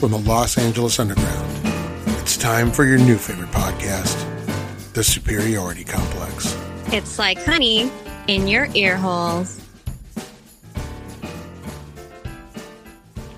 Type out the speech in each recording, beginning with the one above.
from the Los Angeles Underground. It's time for your new favorite podcast, The Superiority Complex. It's like honey in your ear holes.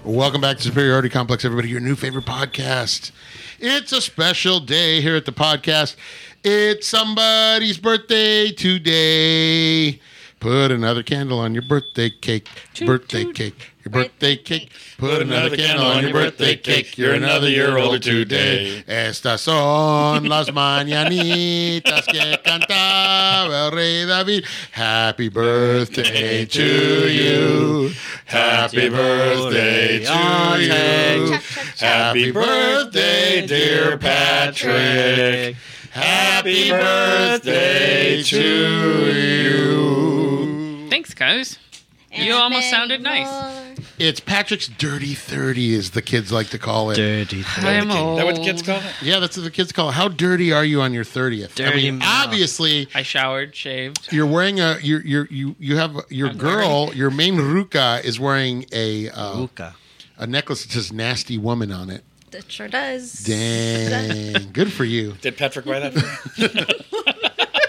Welcome back to Superiority Complex, everybody, your new favorite podcast. It's a special day here at the podcast. It's somebody's birthday today. Put another candle on your birthday cake. birthday cake. Your birthday Birthday cake. cake. Put another candle on your birthday cake. You're another year older today. Estas son las mañanitas que cantaba el rey David. Happy birthday to you. Happy birthday to you. Happy birthday, dear Patrick. Happy birthday to you. Thanks, guys. You almost sounded nice. It's Patrick's Dirty 30, as the kids like to call it. Dirty. I am old. That what the kids call it? Yeah, that's what the kids call it. How dirty are you on your 30th? I Dirty mean, mouth. obviously, I showered, shaved. you're wearing a, you're, you're, you, you have, your girl, your main Ruka is wearing a, uh, Uka. a necklace that says nasty woman on it. It sure does. Dang. Good for you. Did Patrick buy that? For you?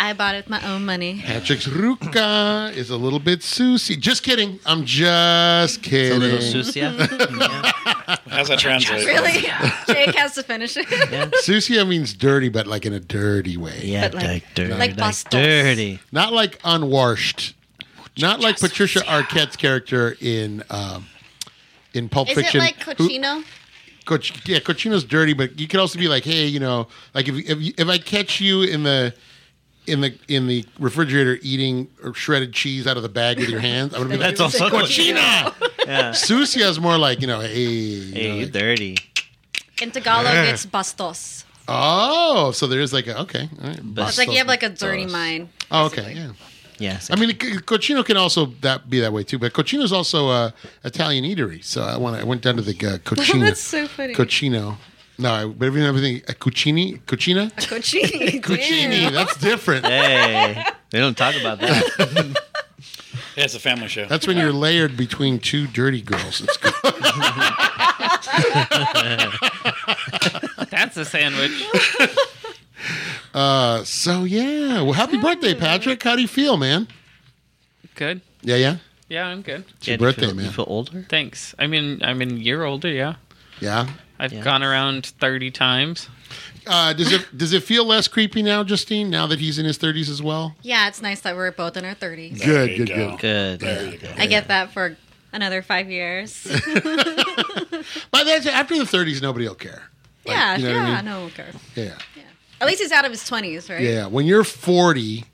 I bought it with my own money. Patrick's Ruka is a little bit Susie. Just kidding. I'm just It's a kidding. little sucia. How's that translate? Really? Jake has to finish it. yeah. Sucio means dirty, but like in a dirty way. Yeah, But like- like dirty. like Like, pastos. dirty. Not like unwashed. Not like Patricia Arquette's character in um, in Pulp Is it Fiction. like who- cochino? Coch- yeah, cochino's dirty, but you could also be like, hey, you know, like if if, you- if I catch you in the in the in the refrigerator eating shredded cheese out of the bag with your hands, I'm gonna be like, That's also cochino. Yeah. Susio's more like, you know, hey, you know, Hey, you like- dirty. In Tagalog, it's bastos. Oh, so there is like a okay. All right. But- It's like you have like a Bastos. dirty mind. oh, okay, yeah. Yes. I mean, c- cochino can also that be that way too, but cochino's also uh, Italian eatery. So I want I went down to the uh, Oh, cochino. That's so funny. Cochino. No, I, but everything, everything, uh, cucini, cucina, Cochini. cucini. That's different. hey, we don't talk about that. Yeah, it's a family show. That's when you're layered between two dirty girls. It's good. That's a sandwich. Uh, so yeah. Well, Oh. happy birthday, Patrick. How do you feel, man? Good. Yeah, yeah. Yeah, I'm good. It's your do you birthday, feel, You man. feel older? Thanks. I mean, I'm a year older. Yeah, Yeah. I've Yeah. gone around thirty times. Uh, does it does it feel less creepy now, Justine? Now that he's in his thirties as well. Yeah, it's nice that we're both in our 30s. There Good, you good, go. good. Good. I get that for another five years. By that, after the thirties, nobody will care. Like, yeah, you know what I yeah, mean? no, okay. Yeah. At least he's out of his 20s, right? Yeah, yeah. When you're 40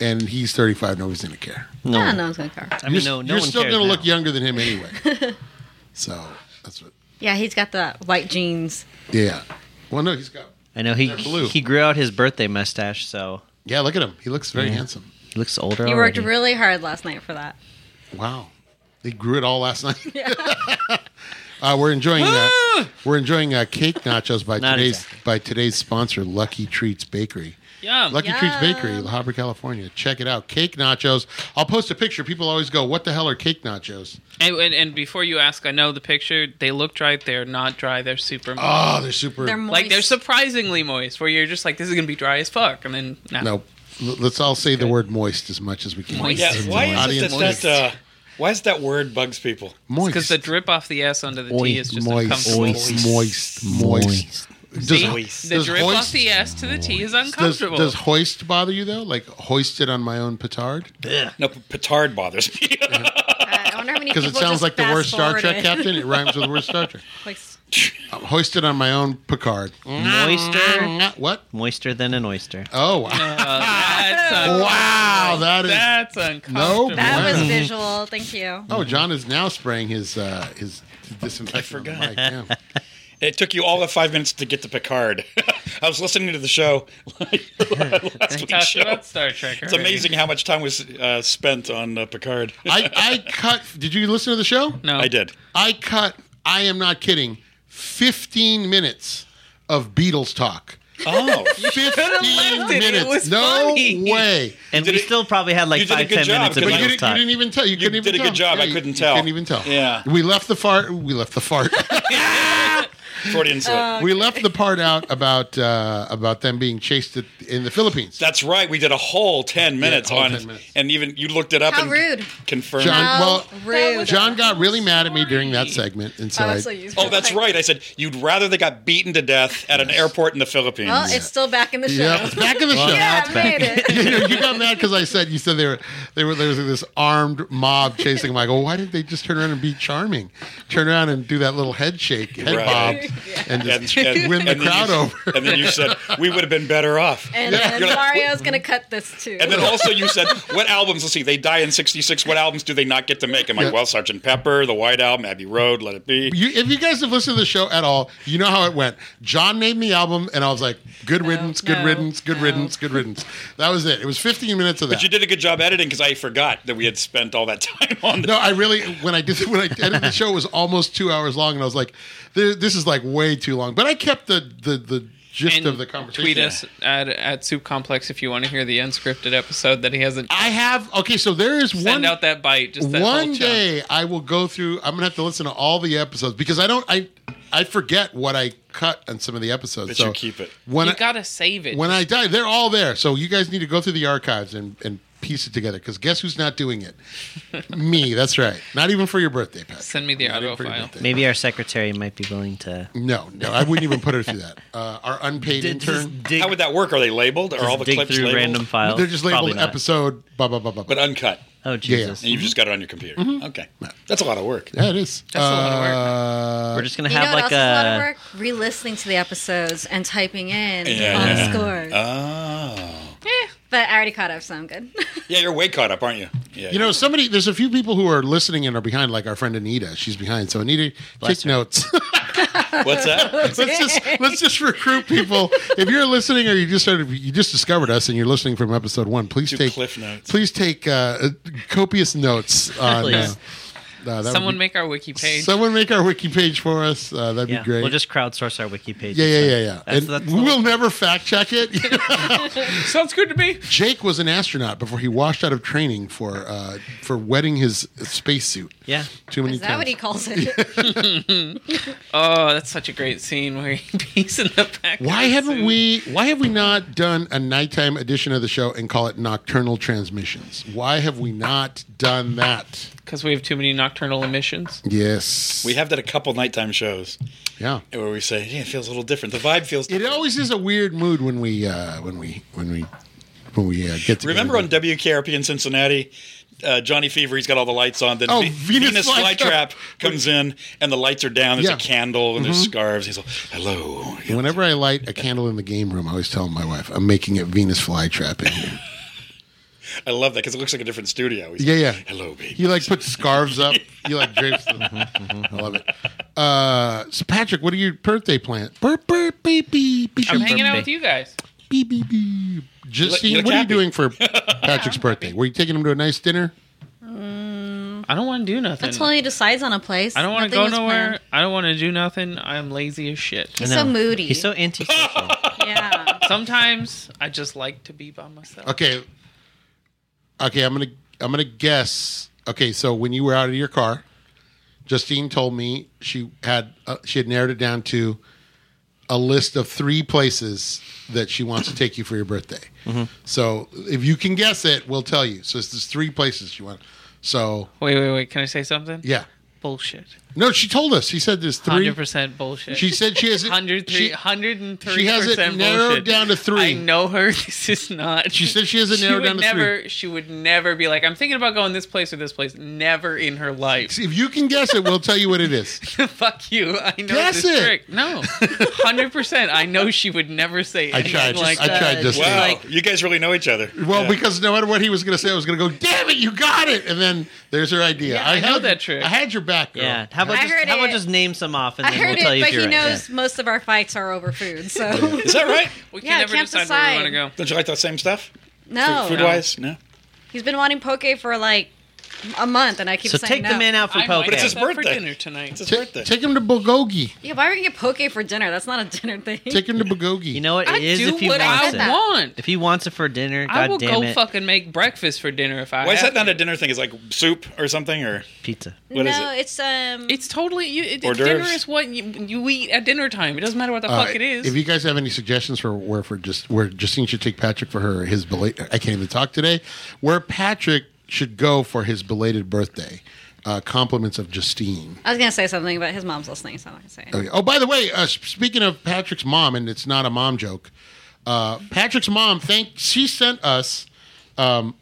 and he's 35, nobody's going to care. No. I don't know what's going to car. I mean, you're no, no you're one still cares gonna now. look younger than him anyway. so that's what. Yeah, he's got the white jeans. Yeah. Well, no, he's got. I know he They're blue. he grew out his birthday mustache, so Yeah, look at him. He looks very handsome. he looks older. You worked already. really hard last night for that. Wow. They grew it all last night. uh, we're enjoying uh, we're enjoying uh, cake nachos by Not today's exactly. Oh, by today's sponsor, Lucky Treats Bakery. Yeah. Lucky Treats Bakery, Yum. La Habra, California. Check it out. Cake nachos. I'll post a picture. People always go, "What the hell are cake nachos?" And, and, and before you ask, I know the picture. They look dry. They're not dry. They're super. moist. Oh, they're super. They're moist. like they're surprisingly moist. Where you're just like, this is gonna be dry as fuck, and then nah. No, L- let's all say the word moist as much as we can. Moist. Yeah, It's why is Audience it that, moist. that uh, why is that word bugs people? moist? Because the drip off the s under the tea is just moist, uncomfortable. moist, moist, moist. Does, See? Moist. The does drip off hoist- the s to the t is does, uncomfortable. does hoist bother you though? Like hoisted on my own petard? No, p- petard bothers me. I wonder how many Because it people sounds just like the worst Star Trek fast-forwarded. captain. It rhymes with the worst Star Trek. Like, I'm hoisted on my own Picard. Ah, moister, What? moister than an oyster. Oh wow! Uh, that's un- Wow, that is. that's uncomfortable. that was Wow. visual. Thank you. Oh, John is now spraying his uh, his disinfectant. forgot. On the mic. Yeah. it took you all of five minutes to get to Picard. I was listening to the show. last We week's talked show. about Star Trek. It's already. amazing how much time was uh, spent on uh, Picard. Oh. I, I cut. Did you listen to the show? No, I did. I cut, I am not kidding, 15 minutes of Beatles talk. Oh, 15 left it. It minutes. was no funny. way. And did we a- still probably had like you did a five, good ten job, minutes of But because you I- didn't, bonus you time. didn't even tell. You, couldn't even did a tell. good job. I you- couldn't you tell. couldn't even tell. Yeah. We left the fart. We left the fart. Freudian slip. Oh, we left the part out about uh, about them being chased at, in the Philippines. That's right. We did a whole ten minutes whole on, 10 minutes. and even you looked it up How and rude. confirmed. John- Oh, How well, rude. John got really mad at me during that segment, and so Oh, I, that's what you- Oh, that's right. I said you'd rather they got beaten to death at an airport in the Philippines. Well, it's still back in the show. yeah, it's back in the show. Yeah, That's I back. made it. you, know, you got mad because I said you said they were they were there was this armed mob chasing them. I go, why didn't they just turn around and be charming? Turn around and do that little head shake, head Right. bob, and and, just and- win the and then crowd you, over. And then you said we would have been better off. And then You're like, Mario's going to cut this too. And then also you said, what albums? Let's see, they die in '66. What albums do they not get to make? I'm like, Yeah. well, Sergeant Pepper, The White Album, Abbey Road, Let It Be. You, if you guys have listened to the show at all, you know how it went. John named the album, and I was like, "Good riddance, good no, riddance, good no. riddance, good riddance." That was it. It was 15 minutes of that. But you did a good job editing because I forgot that we had spent all that time on. The, No, I really when I did when I edited the show it was almost two hours long, and I was like, "There- "This is like way too long." But I kept the the the gist And of the conversation. Tweet us at, at Soup Complex if you want to hear the unscripted episode that he hasn't. I have okay. So there is Send one out that bite. Just that whole one chunk. day I will go through. I'm gonna have to listen to all the episodes because I don't. I I forget what I cut on some of the episodes. But so you keep it. when You I, gotta save it. when I die. They're all there. So you guys need to go through the archives and and piece it together. Because guess who's not doing it? Me. That's right. Not even for your birthday, Pat. Send me the Not audio even for your file. birthday. Maybe our secretary might be willing to No, no, I wouldn't even put her through that. Uh, our unpaid Did- just intern. dig, how would that work? Are they labeled? Are all the dig clips through labeled? random files. They're just Probably labeled not. episode. Blah blah blah blah. but blah. uncut. Oh Jesus! And you've just got it on your computer. Mm-hmm. Okay, that's a lot of work. Yeah, it is. That's a lot of work. Uh, We're just gonna you know have what like uh, else is a lot of a work? Re-listening to the episodes and typing in Yeah. on Yeah. the scores. Oh, Eh. but I already caught up, so I'm good. yeah, you're way caught up, aren't you? Yeah, You know, somebody. There's a few people who are listening and are behind, like our friend Anita. She's behind, so Anita, take her. notes. what's that? let's just let's just recruit people. If you're listening, or you just started, you just discovered us, and you're listening from episode one, please Do take cliff notes. Please take uh, copious notes on. Uh, Please. uh, that would Someone be- make our wiki page. Someone make our wiki page for us. Uh, that'd yeah. be great. We'll just crowdsource our wiki page. yeah, yeah, yeah, and stuff. yeah. That's- and that's the- we'll never fact check it. Sounds good to me. Jake was an astronaut before he washed out of training for uh, for wetting his spacesuit. Yeah. too many Is that times. what he calls it? Oh, that's such a great scene where he's in the back. of Why the haven't suit. we? Why have we not done a nighttime edition of the show and call it Nocturnal Transmissions? Why have we not done that? Because we have too many nocturnal emissions. Yes, We have that a couple nighttime shows Yeah, where we say, yeah, it feels a little different. The vibe feels. it different. always is a weird mood when we uh, when we when we when we uh, get together. Remember on WKRP in Cincinnati, uh, Johnny Fever, he's got all the lights on. Then Oh, Ve- Venus Venus Flytrap. Flytrap comes in, and the lights are down. There's Yeah. Mm-hmm. a candle, and there's scarves. He's like, hello. Yeah. Whenever I light a candle in the game room, I always tell my wife I'm making it Venus flytrap in here. I love that because it looks like a different studio. He's Yeah, like, yeah. Hello, baby. You like put scarves up. You like drapes them. I love it. Uh, so Patrick, what are your birthday plans? Burp, burp, beep, beep, beep, I'm beep, hanging out Birthday. with you guys. beep, beep, beep. Justine, You look what are you happy. doing for Patrick's birthday? Were you taking him to a nice dinner? I don't want to do nothing. Until he decides on a place. I don't want to Nothing go was nowhere. planned. I don't want to do nothing. I'm lazy as shit. He's so No. moody. He's so antisocial. yeah. Sometimes I just like to be by myself. Okay, okay. I'm gonna I'm gonna guess. Okay, so when you were out of your car, Justine told me she had uh, she had narrowed it down to a list of three places that she wants to take you for your birthday. So if you can guess it, we'll tell you. So it's just three places she went. So Wait, wait, wait. Can I say something? yeah, Bullshit. no, she told us. She said there's three. 100% bullshit. She said she has it. 103, she, 103 she has it narrowed down to three. I know her. This is not. She said she has it She narrowed would down to three. never, She would never be like, I'm thinking about going this place or this place. Never in her life. if you can guess it, we'll tell you what it is. Fuck you. I know Guess this it. trick. No. 100%. I know she would never say I anything tried. like I that. tried Just, Justine. Wow, like- you guys really know each other. Well, Yeah. because no matter what he was going to say, I was going to go, damn it, you got it. And then there's her idea. Yeah, I know had- that trick. I had your back, girl. yeah. How about I just heard how about it. just name some off and I then heard we'll tell it, you but if you're he right. Yeah. knows most of our fights are over food. So Is that right? We can Yeah, I never can't decide where we decide. want to go. Oh. Don't you like that same stuff? no, Food wise? No. he's been wanting poke for like a month, and I keep So saying take no. the man out for I might poke. But it's his have that for birthday. dinner tonight. It's his Ta- birthday. Take him to Bulgogi. Yeah, why would we get poke for dinner? That's not a dinner thing. Take him to Bulgogi. You know what? I It is do if he what wants I it. want. If he wants it for dinner, I God will damn go it, fucking make breakfast for dinner if I. Why is have that not to. a dinner thing? It's like soup or something, or pizza. what no, is it's um. It's totally you. It, Hors dinner d'oeuvres. is what you, you eat at dinner time. It doesn't matter what the Uh, fuck it is. If you guys have any suggestions for where for just where Justine should take Patrick for her his belated, I can't even talk today. Where Patrick should go for his belated birthday. Uh, compliments of Justine. I was gonna say something, but his mom's listening, so I'm not gonna say it. Okay. Oh, by the way, uh, s- speaking of Patrick's mom, and it's not a mom joke. Uh, Patrick's mom, thank she sent us um,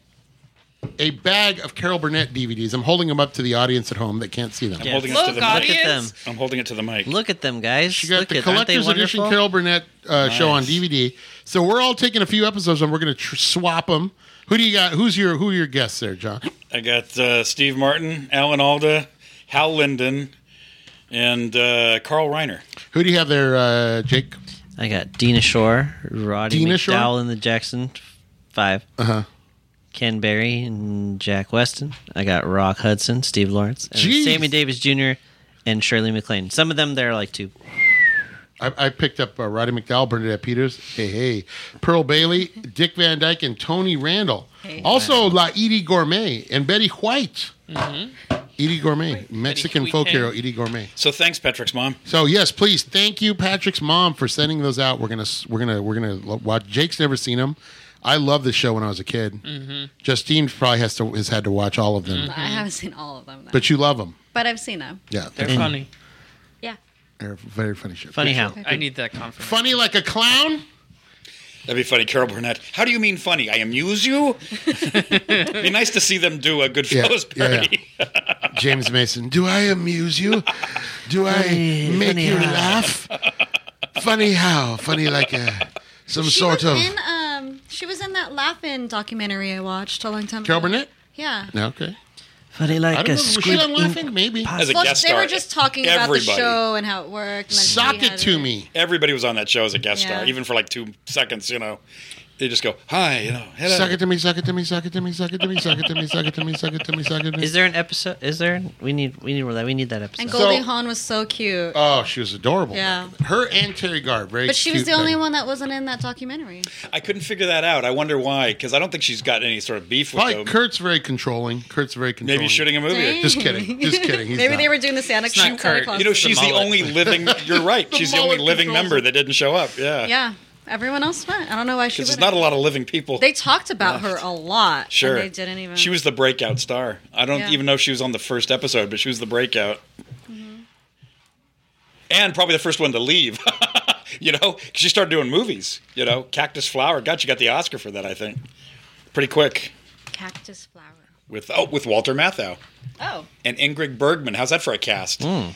a bag of Carol Burnett DVDs. I'm holding them up to the audience at home that can't see them. I'm holding it to Look, the Look mic. audience. at them. I'm holding it to the mic. Look at them, guys. She got Look the at, aren't they collector's edition wonderful? Carol Burnett uh, show on Nice. DVD. So we're all taking a few episodes and we're going to tr- swap them. Who do you got? Who's your who are your guests there, John? I got uh, Steve Martin, Alan Alda, Hal Linden, and uh, Carl Reiner. Who do you have there, uh, Jake? I got Dina Shore, Roddy Dina McDowell Shore? and the Jackson Five, Uh huh. Ken Berry and Jack Weston. I got Rock Hudson, Steve Lawrence, and Jeez. Sammy Davis Jr. and Shirley MacLaine. Some of them they're like two. I, I picked up uh, Roddy McDowell, Bernadette Peters, hey hey, Pearl Bailey, Dick Van Dyke, and Tony Randall. also La Edie Gourmet and Betty White. Edie Gourmet, Mexican Mm-hmm. Betty folk White. hero Edie Gourmet. So thanks, Patrick's mom. So yes, please thank you, Patrick's mom, for sending those out. We're gonna we're gonna we're gonna lo- watch. Jake's never seen them. I loved this show when I was a kid. Mm-hmm. Justine probably has to has had to watch all of them, I haven't seen all of them, though. But, but you love them. I've seen them. Yeah, They're Mm-hmm. they're, funny. Yeah. they're very funny show. Funny how I need that confirmation. funny like a clown. That'd be funny, Carol Burnett. How do you mean funny? I amuse you. It'd be nice to see them do a Goodfellas Yeah, yeah, parody. James Mason, do I amuse you? Do I Funny- make funny you how. laugh? Funny how? Funny like a some She sort was of in um. She was in that Laughing documentary I watched a long time ago. Carol Burnett. Yeah. No, okay. funny I like don't know. a Was she squid. on ink laughing? Maybe. As a Well, guest they star, were just talking about everybody, the show and how it worked. And then she Sock it had to me. Everybody was on that show as a guest star, Yeah. even for like two seconds. You know, they just go, "Hi, you know, hello." Suck it to me, suck it to me, suck it to me, suck it to me, suck it to me, suck it to me, suck it to me, suck it to me. Is there an episode? Is there? We need. We need. We need that episode. And Goldie So- Hawn was so cute. Oh, she was adorable. Yeah. Her and Terry Garr, very but she was cute the only then. one that wasn't in that documentary. I couldn't figure that out. I wonder why, because I don't think she's got any sort of beef with Probably them. Kurt's very controlling. Kurt's very controlling. Maybe shooting a movie. Dang. Just kidding. Just kidding. He's Maybe not. they were doing the Santa, not Santa Kurt. Claus. You know, she's the, mullet. only living. You're right. she's the only mullet living controls member it. that didn't show up. Yeah. yeah. Everyone else went. I don't know why she. Because there's wouldn't. not a lot of living people. They talked about her a lot. and sure. they didn't even. She was the breakout star. I don't Yeah. even know if she was on the first episode, but she was the breakout. Mm-hmm. And probably the first one to leave. you know, she started doing movies. You know, Cactus Flower. God, she got the Oscar for that. I think pretty quick cactus flower. with oh with Walter Matthau Oh, and Ingrid Bergman. How's that for a cast? Hmm.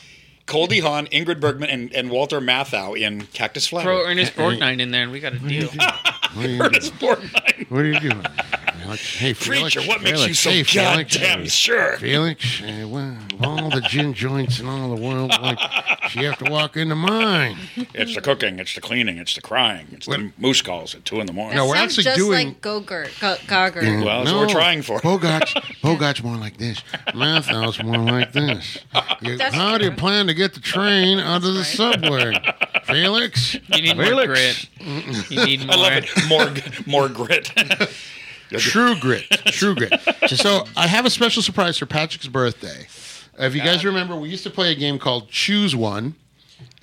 Goldie Hawn, Ingrid Bergman, and, and Walter Matthau in Cactus Flower. Throw Ernest Borgnine in there, and we got a deal. What are you doing? Ernest Borgnine. What are you doing? Alex- hey, Felix, Preacher, what makes Felix, you so hey, Felix, goddamn hey, sure? Felix, uh, well, of all the gin joints in all the world, like, she have to walk into mine. It's the cooking, it's the cleaning, it's the crying, it's the What- moose calls at two in the morning. No, we're sounds actually just doing- Mm-hmm. like Gogurt. Go- Gargert. Well, that's what we're trying for. Bogart's, Bogart's more like this. Mathau's more like this. You- That's how do you true. plan to get the train out of the subway? Felix? You need more grit. You need more. I love it. More, g- more grit. True grit. True grit. so I have a special surprise for Patrick's birthday. If you guys remember, we used to play a game called Choose One,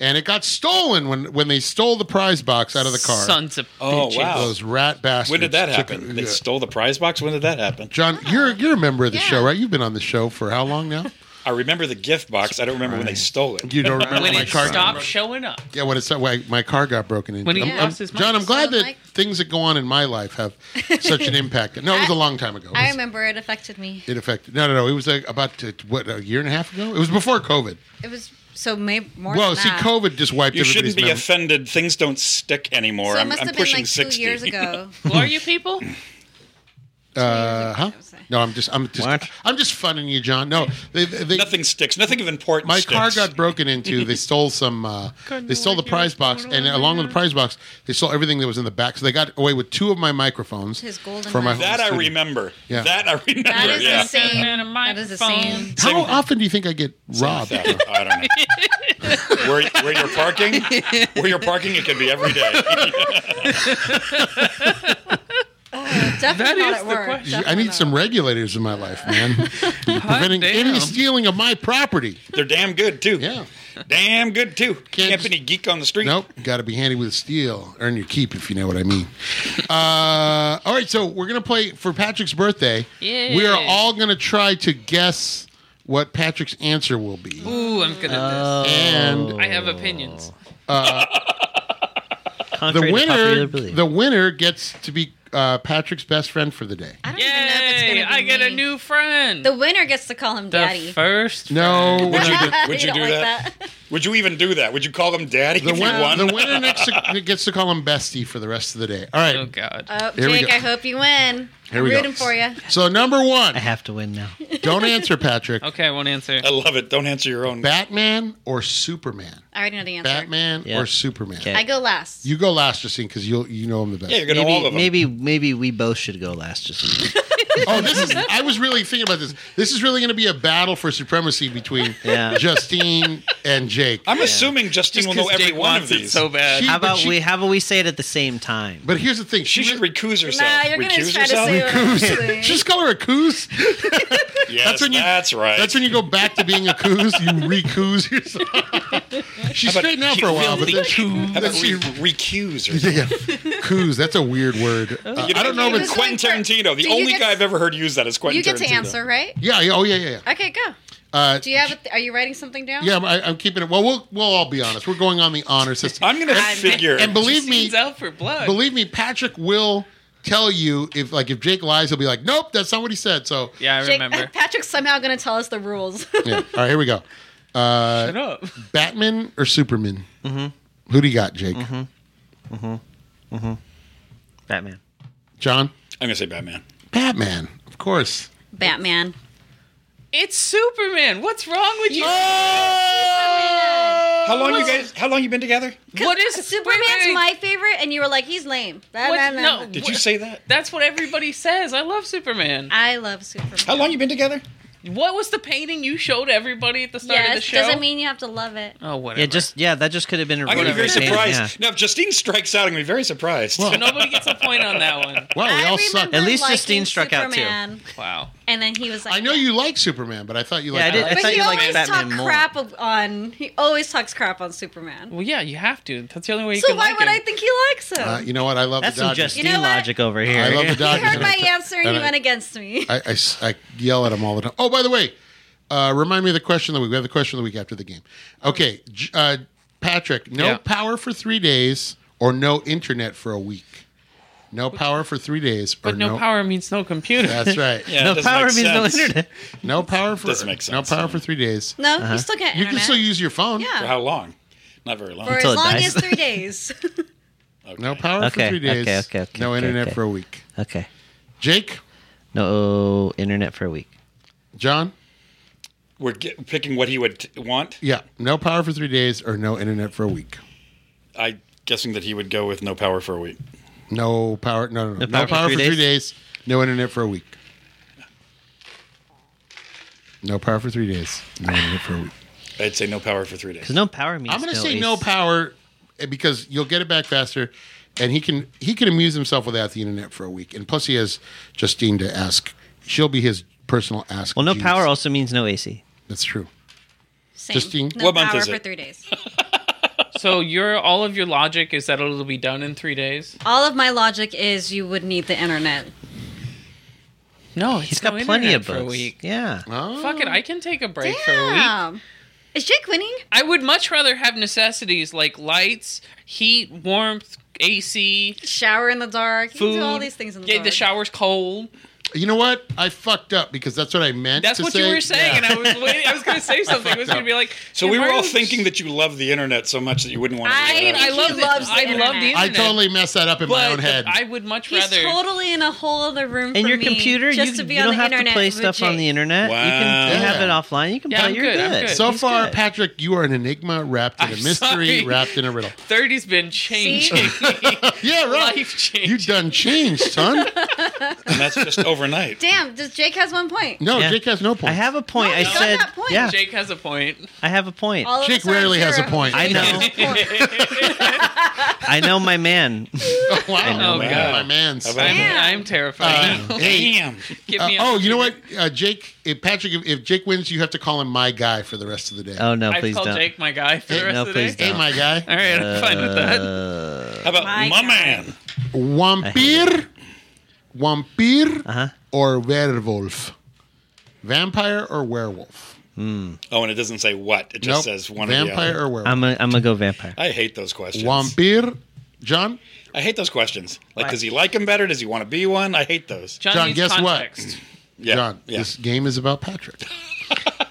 and it got stolen when, when they stole the prize box out of the car. Sons of Oh, bitches. wow. Those rat bastards. when did that took happen? it- They yeah. stole the prize box? When did that happen? John, you're you're a member of the Yeah. show, right? You've been on the show for how long now? I remember the gift box. I don't remember when they stole it. You don't remember When my it car? stopped showing up. Yeah, when it's why my car got broken into. When he I'm- I'm- lost his mic. John, I'm glad So, that like- things that go on in my life have such an impact. No, it was a long time ago. It I was- remember it affected me. It affected. No, no, no. It was like about uh, what a year and a half ago. It was before COVID. It was so maybe more. Well, than see, that. COVID just wiped You shouldn't everybody's be mem- offended. Things don't stick anymore. So it I'm, must I'm have been pushing like two 60. years ago. Who are you people? Uh, huh? I would say. No, I'm just, I'm just, What? I'm just funning you, John. No, they, they, Nothing sticks. Nothing of importance. my sticks. car got broken into. They stole some. Uh, they stole the prize box, and along with the prize box, they stole everything that was in the back. So they got away with two of my microphones. His golden for my mic. That I studio. remember. Yeah. That I remember. That is yeah. the same. And a That is the same. How Same- often do you think I get robbed? Theft. I don't know. where, where you're parking? Where you're parking? It could be every day. Definitely That not is at the work. question. I need some regulators in my life, man. Preventing any damn. stealing of my property. They're damn good too. Yeah. Damn good too. Can't, Can't- be any geek on the street. Nope. Got to be handy with steel. Earn your keep, if you know what I mean. Uh, all right. So we're going to play for Patrick's birthday. Yay. We are all going to try to guess what Patrick's answer will be. Ooh, I'm good at this. And I have Oh. opinions. the Contrary to winner, popular belief. the winner gets to be uh, Patrick's best friend for the day. I don't even know if it's Yay! gonna be I get a me. new friend. The winner gets to call him The daddy. first. No, Would you do, winner- would You you don't do like that? that? Would you even do that? Would you call them daddy the, if you winner, won? the winner next to, gets to call him bestie for the rest of the day. All Oh right, God. Oh, Here we Jake, go. I hope you win. Here I'm we go. rooting for you. so number one, I have to win now. don't answer, Patrick. okay, I won't answer. I love it. Don't answer your own. Batman or Superman? I already know the answer. Batman Yeah. or Superman? Okay. I go last. You go last, Justine, because you you know him the best. Yeah, you're gonna know all Maybe, of them. maybe, maybe we both should go last. Just Oh, this is. I was really thinking about this. This is really going to be a battle for supremacy between Yeah. Justine and Jake. I'm assuming Justine will know 'cause every Jake one of wants it these. so bad. She- how but about she- we? How about we say it at the same time? but here's the thing. she should re- recuse herself. Nah, you're gonna recuse try to herself? say what I'm saying. just call her a coos. Yes, That's when you- that's right. That's when you go back to being a coos. You recoos yourself. She How about straightened out for a while, but then she, How then about she re- recuse herself? yeah, coos. That's a weird word. Oh. Uh, You I don't know, you but was Quentin going for- Tarantino. The Do you only get- guy I've ever heard use that is Quentin You get Tarantino. to answer, right? yeah, yeah, oh yeah, yeah. yeah. Okay, go. Uh, Do you have? A th- are you writing something down? yeah, I, I'm keeping it. Well, we'll we'll all be honest. We're going on the honor system. I'm going to I'm- figure. and believe me, He's out for blood. believe me, Patrick will tell you if like if Jake lies, he'll be like, "Nope, that's not what he said." So yeah, I Jake, remember. Patrick's somehow going to tell us the rules. yeah. All right, here we go. Shut up. Batman or Superman? Mm-hmm. Who do you got, Jake? Batman. John? I'm going to say Batman. Batman, of course. Batman. It's Superman. What's wrong with you? How long you guys? How long you been together? What is Superman's wait, wait, my favorite, and you were like, he's lame. That- What, that- no, that- Did what- you say that? That's what everybody says. I love Superman. I love Superman. How long you been together? What was the painting you showed everybody at the start of the Yes, show? doesn't mean you have to love it. oh, whatever. Yeah, just yeah. That just could have been a I'm going to be random thing, very surprised. yeah. Now, if Justine strikes out, I'm going to be very surprised. Well- Nobody gets a point on that one. Wow, we I Oh, all suck. remember At least liking Justine struck out, too. Superman, Wow. And then he was like, I know you like Superman, but I thought you Yeah, I liked did. I But thought he you liked always Batman talk more. crap ab- on. He always talks crap on Superman. Well, yeah, you have to. That's the only way you So can why like would him. I think he likes him? Uh, you know what? I love That's the some Dodgers. Justine You know what? logic over here. I love the you Dodgers. heard my answer, and And you I- went against me. I, I s- I yell at him all the time. Oh, by the way, uh, remind me of the question of the week. We have the question of the week after the game. Okay, J- uh, Patrick, no Yeah. power for three days or no internet for a week. No power for three days or But no, power means no computer. That's right. Yeah, it No doesn't power make means no sense. internet. No power for Doesn't make sense, no power yeah. for three days. no, you still get You internet. can still use your phone. For yeah, how long? Not very long. for as Until it long dies. as three days. Okay. No power for Okay, three days. okay, okay, okay, no okay, internet okay. for a week. Okay. Jake, No internet for a week. John, We're get, picking what he would t- want. yeah, no power for three days or no internet for a week. I guessing that he would go with no power for a week. No power. No, no, no. No power, power for for three three days. No internet for a week. No power for three days. No internet for a week. I'd say no power for three days. Because no power means. I'm going to no say AC. no power eh, because you'll get it back faster, and he can he can amuse himself without the internet for a week. And plus, he has Justine to ask. She'll be his personal ask. Well, no genius. power also means no AC. That's true. Same. Justine? no What month power is for it? three days. So your all of your logic is that it'll be done in three days. All of my logic is you would need the internet. No, it's He's got no plenty internet of for books. a week. Yeah. Oh. Fuck it, I can take a break for a week. Damn. Is Jake winning? I would much rather have necessities like lights, heat, warmth, AC, Shower in the dark. You can food. do all these things in the yeah, dark. the shower's cold. You know what? I fucked up because that's what I meant. That's to what say. you were saying, and I was waiting. I was going to say something. I was going to be like, So "Hey, we were Martin, all thinking that you love the internet so much that you wouldn't want to. do I- that. I He love it. loves the I love the internet. internet. I totally messed that up in my but own head. I would much He's rather. totally in a whole other room. And from your me computer, just you, to be you on don't the have to internet play with stuff on Jake. the internet. You can Wow. you have Yeah. it offline. You can Yeah, play. I'm You're good, good. I'm good. so He's far, good. Patrick, you are an enigma wrapped in I'm a mystery, sorry. wrapped in a riddle. 30's been changing. Yeah, right. Life changing. You done changed, son. And that's just overnight. Damn, does Jake has one point? No, Yeah. Jake has no I point. have a point. I he's got said, that point. yeah, Jake has a point. I have a point. All of Jake us are rarely has a zero. point. I know. I know my man. Oh, wow. know, Oh, my God. God. My man's. How about- Damn. I'm, I'm terrified. Uh, hey, Damn. Give uh, me a- oh, you know what, uh, Jake? If Patrick, if, if Jake wins, you have to call him my guy for the rest of the day. Oh no, I've please called don't. Jake my guy for Hey, the rest no, of the please day. hey, don't. my guy, All right, I'm fine with that. Uh How about My my, God. man? vampir, vampir, huh. or werewolf? Vampire or werewolf? Oh, and it doesn't say what. It just Nope. says one or the Vampire other. or werewolf? I'm a, I'm gonna go vampire. I hate those questions. Vampir, John. I hate those questions. Like, does he like him better? Does he want to be one? I hate those. John, John, needs guess what? context. Yeah. John, Yeah. this game is about Patrick.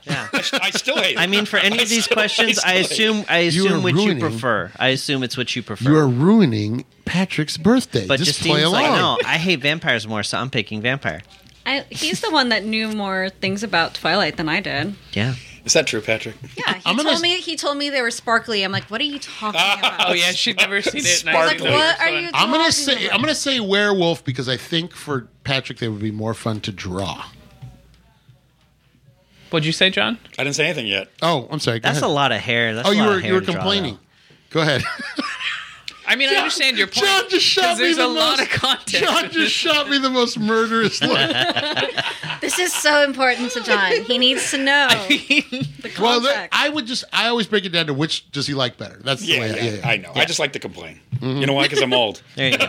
Yeah. I still hate. it. I mean, for any of these questions, I assume I You assume are what you ruining- prefer. I assume it's what you prefer. You are ruining Patrick's birthday. but just Justine's play along. like, no, I hate vampires more, so I'm picking vampire. I, he's the one that knew more things about Twilight than I did. Yeah. Is that true, Patrick? Yeah, he I'm told gonna- me he told me they were sparkly. I'm like, what are you talking about? Oh yeah, she'd never seen it. and I Sparkly. like, didn't know what you are were you? fine. I'm gonna talking say about? I'm gonna say werewolf because I think for Patrick they would be more fun to draw. What'd you say, John? I didn't say anything yet. Oh, I'm sorry. Go That's ahead. a lot of hair. That's Oh, a you lot of were you hair were to draw, though. complaining. Go ahead. I mean, I understand your point. John just shot 'cause me there's the a lot most- of content. John just shot me the most murderous look. This is so important to John. He needs to know the context. well, th- I would just I always break it down to which does he like better. That's the Yeah, way. yeah, I, yeah, yeah. Mm-hmm. I know. I just like to complain. You know why? Because I'm old. There you go.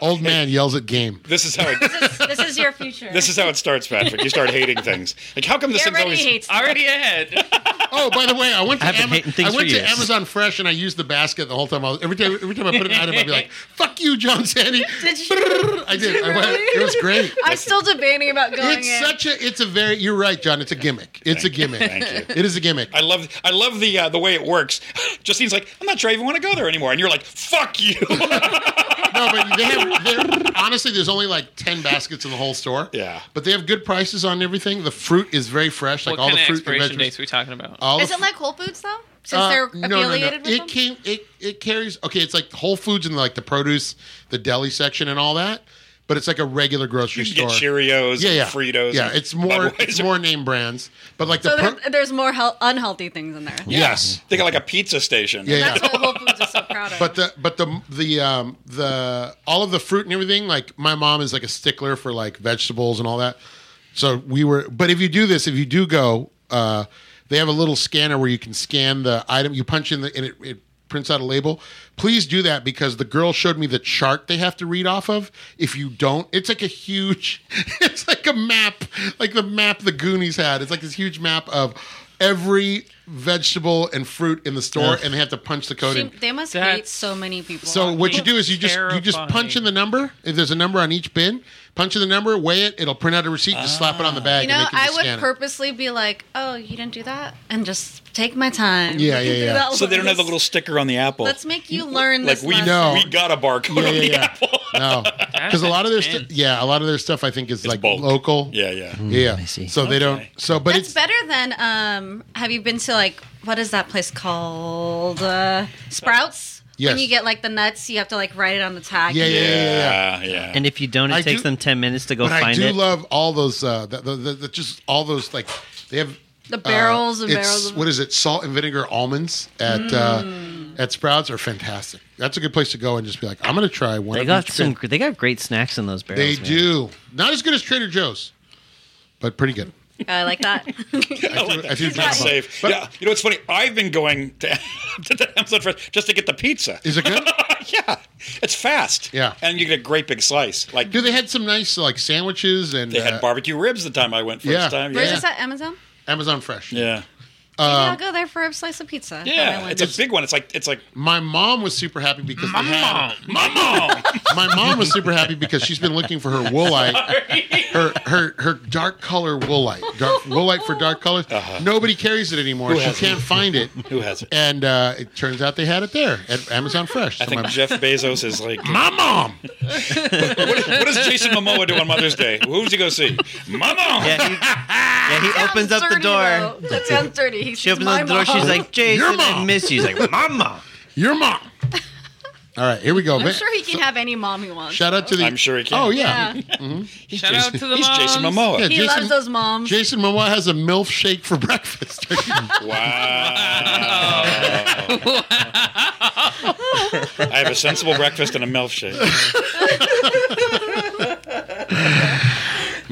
Old man yells at game. This is how it. this, is, this is your future. This is how it starts, Patrick. You start hating things. Like, how come this he thing's already always? hates. them. Already ahead. Oh, by the way, I went to I've been Ama- hating things I went for to years. Amazon Fresh and I used the basket the whole time. I was, every time every time I put an item, I'd be like, "Fuck you, John Sandy." Did you- I did. I went, it was great. I'm still debating about going It's in. such a. It's a very. You're right, John. It's a gimmick. It's a gimmick. Thank you. It is a gimmick. I love, I love the uh, the way it works. Justine's like, I'm not sure I even want to go there anymore, and you're like, fuck you. No, but they have. they're- Honestly, there's only like ten baskets in the whole store. Yeah. But they have good prices on everything. The fruit is very fresh. Like what all kind the of fruit and expiration vegetables. dates are we talking about? all the Is it fr- like Whole Foods though? Since Uh, they're no, no, no. affiliated It with them. came. It it carries. Okay, it's like Whole Foods and like the produce, the deli section, and all that. But it's like a regular grocery You can store. get Cheerios, yeah, and yeah. Fritos. Yeah, and it's more. Budweiser. It's more name brands. But like So the. there's, pro- there's more health, unhealthy things in there. yes. They got like a pizza station. Mm-hmm. Yeah, yeah. That's what Whole Foods is so proud of. But the but the the um the all of the fruit and everything like my mom is like a stickler for like vegetables and all that. So we were but if you do this if you do go uh they have a little scanner where you can scan the item you punch in the and it, it prints out a label. Please do that because the girl showed me the chart they have to read off of. If you don't, it's like a huge it's like a map like the map the Goonies had. It's like this huge map of every vegetable and fruit in the store and they have to punch the code She- in. they must hate That's- so many people. So what you Fucking do is you just you just punch terrifying. in the number. If there's a number on each bin, punch in the number, weigh it. It'll print out a receipt. Just slap it on the bag. Ah. you know, and they can I just scan would it. purposely be like, "Oh, you didn't do that," and just take my time. Yeah, looking yeah, through yeah. Oh, that So they don't have the list. little sticker on the apple. Let's make you learn like this. we lesson. No. we got a barcode Oh. Yeah, on the yeah, apple. yeah. No, because a lot of their stu- That's yeah, a lot of their stuff I think is like bulk. local. Mm-hmm. Yeah, yeah. yeah. Mm, I see. So they don't. Okay. So but That's it's better than. Um, have you been to like what is that place called? Uh, Sprouts. Yes. When you get like the nuts, you have to like write it on the tag. Yeah, yeah, Yeah, yeah. And if you don't, it I takes do- them ten minutes to go but I find do it. love all those uh the, the, the, the- just all those like they have The uh, barrels and it's- barrels of- What is it? Salt and vinegar almonds at Mm. uh, at Sprouts are fantastic. That's a good place to go and just be like, I'm going to try one. They of got each some. bin. gr- They got great snacks in those barrels. They man. do. Not as good as Trader Joe's, but pretty good. I like that. I threw Not John a bone. safe. But- yeah, you know what's funny? I've been going to, to the Amazon Fresh just to get the pizza. Is it good? yeah, it's fast. Yeah. and you get a great big slice. Like Dude, they had some nice like sandwiches and they uh, had barbecue ribs the time I went first yeah. Uh, time. Where's Yeah, this at Amazon? Amazon Fresh. yeah. Maybe I'll go there for a slice of pizza. Yeah, it's a big one. It's like it's like My mom was super happy because my mom. my mom, my mom was super happy because she's been looking for her woolite, her her her dark color woolite, dark woolite for dark colors. Nobody carries it anymore. Uh-huh. Who she has it? can't find it, who has it? and uh, it turns out they had it there at Amazon Fresh. I So think my- Jeff Bezos is like, what, my mom. what does Jason Momoa do on Mother's Day? Who does he go see? Mama. Yeah, he, yeah, he opens up the door. That sounds dirty. He She opens up the door. She's like, Your Jason, I mom." miss you. He's like, Mama. Your mom. All right, here we go. I'm sure he can have any mom he wants. Shout out to the. I'm sure he can. Oh yeah, Yeah. He's Shout out Jason, to the he's Jason moms. Momoa. Yeah, He Jason, loves those moms. Jason Momoa has a milf shake for breakfast. Wow. I have a sensible breakfast and a milkshake.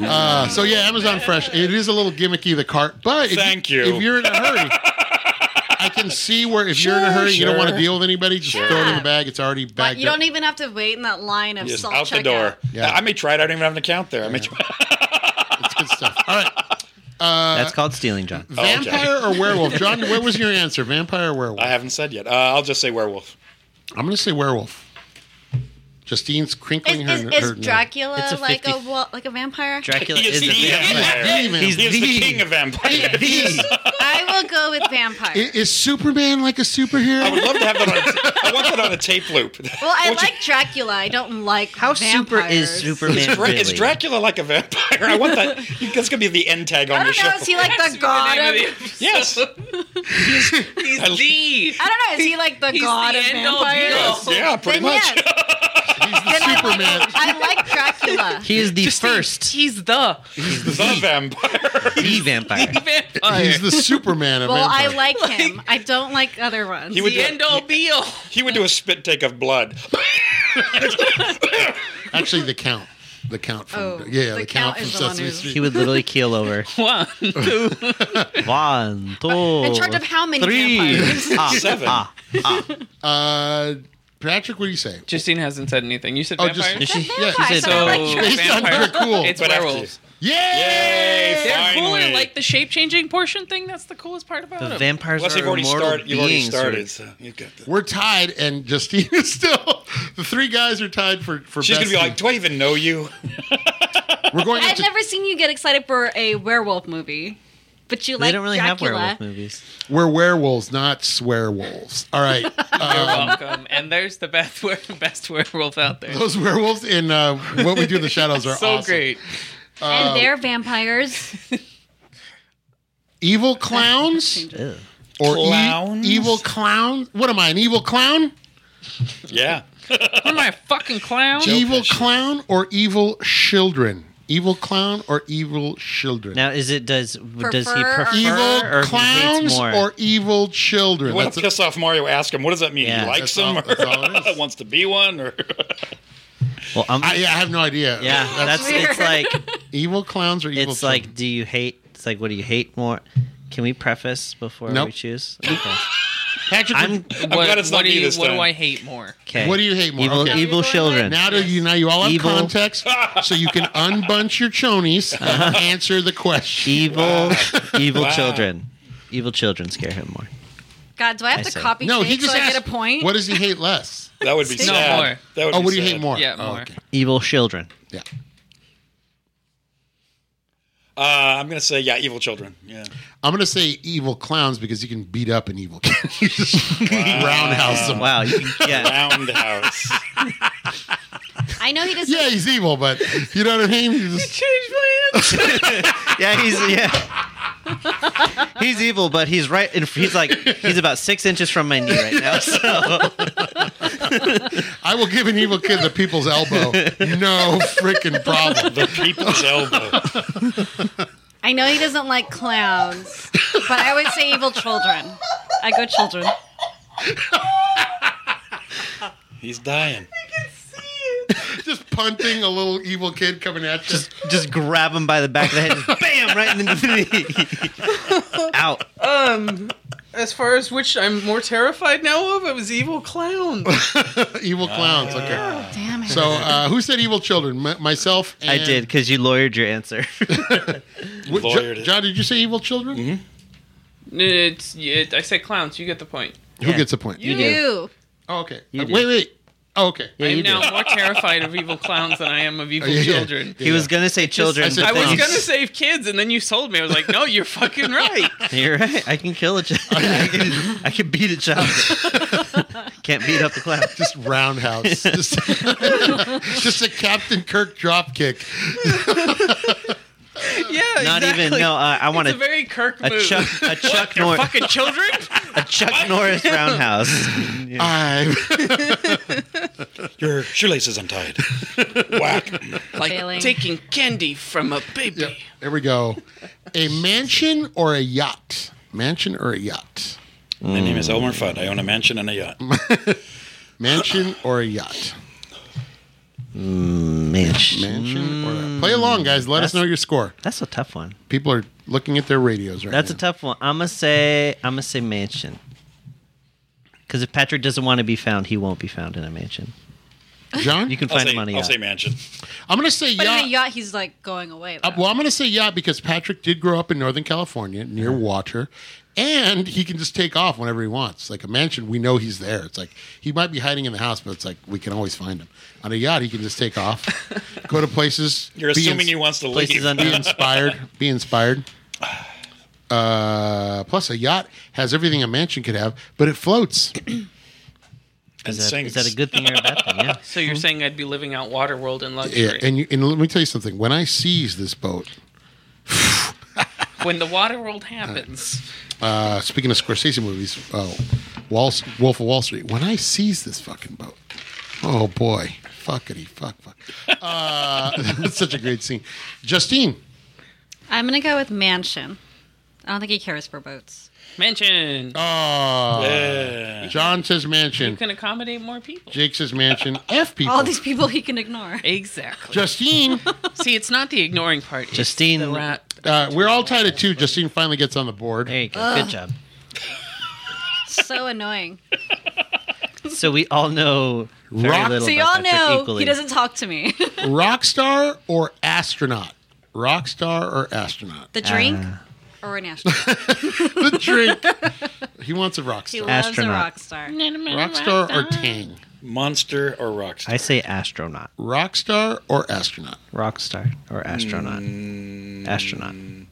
Uh, so yeah, Amazon Fresh. It is a little gimmicky the cart, but if Thank you. If you're in a hurry, I can see where if you're in a Sure, hurry, you don't want to sure. deal with anybody. Just throw it in the Yeah. bag. It's already But bagged. you up. don't even have to wait in that line of Just self out the door. Yeah. I may try it. I don't even have an account there. I may try. It's good stuff. All right, Uh, That's called stealing, John. okay. vampire or werewolf, John? What was your answer? Vampire or werewolf? I haven't said yet. Uh, I'll just say werewolf. I'm going to say werewolf. Justine's crinkling Is, her. is, her is Dracula It's a like a 50. wa- like a vampire? Dracula He is is a the vampire. Hey, man. vampire. He's He is the the- king of vampires. I will go with vampire. I- is Superman like a superhero? I would love to have that on. A, I want that on a tape loop. well, I Don't you- like Dracula. I don't like How super is vampires. Superman? Dra- Is really? Dracula like a vampire? I want that. That's gonna be the end tag on the I don't show. know. Is he like That's the god name of? of the episode. yes. He's I- the. I don't know. Is he like the He's god the of end all vampires? be all. Yeah. Pretty Then much. yes, He's the then I like, Superman. I like Dracula. He is the Justine, first He's the The vampire. the vampire. vampire. He's the Superman of Well, I vampires. like him. I don't like other ones. He would the end all be all. He would do a spit take of blood. Actually, the Count. The Count from Oh, yeah, the, the Count, Count from is the one Sesame who's- Street. He would literally keel over. One, two, One, two, in charge of how many three. vampires? Ah, Seven. ah. Uh, Patrick, what do you say? Justine hasn't said anything. You said Oh, just- vampires. And she, Yeah, Vampire, she said, so I like So Dracula. Based on vampire- your cool. It's But after- werewolves. Yay! Yay! They're cooler. Finally. Like the shape changing portion thing. That's the coolest part about the them. vampires Unless are you've already immortal started, you've already beings. started. So you've got the- We're tied, and Justine is still. The three guys are tied for for. She's best gonna be like, team. "Do I even know you?" we're going I've into. never seen you get excited for a werewolf movie, but you They like don't really Dracula. have werewolf movies. We're werewolves, not swearwolves. All right, You're uh, welcome. And there's the best, were- best werewolf out there. those werewolves in uh, what we do in the shadows are so awesome. great. and they're vampires. Evil clowns Ew. or e- Clowns? evil clown? What am I? An evil clown? Yeah. What am I, a fucking clown? evil Pesci. clown or evil children? Evil clown or evil children? Now, is it does does he Prefer or- prefer evil or he hates clowns more? or evil children? You want That's to a- piss off Mario? Ask him. What does that mean? Yeah. he likes That's all- him, that's all it or is. wants to be one, or well, I'm, I, yeah, I have no idea. yeah, that's, it's like evil clowns or evil. it's like do you hate? It's like what do you hate more? Can we preface before Nope. we choose? Okay. Patrick. I'm I'm glad it's what not do me you- this What time. do I hate more? okay. What do you hate more? Evil, Okay. evil children. now do you now you all have Evil. context, so you can unbunch your chonies and Uh-huh. answer the question. evil, evil Wow. children. Evil children scare him more. God, do I have I to said- copy No, Jake he just so I asked. get a point? What does he hate less? that would be No, sad. more. That would Oh, be what do you sad. hate more? Yeah, Oh, more. okay. Evil children. Yeah. Uh, I'm gonna say yeah, evil children. Yeah. I'm gonna say evil clowns because you can beat up an evil. Kid. you just roundhouse them. Wow. You can, yeah. Roundhouse. I know he doesn't. Yeah, he's evil, but you know what I mean. You just- Change plans. Yeah. He's yeah. He's evil, but he's right. In, he's like he's about six inches from my knee right now. So I will give an evil kid the people's elbow. No freaking problem. the people's elbow. I know he doesn't like clowns, but I would say evil children. I go children. He's dying. Just punting a little evil kid coming at you. just grab him by the back of the head, just bam, right in the knee. Out. As far as which I'm more terrified now of, it was evil clown. evil clowns. Okay. Damn it. So uh, who said evil children? M- myself. And I did because you lawyered your answer. Wh- Jo- Lawyered it. Mm-hmm. John, did you say evil children? It's, it, I said clowns. You get the point. Who Yeah. gets a point? You You. do. Oh, okay. You Uh, do. wait, wait. Oh, okay. Yeah, I'm you now do. more terrified of evil clowns than I am of evil Oh, Yeah, yeah. children. He was gonna say children. I said I but was then- Thanks. gonna save kids, and then you sold me. I was like, no, you're fucking right. You're right. I can kill a child. I can, I can beat a child. Can't beat up the clown. Just roundhouse. just, just a Captain Kirk drop kick. Yeah, Not exactly. even. No, uh, I want It's a a, very Kirk a move. Chuck a Chuck They're Norris fucking children. a Chuck Norris roundhouse. Yeah. I'm Your shoelace is untied. Whack. like Failing. taking candy from a baby. Yep, there we go. A mansion or a yacht? Mansion or a yacht? My name is Elmer Fudd. I own a mansion and a yacht. Mansion or a yacht? Man, Mansion or a Mm, play along, guys. Let us know your score. that's a tough one. People are looking at their radios right That's now. a tough one. I'm gonna say I'm gonna say mansion. Because if Patrick doesn't want to be found, he won't be found in a mansion. John, You can I'll find say, him on a I'll yacht. say mansion. I'm going to say But yacht. in a yacht, he's like going away. Uh, well, I'm going to say yacht because Patrick did grow up in Northern California near water, and he can just take off whenever he wants. Like a mansion, we know he's there. It's like he might be hiding in the house, but it's like we can always find him. On a yacht, he can just take off, go to places. You're be assuming ins- he wants to Places leave. on be inspired. Be inspired. Uh, plus, a yacht has everything a mansion could have, but it floats. and Is that, sings. is that a good thing or a bad thing? Yeah. So you're saying I'd be living out Waterworld in luxury? Hmm? Yeah, and, you, and let me tell you something. When I seize this boat, when the Waterworld happens, uh, speaking of Scorsese movies, oh, Wall, Wolf of Wall Street. When I seized this fucking boat, oh boy, fuckity fuck fuck. Uh, that's such a great scene. Justine, I'm gonna go with mansion. I don't think he cares for boats. mansion. oh, Yeah. John says You mansion. can accommodate more people. Jake says mansion. F people. All these people he can ignore. Exactly. Justine, See, it's not the ignoring part. it's Justine- the ra- uh, we're all tied at two. Justine finally gets on the board. There you go. Good job. so annoying. So we all know very Rock- little So about y'all Patrick know equally. he doesn't talk to me. Rock star or astronaut? Rock star or astronaut? Uh, the drink Uh, or an astronaut. The drink. he wants a rock He star. loves Astronaut. a rock star. Rock star or Tang? Monster or rockstar? I say astronaut, Rock star or astronaut? rock star, or astronaut, Hmm. astronaut. I'm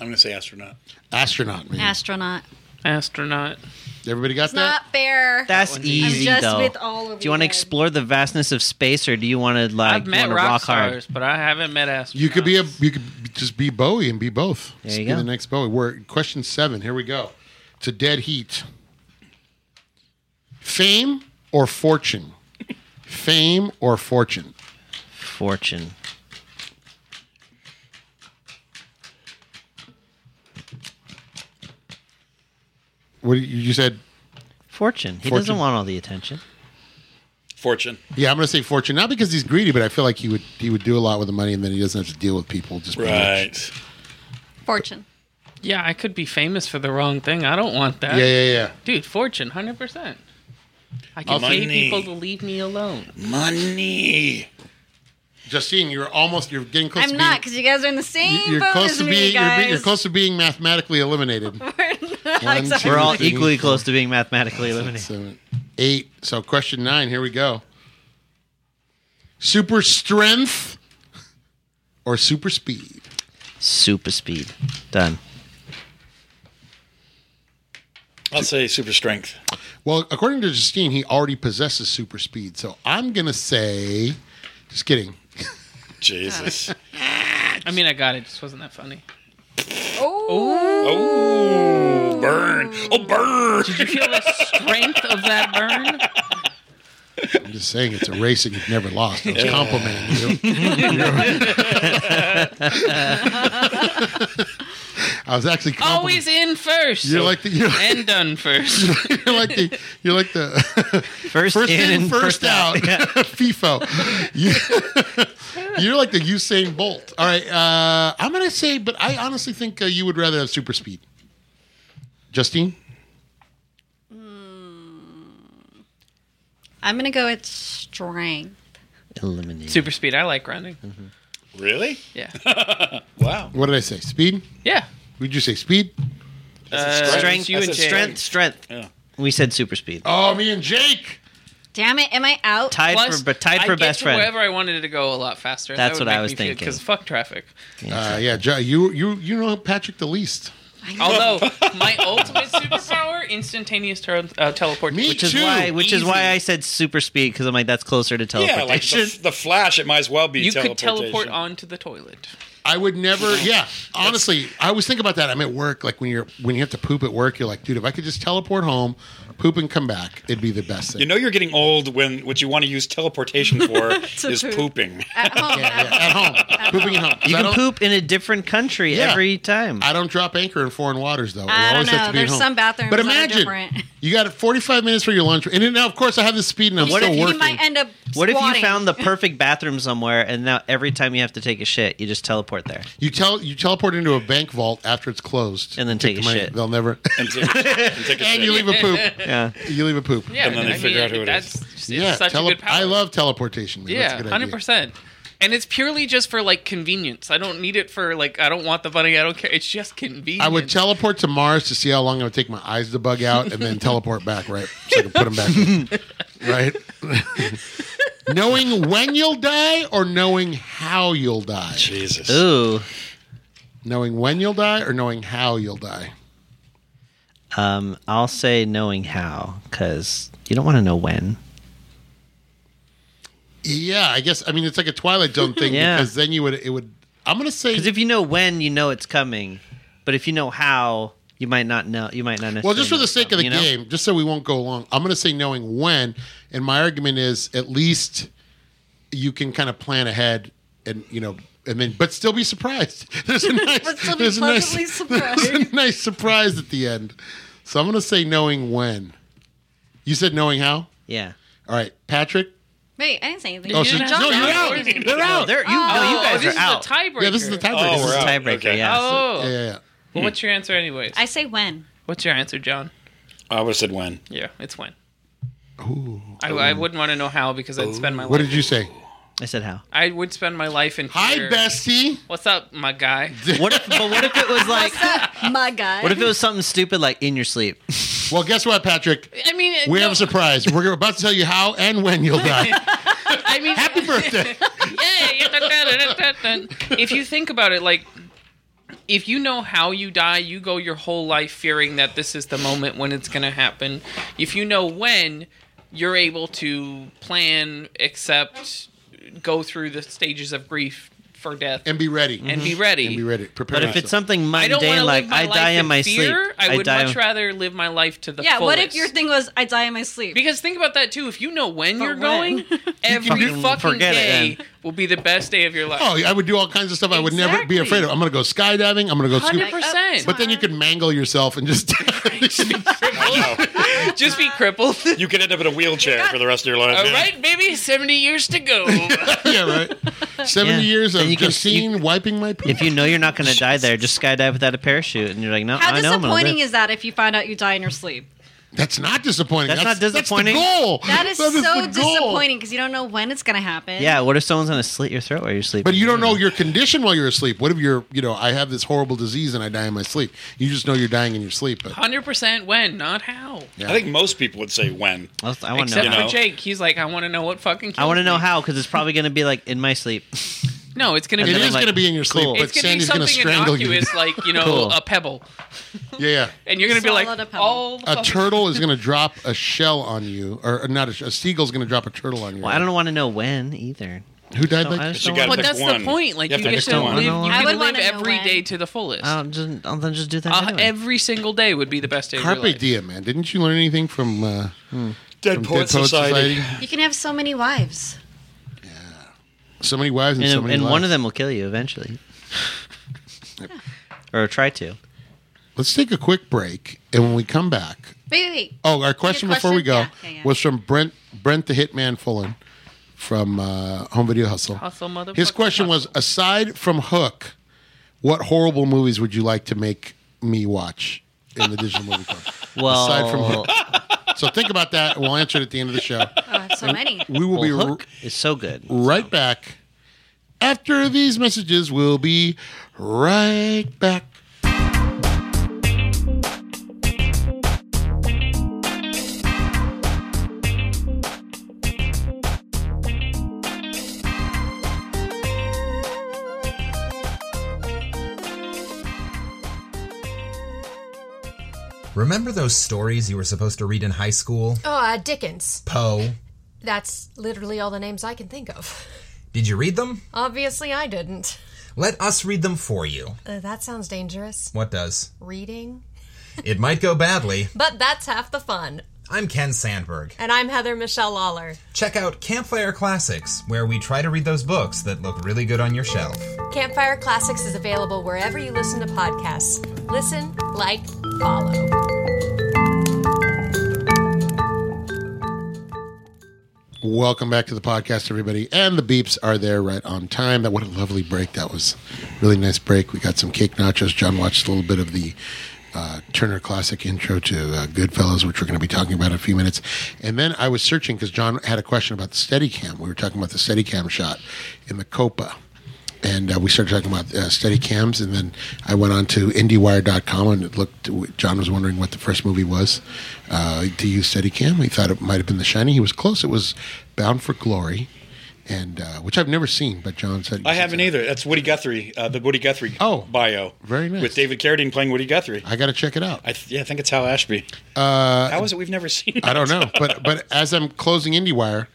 going to say astronaut. Astronaut, man. Astronaut. astronaut. Everybody got It's that? not fair. That's one's easy. easy I'm just though. with all of do you want to you guys. explore the vastness of space, or do you want to like I've you met wanna rock, rock hard? stars, but I haven't met astronauts. you could be a you could just be Bowie and be both. There Just you be go. the next Bowie. We're question seven. Here we go. To dead heat. Fame or fortune? Fame or fortune? Fortune. What do you you said? Fortune. He Fortune. doesn't want all the attention. Fortune. Yeah, I'm going to say fortune, not because he's greedy, but I feel like he would he would do a lot with the money, and then he doesn't have to deal with people. Just being rich. Right. Fortune. Yeah, I could be famous for the wrong thing. I don't want that. Yeah, yeah, yeah. Dude, fortune, 100%. I can pay Money. people to leave me alone. Money. Justine, you're almost you're getting close. I'm to not being, because you guys are in the same you're boat close as to me, being you're, guys. be- you're close to being mathematically eliminated. One, two, We're all three, equally close to being mathematically eliminated. seven, eight. So question nine. Here we go. Super strength or super speed? Super speed. Done. I'll say super strength. Well, according to Justine, he already possesses super speed. So I'm gonna say, just kidding. Jesus. I mean, I got it. Just wasn't that funny. Oh, Oh, burn. Oh, burn. Did you feel the strength of that burn? I'm just saying it's a race that you've never lost. I was complimenting you. I was actually complimenting. Always in first. You're like the you're, and done first. you're like the you're like the First, first in, and first, out, FIFO. You, you're like the Usain Bolt. All right, uh, I'm gonna say, but I honestly think uh, you would rather have super speed. Justine, I'm gonna go with strength. Eliminated. Super speed. I like running. Hmm. Really? Yeah. Wow. what did I say? Speed? Yeah. Would you say speed? That's Uh, a strength. Strength, you and That's a Jay. strength, strength. Yeah. We said super speed. Oh, me and Jake. Damn it, am I out? Tied Plus, for but tied for I get best to friend. Wherever I wanted it to go a lot faster. That's what I was thinking. Because fuck traffic. Uh, yeah, Jo- you you you know Patrick the least. Although my ultimate superpower, instantaneous ter- uh, teleport. Me which is too. why which is why Easy. I said super speed because I'm like that's closer to Yeah, like teleportation. the, the Flash, it might as well be you could teleportation. teleport onto the toilet. I would never. Yeah, honestly, I always think about that. I'm at work, like when you're when you have to poop at work, you're like, dude, if I could just teleport home, poop and come back, it'd be the best thing. You know you're getting old when what you want to use teleportation for is poop. pooping. At home, yeah, at- yeah, at home, pooping at home. 'Cause you I can don't- poop in a different country Yeah. every time. I don't drop anchor in foreign waters though. It'll I always don't have know. to be at There's home. some bathrooms But that are imagine different. you got 45 minutes for your lunch, and then now of course I have the speed, and I'm he, still he working. might end up what if you squatting. found the perfect bathroom somewhere and now every time you have to take a shit, you just teleport there? you tell you teleport into a bank vault after it's closed, And then Take take the a money. shit. They'll never. and, take, and take a and you shit. leave a poop. Yeah. You leave a poop. Yeah, And then they I figure mean, out who it that's, is. It's Yeah, such tele- a good power. I love teleportation. man. That's a Yeah, good hundred idea. percent. And it's purely just for like convenience. I don't need it for like I don't want the money. I don't care. It's just convenience. I would teleport to Mars to see how long it would take my eyes to bug out, and then teleport back, right? So I can put them back, in. right? knowing when you'll die or knowing how you'll die. Jesus. Ooh. Knowing when you'll die or knowing how you'll die. Um, I'll say knowing how because you don't want to know when. Yeah, I guess. I mean, it's like a Twilight Zone thing Yeah. because then you would. It would. I'm gonna say. Because if you know when, you know it's coming. But if you know how, you might not know. You might not necessarily. Well, just for know the it's sake of the coming, you know? game, just so we won't go long, I'm going to say knowing when. And my argument is at least you can kind of plan ahead and, you know, and then, but still be surprised. There's a nice, But still be there's a nice, pleasantly surprised. there's a nice surprise at the end. So I'm going to say knowing when. You said knowing how? Yeah. All right, Patrick. Wait, I didn't say anything. Oh, You so, didn't no, have you're to out. ask. They're out. There, you, no, you Oh, guys this are is out. a tiebreaker. yeah, this is the tiebreaker. Oh, This is we're a out. tiebreaker. Okay. Yeah. Oh, Yeah, yeah, yeah. Well, what's your answer, anyways? I say when. What's your answer, John? I always said when. Yeah, it's when. Um, Ooh. I, I wouldn't want to know how because I'd spend my What life. did you say? I said how. I would spend my life in. Hi, fear. bestie. What's up, my guy? What if? But what if it was like? My God. What if it was something stupid like in your sleep? Well, guess what, Patrick? I mean, We no, have a surprise. We're about to tell you how and when you'll die. I mean, Happy birthday. yeah, yeah, dun, dun, dun, dun, dun, dun. if you think about it, like if you know how you die, you go your whole life fearing that this is the moment when it's going to happen. If you know when, you're able to plan, accept, go through the stages of grief for death, and be ready. Mm-hmm. and be ready. And be ready. Prepare. But if it's yourself. something I don't want to mundane like live my I life die in my fear. sleep, I would die. much rather live my life to the yeah, what if fullest. your thing was I die in my sleep? Because think about that too. If you know when But you're when? going, every Fucking fucking forget it day then. will be the best day of your life. oh, I would do all kinds of stuff I would never be Exactly. afraid of. I'm going to go skydiving. I'm going to go Hundred oh, scuba. percent. But then you could mangle yourself and just. just be crippled. You could end up in a wheelchair for the rest of your life. All yeah. right, baby, seventy years to go. yeah, right. Seventy Yeah. years of And you can- Justine wiping my poop. If you know you're not going to die there, just skydive without a parachute, and you're like, no, How I know I'm going to disappointing is that if you find out you die in your sleep? that's not disappointing. That's not disappointing. That's the goal. That is That so the goal. disappointing because you don't know when it's going to happen. Yeah, what if someone's gonna slit your throat while you're sleeping? But you don't know your condition while you're asleep. What if you're, you know, I have this horrible disease and I die in my sleep? You just know you're dying in your sleep. But Hundred percent when, not how. I think most people would say when. I I want to know. Except You for know. Jake, he's like, I want to know what fucking. I want to kills know me." how because it's probably gonna be like in my sleep. No, it's gonna it be. is like, going to be in your sleep, cool. but it's gonna be Sandy's going to something strangle you. innocuous, like you know, Cool. a pebble, Yeah, yeah. and you're gonna be Swallowed a like, pebble. all the a fucking- turtle is going to drop a shell on you, or, or not a, sh- a seagull's going to drop a turtle on you. Well, I don't want to know when either. Who died No, like I that? just You don't gotta wanna- But pick that's one. the point. Like You you, have to get pick to one. live, you I can would live wanna know every when. day to the fullest. I'll just, I'll then just do that. Uh, anyway. every single day would be the best day. of your Carpe life. diem, man. Didn't you learn anything from, uh, from Dead Dead Poet Society? You can have so many wives. So many wives and, and, so many. and one lives. of them will kill you eventually, or try to. Let's take a quick break, and when we come back, Wait, wait, wait. oh, our question, before we go question? Yeah, yeah, yeah. was from Brent, Brent the Hitman Fullen from uh, Home Video Hustle. Hustle, motherfucker, His question was: aside from Hook, what horrible movies would you like to make me watch in the digital movie car? Well, aside from Hook. So think about that. and We'll answer it at the end of the show. Oh, I have so many. We will be well, r- Hook is so good. right back. After these messages, we'll be right back. Remember those stories you were supposed to read in high school? Oh, uh, Dickens. Poe. That's literally all the names I can think of. Did you read them? Obviously, I didn't. Let us read them for you. Uh, that sounds dangerous. What does? Reading? It might go badly. But that's half the fun. I'm Ken Sandberg. And I'm Heather Michelle Lawler. Check out Campfire Classics, where we try to read those books that look really good on your shelf. Campfire Classics is available wherever you listen to podcasts. Listen, like, follow. Welcome back to the podcast, everybody. And the beeps are there right on time. That what a lovely break that was. Really nice break. We got some cake nachos. John watched a little bit of the uh, Turner Classic intro to uh, Goodfellas, which we're going to be talking about in a few minutes. And then I was searching because John had a question about the Steadicam. We were talking about the Steadicam shot in the Copa. And uh, we started talking about uh, Steadicams, and then I went on to IndieWire.com and it looked. John was wondering what the first movie was uh, to use Steadicam. He thought it might have been The Shining. He was close. It was Bound for Glory, and uh, which I've never seen, but John said I haven't either. That's Woody Guthrie, uh, the Woody Guthrie Oh, bio. very nice. With David Carradine playing Woody Guthrie. I got to check it out. I th- yeah, I think it's Hal Ashby. Uh, How is it we've never seen it? I don't know, but but as I'm closing IndieWire,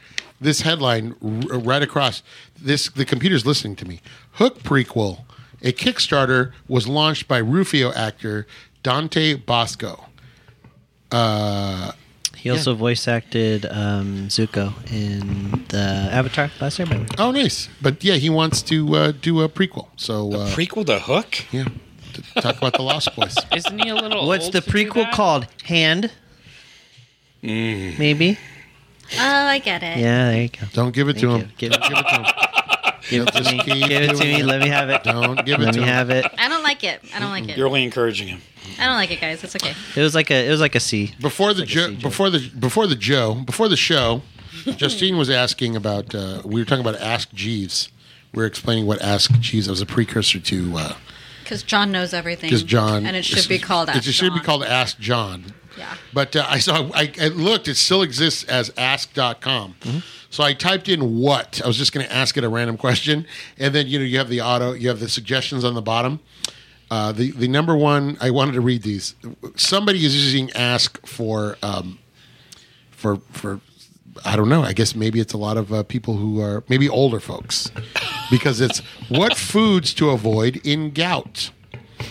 this headline r- right across this the computer's listening to me. Hook prequel, a Kickstarter was launched by Rufio actor Dante Bosco. He also voice acted um, Zuko in the Avatar Last Airbender. Oh, nice! But yeah, he wants to uh, do a prequel. So uh, Oh, Prequel to Hook? yeah, to talk about the Lost Boys. Isn't he a little? What's old Oh, the to do prequel that? called? Hand. Mm. Maybe. Oh, I get it. Yeah, there you go. Don't give it to Thank him. you. Give it- Give it to him. Give it to Just me. keep Give it to doing me. it. Let me have it. Don't give it Let to me him. have it. I don't like it. I don't like it. You're only encouraging him. I don't like it, guys. It's okay. It was like a. It was like a C. before the jo- before the before the Joe before the show, Justine was asking about. Uh, we were talking about Ask Jeeves. We were explaining what Ask Jeeves was a precursor to uh, Because John knows everything. because John And it should be called It Ask should be John. called Ask John. Yeah. But uh, I saw I, I looked. It still exists as Ask.com. So I typed in what I was just going to ask it a random question, and then you know you have the auto, you have the suggestions on the bottom. Uh, the the number one I wanted to read these. Somebody is using Ask for um, for for I don't know. I guess maybe it's a lot of uh, people who are maybe older folks because it's what foods to avoid in gout.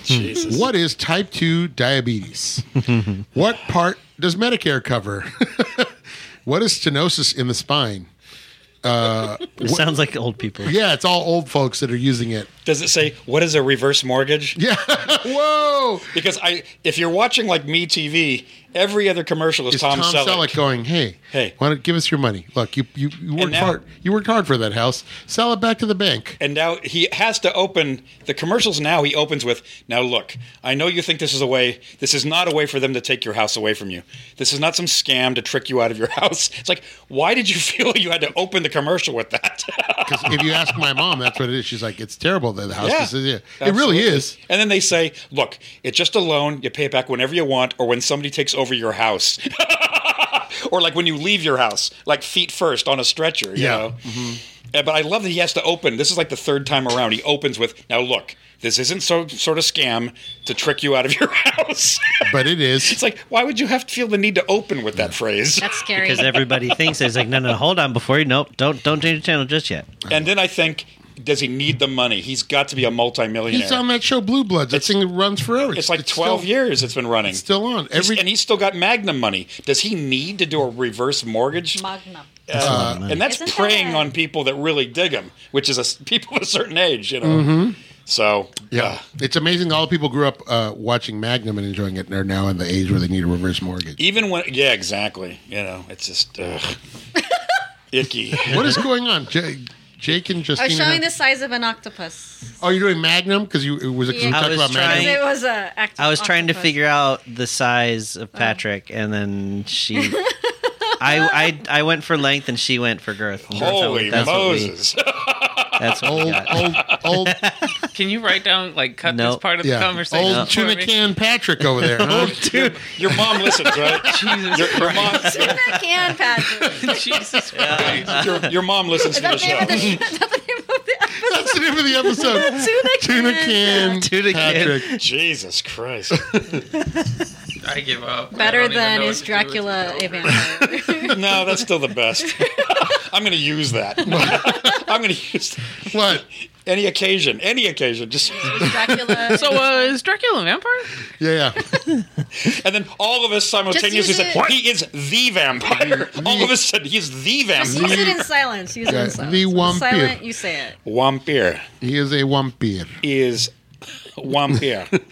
Jesus. What is type 2 diabetes? what part does Medicare cover? what is stenosis in the spine? It sounds like old people. Yeah, it's all old folks that are using it. Does it say what is a reverse mortgage? Yeah. Whoa. Because I, if you're watching like Me TV, every other commercial is, It's Tom, Selleck. going, hey, Hey. why don't give us your money? Look, you, you, you worked now- hard. You worked hard for that house. Sell it back to the bank. And now he has to open the commercials. Now he opens with, "Now look, I know you think this is a way. This is not a way for them to take your house away from you. This is not some scam to trick you out of your house." It's like, why did you feel you had to open the commercial with that? Because if you ask my mom, that's what it is. She's like, it's terrible that the house Yeah. is. Yeah. It really Absolutely. is. And then they say, "Look, it's just a loan. You pay it back whenever you want, or when somebody takes over your house." Or like when you leave your house, like feet first on a stretcher, you Yeah. know. Uh, But I love that he has to open. This is like the third time around. He opens with, "Now look, this isn't so sort of scam to trick you out of your house." But it is. it's like, why would you have to feel the need to open with that phrase? That's scary. Because everybody thinks it's like no, no, hold on before you nope, don't don't change the channel just yet. and then I think, does he need the money? He's got to be a multimillionaire. He's on that show Blue Bloods. That thing runs forever. it's like twelve still, years it's been running. It's still on. He's- Every and he's still got Magnum money. Does he need to do a reverse mortgage? Magnum. Uh, and that's Isn't preying that- on people that really dig him, which is a s people of a certain age, you know. So Mm-hmm. Yeah, uh, it's amazing. All the people grew up uh, watching Magnum and enjoying it, and are now in the age where they need a reverse mortgage. even when yeah, exactly. You know, it's just ugh. icky. What is going on, J- Jake and I Justine? was are showing not- the size of an octopus. Oh, you're doing Magnum because you it was we Yeah. I talked was about Magnum. trying- It was a act- I was trying to octopus. figure out the size of Patrick, and then she. I, I I went for length and she went for girth. And that's what we- Holy that's what we- Moses! that's what we Old, got. old, old, Can you write down like cut this Nope. part of the yeah, conversation? old for tuna me? can Patrick over there. Huh? Your mom listens, right? Jesus Your, your Christ. mom, Tuna can, Patrick. Jesus Christ. your, your mom listens to Is the that the name of the show. show? Is that the name of the episode? That's the name of the episode. Tuna Tuna can, Tuna can. Patrick. Jesus Christ! I give up. I Better don't even than know is what to do with Dracula this a over. vampire? No, that's still the best. I'm going to use that. I'm going to use that. What? any occasion, any occasion. Just Dracula. So uh, is Dracula a vampire? Yeah, yeah. and then all of us simultaneously use said, it- "He is the vampire." all of us said, "He is the Just use vampire." it in silence. Use it Yeah, in silence. the When it's vampire. Silent, you say it. Wampir He is a vampire. is wampir.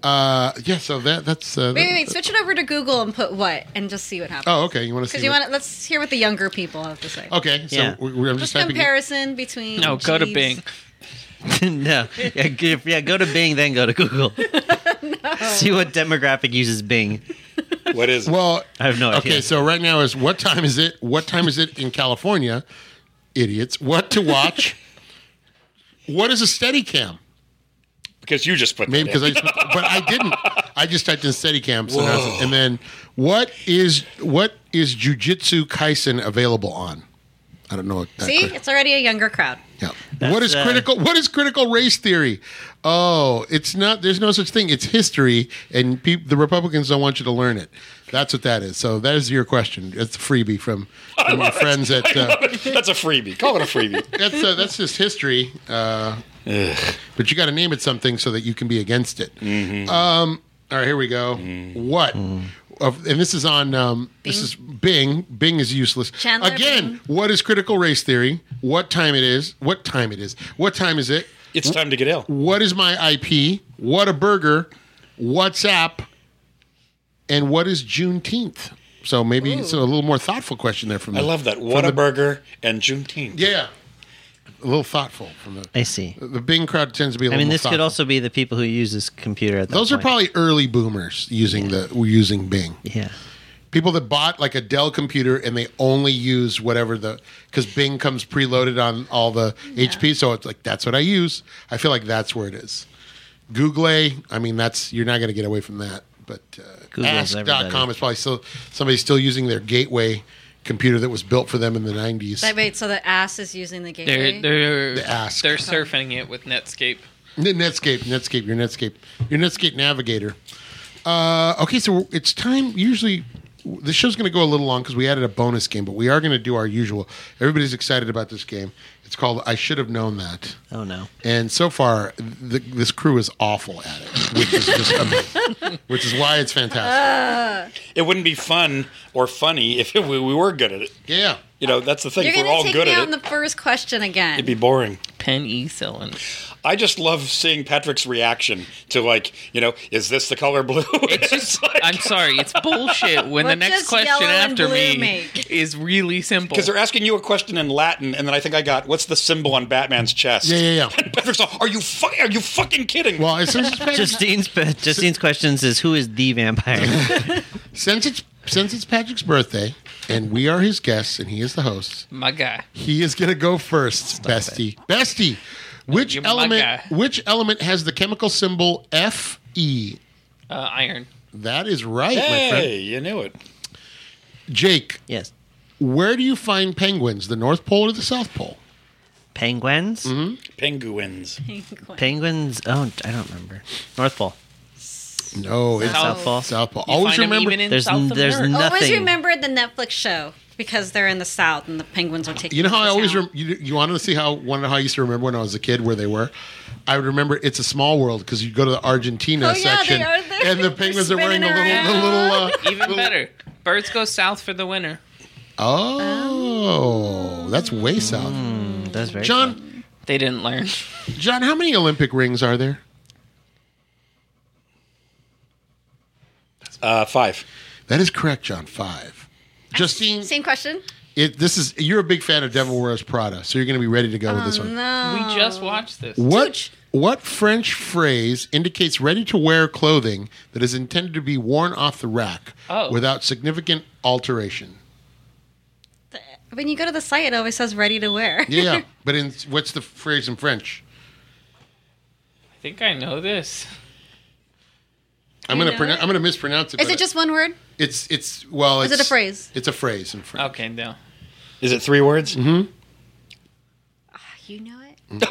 Uh, yeah, so that that's. Uh, Wait, wait, wait. Switch it over to Google and put what, and just see what happens. Oh, okay. You want to see? Because you what- want to, let's hear what the younger people have to say. okay, so Yeah. we- we're I'm just Just typing. comparison between. No, go to Jeeves. Bing. no. Yeah, g- yeah, go to Bing, then go to Google. See what demographic uses Bing. What is it? Well, I have no okay, idea. so right now is what time is it? What time is it in California? Idiots. What to watch? what is a steady cam? because you just put Maybe that in. because I, just, but I didn't. I just typed in Steadicam, so that's- and then what is what is Jujutsu Kaisen available on? I don't know. What that See, it's already a younger crowd. yeah. What is uh, critical? What is critical race theory? Oh, it's not. There's no such thing. It's history, and peop the Republicans don't want you to learn it. That's what that is. So that is your question. It's a freebie from, from my friends at. Uh, That's a freebie. Call it a freebie. that's uh, that's just history. Uh, but you got to name it something so that you can be against it. Mm-hmm. Um, all right, here we go. Mm. What? Of, and this is on. Um, This is Bing. Bing is useless. Chandler Again, what is critical race theory? What time it is? What time it is? What time is it? It's time to get ill. What is my IP? What a burger? WhatsApp? And what is Juneteenth? So maybe so a little more thoughtful question there from I the- love that. from What the- a burger and Juneteenth. Yeah, a little thoughtful from the I see. the Bing crowd tends to be. I I mean, more this could thoughtful. also be the people who use this computer at that Those are point. probably early boomers using the using Bing. Yeah. People that bought like a Dell computer and they only use whatever the because Bing comes preloaded on all the HP, so it's like that's what I use. I feel like that's where it is. Google, I mean, that's you're not going to get away from that. But uh, Google's Ask.com everybody. is probably still somebody's still using their gateway computer that was built for them in the 90s. That- Wait, so the ass is using the gateway. They're they're The ask. they're surfing it with Netscape. N- Netscape, Netscape, your Netscape, your Netscape navigator. Uh, okay, so it's time. Usually, the show's going to go a little long because we added a bonus game, but we are going to do our usual. Everybody's excited about this game. It's called "I Should Have Known That," Oh no. and so far, th this crew is awful at it, which is just amazing, which is why it's fantastic. It wouldn't be fun or funny if we, we were good at it. Yeah, You know, that's the thing. You're if we're gonna all take good me at out it, on the first question again. it'd be boring. E Penny selling. I just love seeing Patrick's reaction to like, you know, is this the color blue? It's just I'm sorry, it's bullshit when the What next does question yellow and after blue me make? is really simple. because they're asking you a question in Latin, and then I think I got what's the symbol on Batman's chest? yeah, yeah, yeah. And Patrick's all, are you fu- are you fucking kidding? Well, as soon as it's Justine's Justine's questions is who is the vampire? since it's since it's Patrick's birthday, and we are his guests, and he is the host. my guy. He is gonna go first, Bestie. Bestie, which You're my guy. element? Which element has the chemical symbol Fe? Uh, iron. That is right, my friend. hey, you knew it. Jake, yes. where do you find penguins? The North Pole or the South Pole? Penguins? Penguins. Penguins? Oh, I don't remember. North Pole. No, Oh. it's South Pole. South Pole. You Always find 'em remember. even in There's- South there's America. no- Always nothing. remember the Netflix show because they're in the south and the penguins are taking. you know how I over the always town. rem- you, you want to see how one how I used to remember when I was a kid where they were. I would remember it's a small world because you go to the Argentina Oh, yeah, they section are there. and the They're penguins are wearing the spinning little, the little uh, Even better. Birds go south for the winter. uh, oh, that's way south. That's very John, They didn't learn. John, how many Olympic rings are there? Uh, five. That is correct, John. Five. Justine, Same question. it, this is you're a big fan of Devil Wears Prada, so you're going to be ready to go with Um, this one. We just watched this. What what French phrase indicates ready-to-wear clothing that is intended to be worn off the rack Oh. without significant alteration? When you go to the site, it always says ready to wear. Yeah, but in what's the phrase in French? I think I know this. I'm gonna know pronounce. it? I'm gonna mispronounce it. Is but it just one word? It's it's well. Is it it's- a phrase? It's a phrase in French. Okay, no. Is it three words? Mm-hmm. You know Mm. it.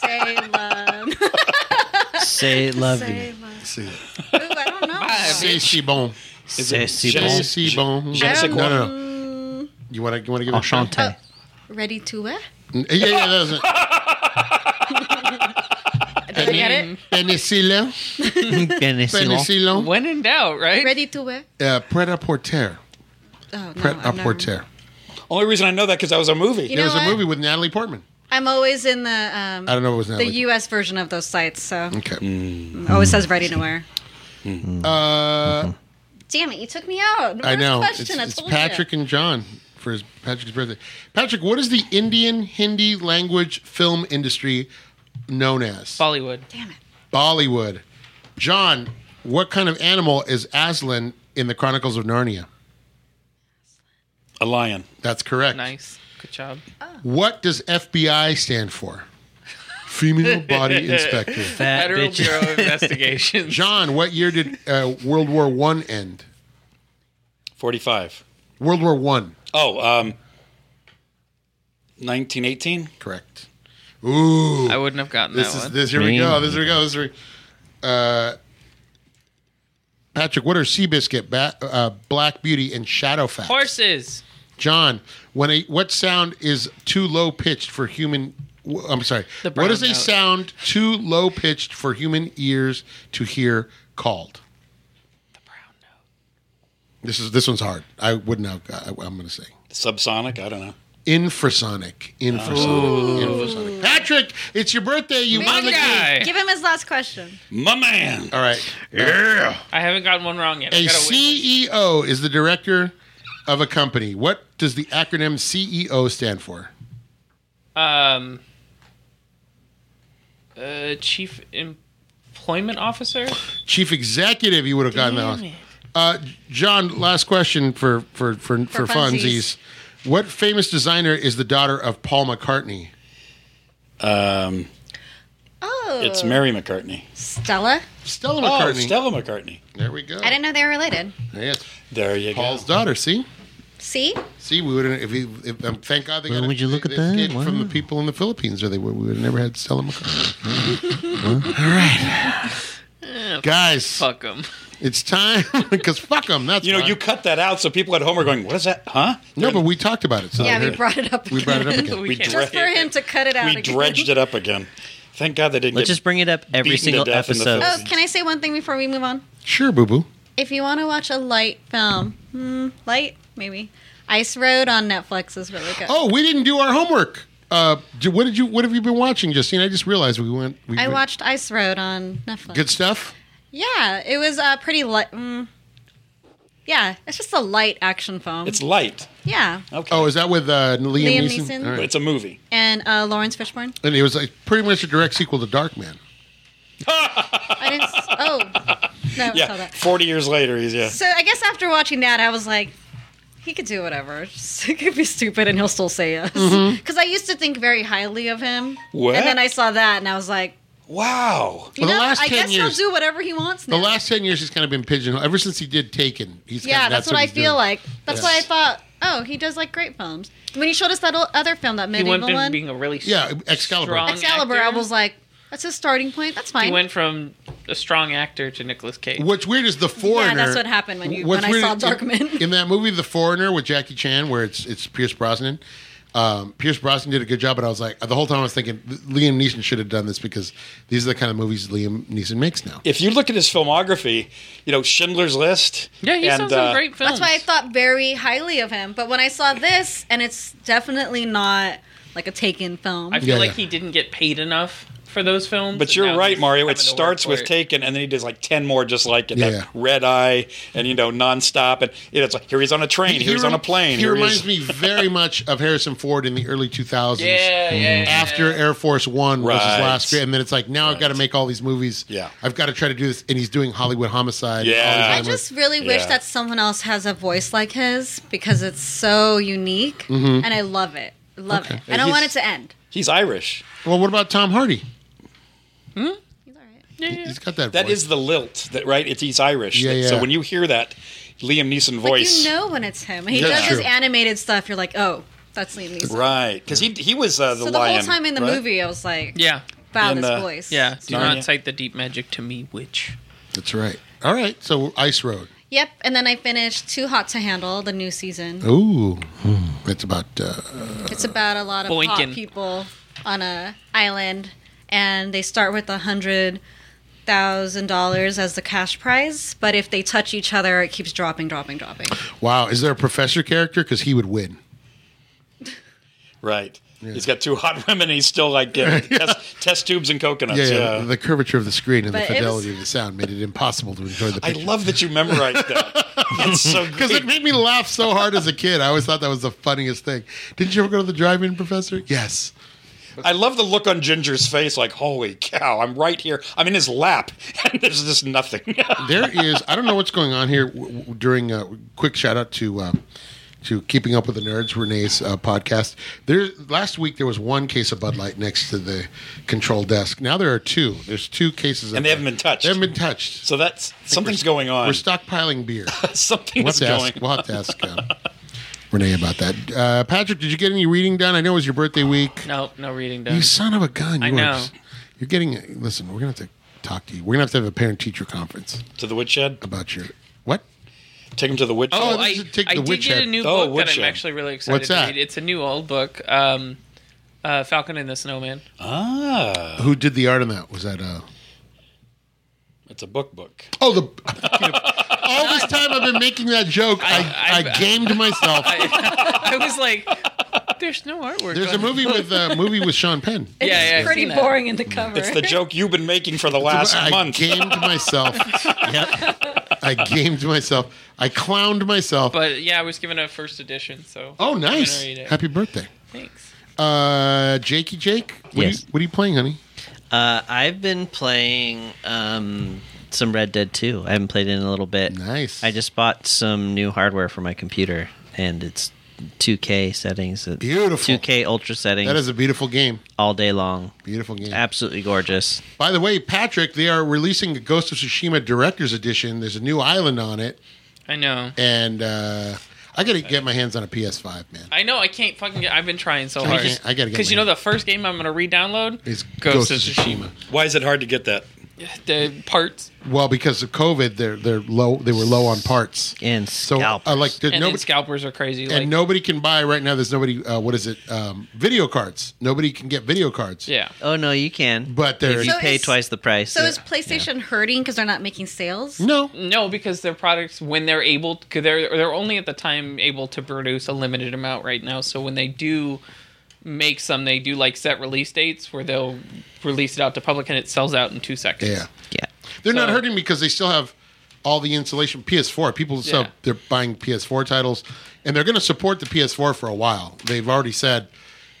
Say love. Say love Say you. love. see? Ooh, I don't know. C'est si bon. C'est si Je- C'est bon. si bon. Je ne sais No, quoi. no, no. You want to you want to give it a shot? Enchanté. Ready to wear? Yeah, yeah, that's it. Did I get it? Penicillin. Penicillin. Penicillin. When in doubt, right? Ready to wear? Uh, Pret a porter. Oh, no, Pret a I've never- porter. Only reason I know that because that was a movie. You There know was a what? movie with Natalie Portman. I'm always in the um, I don't know if it Mm-hmm. was the Natalie. U.S. version of those sites, so okay. it always says ready to wear. Uh, Damn it, you took me out. I First know. It's, Question, I it's told Patrick and John for his Patrick's birthday. Patrick, what is the Indian Hindi language film industry known as? Bollywood. You. Damn it. Bollywood. John, what kind of animal is Aslan in the Chronicles of Narnia? A lion. That's correct. Nice. Good job. What does FBI stand for? Female Body Inspector. Fat Federal bitch. Bureau of Investigation. John, what year did uh, World War One end? Forty-five. World War One. Oh, um, nineteen eighteen. Correct. Ooh, I wouldn't have gotten this that is one. this. Here we Me. go. This here we go. This here we, uh, Patrick, what are Seabiscuit, ba- uh, Black Beauty, and Shadow Fact? Horses. John, when a what sound is too low pitched for human? w- I'm sorry. The What brown is a note. sound too low pitched for human ears to hear called? This is this one's hard. I wouldn't have. I, I'm going to say Subsonic. I don't know. infrasonic. Infrasonic. Infrasonic. Patrick, it's your birthday. You One won the game. guy. Give him his last question. My man. All right. I haven't gotten one wrong yet. I A gotta wait. CEO is the director of a company. What does the acronym CEO stand for? Um, uh, Chief Employment Officer. Chief executive. You would have gotten that. one. Uh, John, last question for for for, for, funsies. funsies. What famous designer is the daughter of Paul McCartney? Um, Oh, it's Mary McCartney. Stella. Stella Oh, McCartney. Stella McCartney. there we go. I didn't know they were related. Yes, There you Paul's go. daughter. See, See? see, we wouldn't. If, we, if um, thank God they Well, got. a- would you look they- at they that? did from Wow. the people in the Philippines, or they would. We would have never had Stella McCartney. Mm-hmm. All right, guys, Fuck him. it's time because fuck them. That's You know, why. you cut that out so people at home are going, "What is that? Huh?" No, but we talked about it. So Yeah, they we heard- brought it up. we brought it up again. We can't dredged- Just for him to cut it out. we again. dredged it up again. Thank God they didn't. Let's get- just bring it up every Beaten to single death in the episode. Oh, can I say one thing before we move on? Sure, boo boo. If you want to watch a light film, hmm, light maybe. Ice Road on Netflix is really good. Oh, we didn't do our homework. Uh, do- what did you? What have you been watching, Justine? I just realized we went. We I went- watched Ice Road on Netflix. good stuff. Yeah, it was uh, pretty light. Mm, yeah, it's just a light action film. it's light. yeah, Okay, Oh, is that with uh, Liam, Liam Neeson? Neeson. All but right. it's a movie. and uh, Lawrence Fishburne. And it was like pretty much a direct sequel to Dark Man. I didn't. s- Oh, no, I saw Yeah, that. forty years later, he's yeah. So I guess after watching that, I was like, he could do whatever. Just, it could be stupid, and he'll still say yes. Because I used to think very highly of him, What? and then I saw that, and I was like, Wow. you Well, the know, last I 10 guess years- he'll do whatever he wants now. The last ten years, he's kind of been pigeonholed. Ever since he did Taken, he's kind yeah, of- that's what, I he's feel doing. like. That's why I Yes. thought, oh, he does like great films. When he showed us that o- other film, that He went medieval from one, being a really s- Yeah, Excalibur. strong Excalibur, actor. I was like, that's his starting point. That's fine. He went from a strong actor to Nicolas Cage. What's weird is the foreigner. what happened when you- what's when I weird saw is- Dark Man. in that movie, The Foreigner with Jackie Chan, where it's it's Pierce Brosnan. Um, Pierce Brosnan did a good job, but I was like the whole time I was thinking Liam Neeson should have done this because these are the kind of movies Liam Neeson makes now. If you look at his filmography, you know Schindler's List. Yeah, he and, saw some uh, great films. That's why I thought very highly of him. But when I saw this, and it's definitely not like a taken film. I feel Yeah, like yeah. he didn't get paid enough for those films. But and you're now right, he's Mario. It having to work starts for with it. Taken, and then he does like ten more just like it. Yeah, like yeah. Red Eye, and you know, nonstop, and you know, it's like here he's on a train, here he's rem- on a plane. He here he reminds is- me very much of Harrison Ford in the early 2000s. Yeah, yeah, yeah. After Air Force One was his Mm-hmm. Right. last year, and then it's like now I've got to make all these movies. Yeah. I've got to try to do this, and he's doing Hollywood Homicide. and all these Yeah. other I I'm just really wish yeah. that someone else has a voice like his because it's so unique, and I love it. Love it. I don't want it Mm-hmm. He's- to end. He's Irish. movies. Well, what about Tom Hardy? He's all right. He's got that. That voice. is the lilt, that right? It's he's Irish. Yeah, yeah. So when you hear that Liam Neeson But voice, you know when it's him. He That's does his true. animated stuff. You're like, oh, that's Liam Neeson. right? Because he he was uh, the So the lion. whole time in the right? movie, I was like, Yeah. wow, In this the- voice. Yeah. Do Narnia. not cite the deep magic to me, witch. That's right. All right. So Ice Road. Yep. And then I finished Too Hot to Handle, the new season. Ooh, that's about. Uh, It's about a lot of Boinkin'. hot people on a island, and they start with a hundred thousand dollars as the cash prize. But if they touch each other, it keeps dropping, dropping, dropping. wow, is there a professor character? Because he would win. Right. He's got two hot women and he's still like giving test, test tubes and coconuts. Yeah, Yeah. yeah, the curvature of the screen and the But it fidelity was- of the sound made it impossible to enjoy the I picture. love that you memorized that. That's so because it good. made me laugh so hard as a kid. I always thought that was the funniest thing. Didn't you ever go to the drive-in, Professor? Yes. I love the look on Ginger's face like, holy cow, I'm right here. I'm in his lap and there's just nothing. there is. I don't know what's going on here. W- w- during a quick shout out to uh, to Keeping Up with the Nerds, Renee's uh, podcast. There last week there was one case of Bud Light next to the control desk. Now there are two. There's two cases, And up they haven't there. been touched. They haven't been touched. so that's something's going on. We're stockpiling beer. Something We'll is have, to going. ask, we'll have to ask um, Renee about that. Uh, Patrick, did you get any reading done? I know it was your birthday week. No, no reading done. You son of a gun! I You are know. just- You're getting. Listen, we're gonna have to talk to you. We're gonna have to have a parent-teacher conference To the woodshed. about your what? Take him to the woodshed. Oh, Oh, this I, is take I the did witch get a head. new Oh, book witch that I'm head. actually really excited What's to that? read. It's a new old book, um, uh, Falcon and the Snowman. ah, Who did the art on that? Was that uh it's a book book. Oh the All this time I've been making that joke. I, I, I- I- gamed myself. I was like, there's no artwork. There's a on movie with uh, movie with Sean Penn. Yeah, yeah, I've pretty seen that. boring in the cover. It's the joke you've been making for the last I month. gamed myself. I gamed myself. I clowned myself. But yeah, I was given a first edition, so. oh I'm gonna nice. read it. Happy birthday. Thanks. Uh Jakey Jake, what, Yes. are you, what are you playing, honey? Uh, I've been playing um, some Red Dead 2. I haven't played it in a little bit. Nice. I just bought some new hardware for my computer, and it's 2K settings. It's Beautiful. 2K Ultra settings That is a beautiful game. all day long. Beautiful game. Absolutely gorgeous. By the way, Patrick, they are releasing a Ghost of Tsushima Director's Edition. There's a new island on it. I know. and uh, I gotta get my hands on a PS5, man. I know I can't fucking get. I've been trying so hard. can't- I gotta get Because you my- know the first game I'm gonna re-download It's Ghost of Tsushima. Why is it hard to get that? The parts. Well, because of COVID, they're they're low. They were low on parts, And so I scalpers. like there- And then nobody. scalpers are crazy. like, and nobody can buy right now. There's nobody. Uh, what is it? Um, video cards. Nobody can get video cards. yeah. Oh, no, you can. But there- If you So pay is- twice the price. so is PlayStation hurting because they're not making sales? No. No, because their products, when they're able, cause they're they're only at the time able to produce a limited amount right now. So when they do make some, they do like set release dates where they'll release it out to public and it sells out in two seconds. Yeah. yeah. They're not So- hurting because they still have all the insulation. PS4. People still Yeah. they're buying PS4 titles, and they're going to support the PS4 for a while. They've already said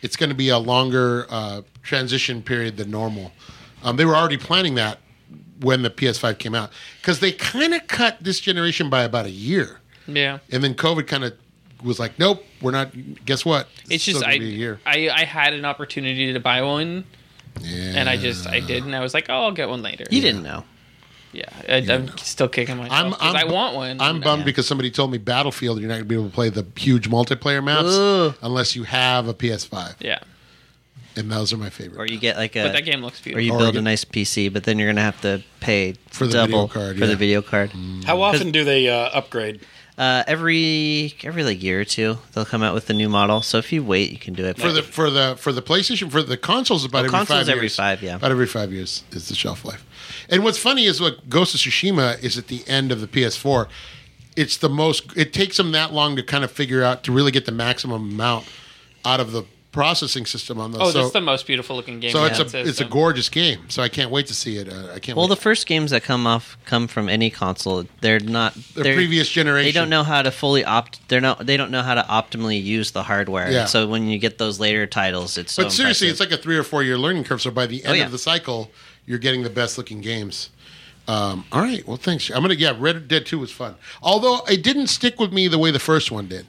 it's going to be a longer uh, transition period than normal. Um, they were already planning that when the PS5 came out because they kind of cut this generation by about a year, Yeah. and then COVID kind of was like, nope, we're not. Guess what? It's still just gonna I, be a year. I I had an opportunity to buy one and I Yeah. just I did and I was like, oh, I'll get one later. You didn't know. Yeah, I, I'm still kicking myself. I'm, 'cause I'm I want one. I'm bummed because somebody told me Battlefield. You're not going to be able to play the huge multiplayer maps Ugh. unless you have a PS5, Yeah, and those are my favorite. Or you get like a. but that game looks or beautiful. you Or build you- a nice PC, but then you're gonna have to pay Oh, For the video double card, for yeah. Mm. the video card. Mm. How often do they uh, upgrade? Uh, every every like year or two, they'll come out with a new model. So if you wait, you can do it. for the for the for the PlayStation for the consoles Oh, about every consoles five every years. five, yeah. about every five years is the shelf life. And what's funny is what Ghost of Tsushima is at the end of the PS4. It's the most. It takes them that long to kind of figure out to really get the maximum amount out of the processing system on those. oh, so, that's the most beautiful looking game. so on it's that a it's a system. gorgeous game. So I can't wait to see it. Uh, I can't. well, wait. the first games that come off come from any console. They're not The they're- previous generation. They don't know how to fully opt. They're not. They don't know how to optimally use the hardware. Yeah. So when you get those later titles, it's. So but seriously, it's impressive. like a three or four year learning curve. So by the end Oh, yeah. of the cycle, you're getting the best looking games. Um, all right. Well, thanks. I'm gonna yeah. Red Dead Two was fun, although it didn't stick with me the way the first one did.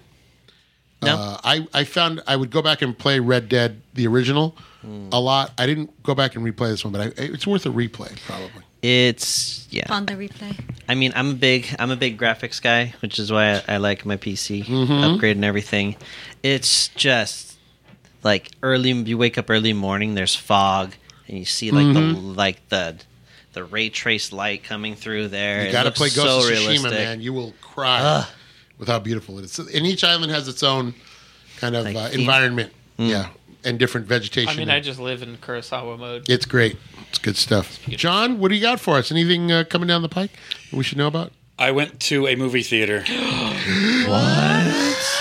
No? Uh, I I found I would go back and play Red Dead the original Hmm. a lot. I didn't go back and replay this one, but I, it's worth a replay probably. it's yeah. On the replay. I mean, I'm a big I'm a big graphics guy, which is why I, I like my PC Mm-hmm. upgrade and everything. It's just Mm-hmm. like early you wake up early morning, there's fog, and you see like the like the the ray trace light coming through there. You It got to looks play Ghost so of Tsushima, realistic. man. You will cry with how beautiful it is. And each island has its own kind of Like uh, theme. Hmm. environment, yeah, and different vegetation. I mean, and- I just live in Kurosawa mode. it's great. It's good stuff. John, what do you got for us? Anything uh, coming down the pike we should know about? I went to a movie theater.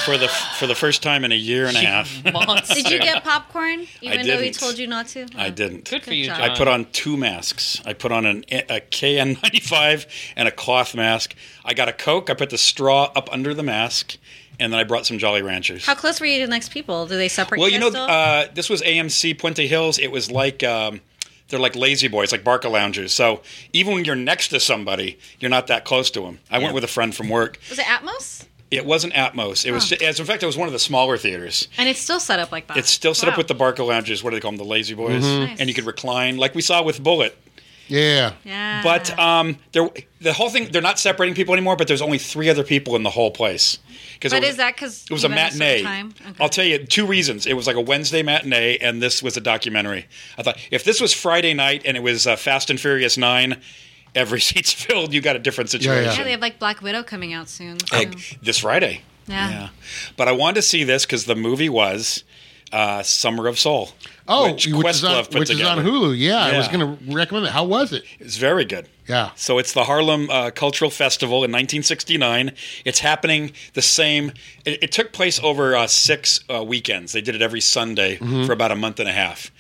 For the for the first time in a year and a half. Monster. Did you get popcorn? Even though he didn't. told you not to? Oh. I didn't. Good for you, job. John. I put on two masks. I put on an, a KN95 and a cloth mask. I got a Coke. I put the straw up under the mask, and then I brought some Jolly Ranchers. How close were you to the next people? Do they separate well, you know, still? uh, this was AMC Puente Hills. It was like um, they're like lazy boys, like Barca loungers. So even when you're next to somebody, you're not that close to them. I went with a friend from work. Was it Atmos? It wasn't Atmos. It was, ju- as in fact, it was one of the smaller theaters. And it's still set up like that. It's still set up Wow. Mm-hmm. with the Barca loungers. What do they call them? The lazy boys, Nice. and you could recline like we saw with Bullet. Yeah. Yeah. But um, there, the whole thing, they're not separating people anymore, but there's only three other people in the whole place. Cause it But was- is that because It was a matinee. I'll tell you two reasons. It was like a Wednesday matinee, and this was a documentary. I thought if this was Friday night and it was uh, Fast and Furious 9, every seat's filled, you got a different yeah. situation. Yeah, they have like Black Widow coming out soon. so- Like, this Friday. Yeah. But I wanted to see this because the movie was uh, Summer of Soul. Oh, which, which, is on, Questlove put which is on together. Hulu. Yeah, I was Yeah. going to recommend it. How was it? It's very good. Yeah. So it's the Harlem uh, Cultural Festival in 1969. It's happening the same. It, it took place over uh, six uh, weekends. They did it every Sunday Mm-hmm. for about a month and a half.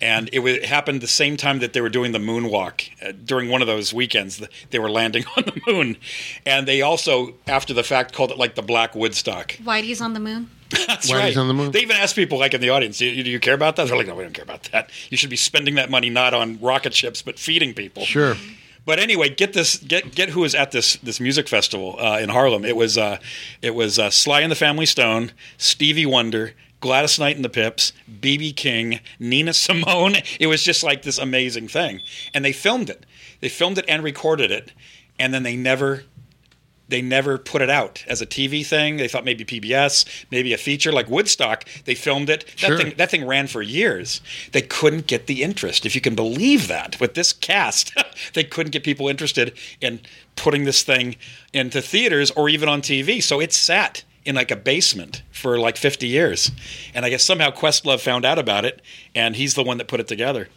And it, wa it happened the same time that they were doing the moonwalk. Uh, during one of those weekends, th- they were landing on the moon. And they also, after the fact, called it like the Black Woodstock. Um, Whitey's on the moon. That's Whitey's right. on the moon. They even asked people like in the audience, do you, do you care about that? They're like, no, we don't care about that. You should be spending that money not on rocket ships, but feeding people. Sure. But anyway, get this, get get who was at this this music festival uh, in Harlem. It was uh, it was uh, Sly and the Family Stone, Stevie Wonder, Gladys Knight and the Pips, BB King, Nina Simone. It was just like this amazing thing, and they filmed it. They filmed it and recorded it, and then they never. They never put it out as a TV thing. They thought maybe PBS, maybe a feature like Woodstock. They filmed it. That Sure. thing that thing ran for years. They couldn't get the interest, if you can believe that. With this cast, they couldn't get people interested in putting this thing into theaters or even on TV. So it sat in like a basement for like 50 years. And I guess somehow Questlove found out about it and he's the one that put it together.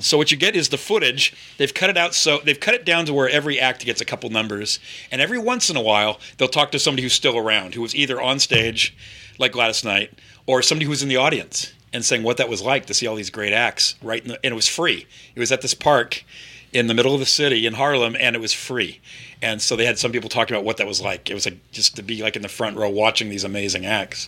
So what you get is the footage. They've cut it out so they've cut it down to where every act gets a couple numbers and every once in a while they'll talk to somebody who's still around who was either on stage like Gladys Knight or somebody who was in the audience and saying what that was like to see all these great acts right in the, and it was free it was at this park in the middle of the city in harlem and it was free and so they had some people talking about what that was like it was like just to be like in the front row watching these amazing acts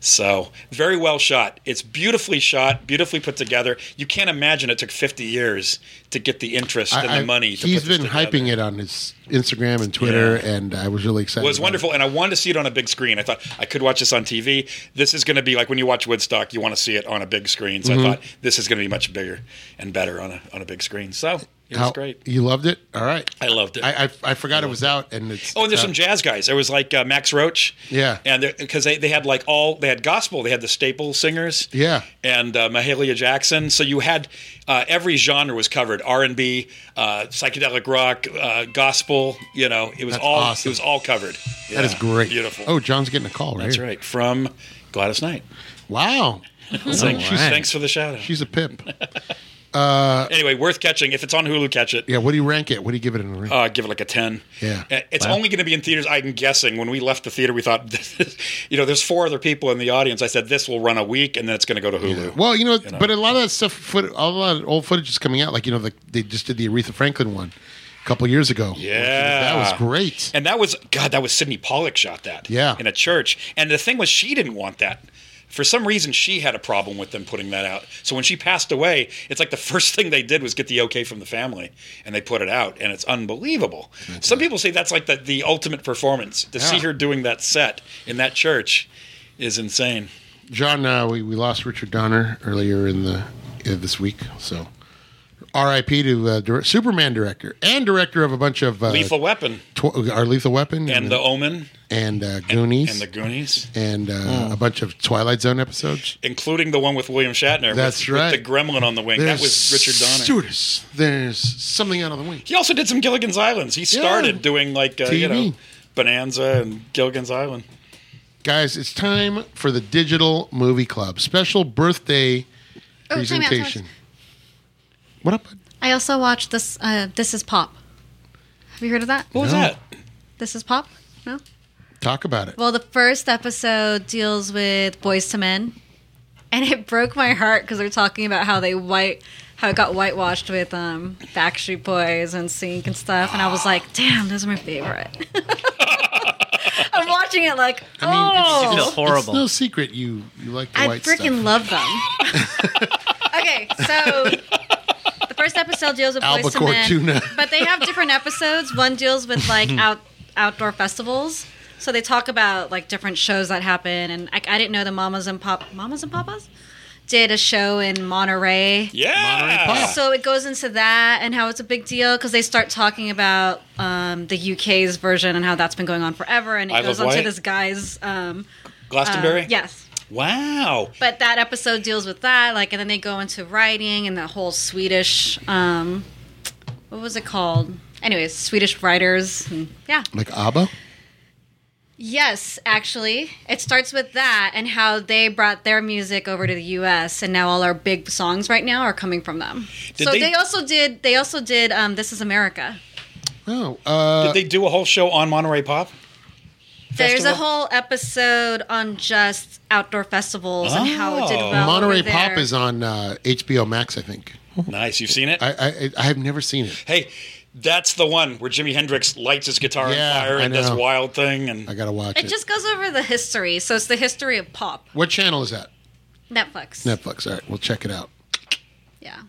so very well shot it's beautifully shot beautifully put together you can't imagine it took 50 years to get the interest and I- the money to He's put this been together. hyping it on his Instagram and Twitter, and I was really excited. It was about wonderful, and I wanted to see it on a big screen. I thought I could watch this on TV. This is going to be like when you watch Woodstock, you want to see it on a big screen. So Mm-hmm. I thought this is going to be much bigger and better on a on a big screen. So it was How- great. You loved it? All right. I loved it. I, I, I forgot it was out, and it's. Oh, and there's uh, some jazz guys. There was like uh, Max Roach. Yeah. And because they, they had like all, they had gospel, they had the staple singers. Yeah. And uh, Mahalia Jackson. So you had uh, every genre was covered: R and B, uh, psychedelic rock, uh, gospel. You know, it was That's all awesome. it was all covered. That is Yeah. great. Beautiful. Oh, John's getting a call, right? That's right. From Gladys Knight. Wow. Thank- All she's- right. Thanks for the shout out. Hmm. Oh, She's a pimp. anyway, worth catching. If it's on Hulu, catch it. Yeah, what do you rank it? What do you give it in a rank? Uh, give it like a 10. Yeah. Uh, It's only going to be in theaters. I'm guessing when we left the theater, we thought, this is- you know, there's four other people in the audience. I said, this will run a week and then it's going to go to Hulu. Well, you know, but a lot of that stuff, foot, a lot of old footage is coming out. Like you know, the, they just did the Aretha Franklin one a couple years ago. Yeah. that was great. And that was, God, that was Sidney Pollock shot that. Yeah. In a church. And the thing was, she didn't want that. For some reason, she had a problem with them putting that out. So when she passed away, it's like the first thing they did was get the okay from the family and they put it out. And it's unbelievable. Some people say that's like the, the ultimate performance. To see Mm-hmm. Yeah. her doing that set in that church is insane. John, uh, we we lost Richard Donner earlier in the uh, this week, so R.I.P. to uh, dir- Superman director and director of a bunch of uh, Lethal Weapon tw- uh, our Lethal Weapon and The Omen and uh, Goonies and The Goonies, and, uh, a bunch of Twilight Zone episodes. including the one with William Shatner. with- That's with right. the Gremlin on the wing. that was Richard Donner. Stewardess. There's something out of the wing. He also did some Gilligan's Islands. He started doing like uh, you TV. know Bonanza and Gilligan's Island. Guys, it's time for the Digital Movie Club special birthday Oh, time out, time out. presentation. What up? bud? I also watched this. Uh, this is Pop. Have you heard of that? What was No. that? This is Pop. No. Talk about it. Well, the first episode deals with boys to men, and it broke my heart because they're talking about how they white, how it got whitewashed with um, Backstreet Boys and Sync and stuff, and I was like, damn, those are my favorite. I'm watching it like, oh, You feel It's no horrible. secret you you like the I white freaking stuff. love them. okay, so the first episode deals with boys to Albacore men, tuna. but they have different episodes. One deals with like out outdoor festivals. So they talk about like different shows that happen, and I, I didn't know the Mamas and Pop Mamas and Papas did a show in Monterey. Yeah. So it goes into that and how it's a big deal because they start talking about um, the UK's version and how that's been going on forever, and it Isle of goes on to Wight? this guy's um, uh, Glastonbury. yes, Wow. but that episode deals with that like and then they go into writing and the whole swedish um what was it called anyways swedish writers and, yeah Like ABBA? yes actually it starts with that and how they brought their music over to the us and now all our big songs right now are coming from them Did so they- they, also did they also did um this is america Oh, uh, Did they do a whole show on Monterey Pop? there's a Festival? whole episode on just outdoor festivals and how it did Oh. well Monterey over Pop there. is on uh, HBO Max, I think. Nice. You've seen it. Oh. I I, I have never seen it. hey, that's the one where Jimi Hendrix lights his guitar Yeah, on fire I and does know. Wild Thing and I gotta watch it. it just goes over the history so it's the history of pop what channel is that? netflix Netflix. All right, we'll check it out. Yeah.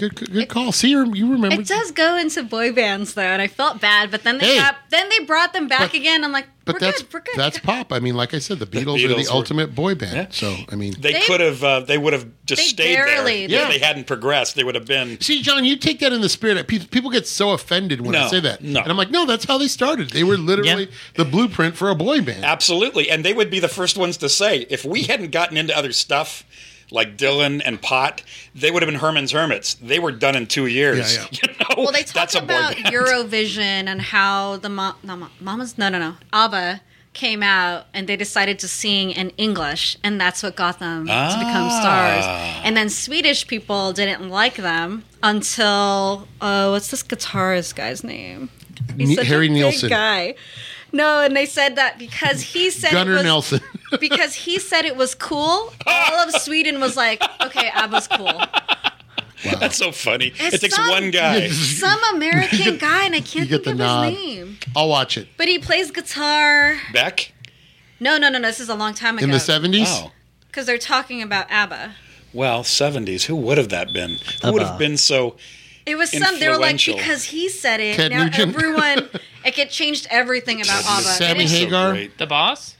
Good, good, good call. See, you you remember? It does go into boy bands though, and I felt bad, but then they Hey. got, then they brought them back But- again. I'm like, But we're that's good, we're good. that's pop. I mean, like I said, the Beatles, are the Beatles were- ultimate boy band. Yeah. So I mean, they, They- could have. Uh, they would have just They stayed barely- there. Yeah. If they hadn't progressed, they would have been. see, John, you take that in the spirit. that pe- People get so offended when I No, say that, no. and I'm like, no, that's how they started. They were literally Yeah. the blueprint for a boy band. Absolutely. And they would be the first ones to say, if we hadn't gotten into other stuff like Dylan and Pot, they would have been Herman's Hermits. They were done in two years. Yeah, yeah. You know? well, they talk That's a boy about band. Eurovision and how the mo- no, Mo- mamas no no no ABBA came out and they decided to sing in English, and that's what got them to become Ah. stars. And then Swedish people didn't like them until uh, what's this guitarist guy's name? He's Ne- such a Harry big Nielsen. guy. No, and they said that because he said it Gunnar was- Nelson. because he said it was cool. All of Sweden was like, okay, ABBA's cool. That's so funny. It's it takes some- one guy. Some American guy, and I can't get think the of nod. his name. I'll watch it But he plays guitar. Beck? No, no, no, no. This is a long time ago. in the '70s. Oh. Because they're talking about ABBA. Well, 70s. Who would have that been? Who would have Abba. been so. It was some. They were like Influential. because he said it. Ted now Nugent. everyone, like it changed everything about ABBA. Sammy It is- so Hagar? great. The boss?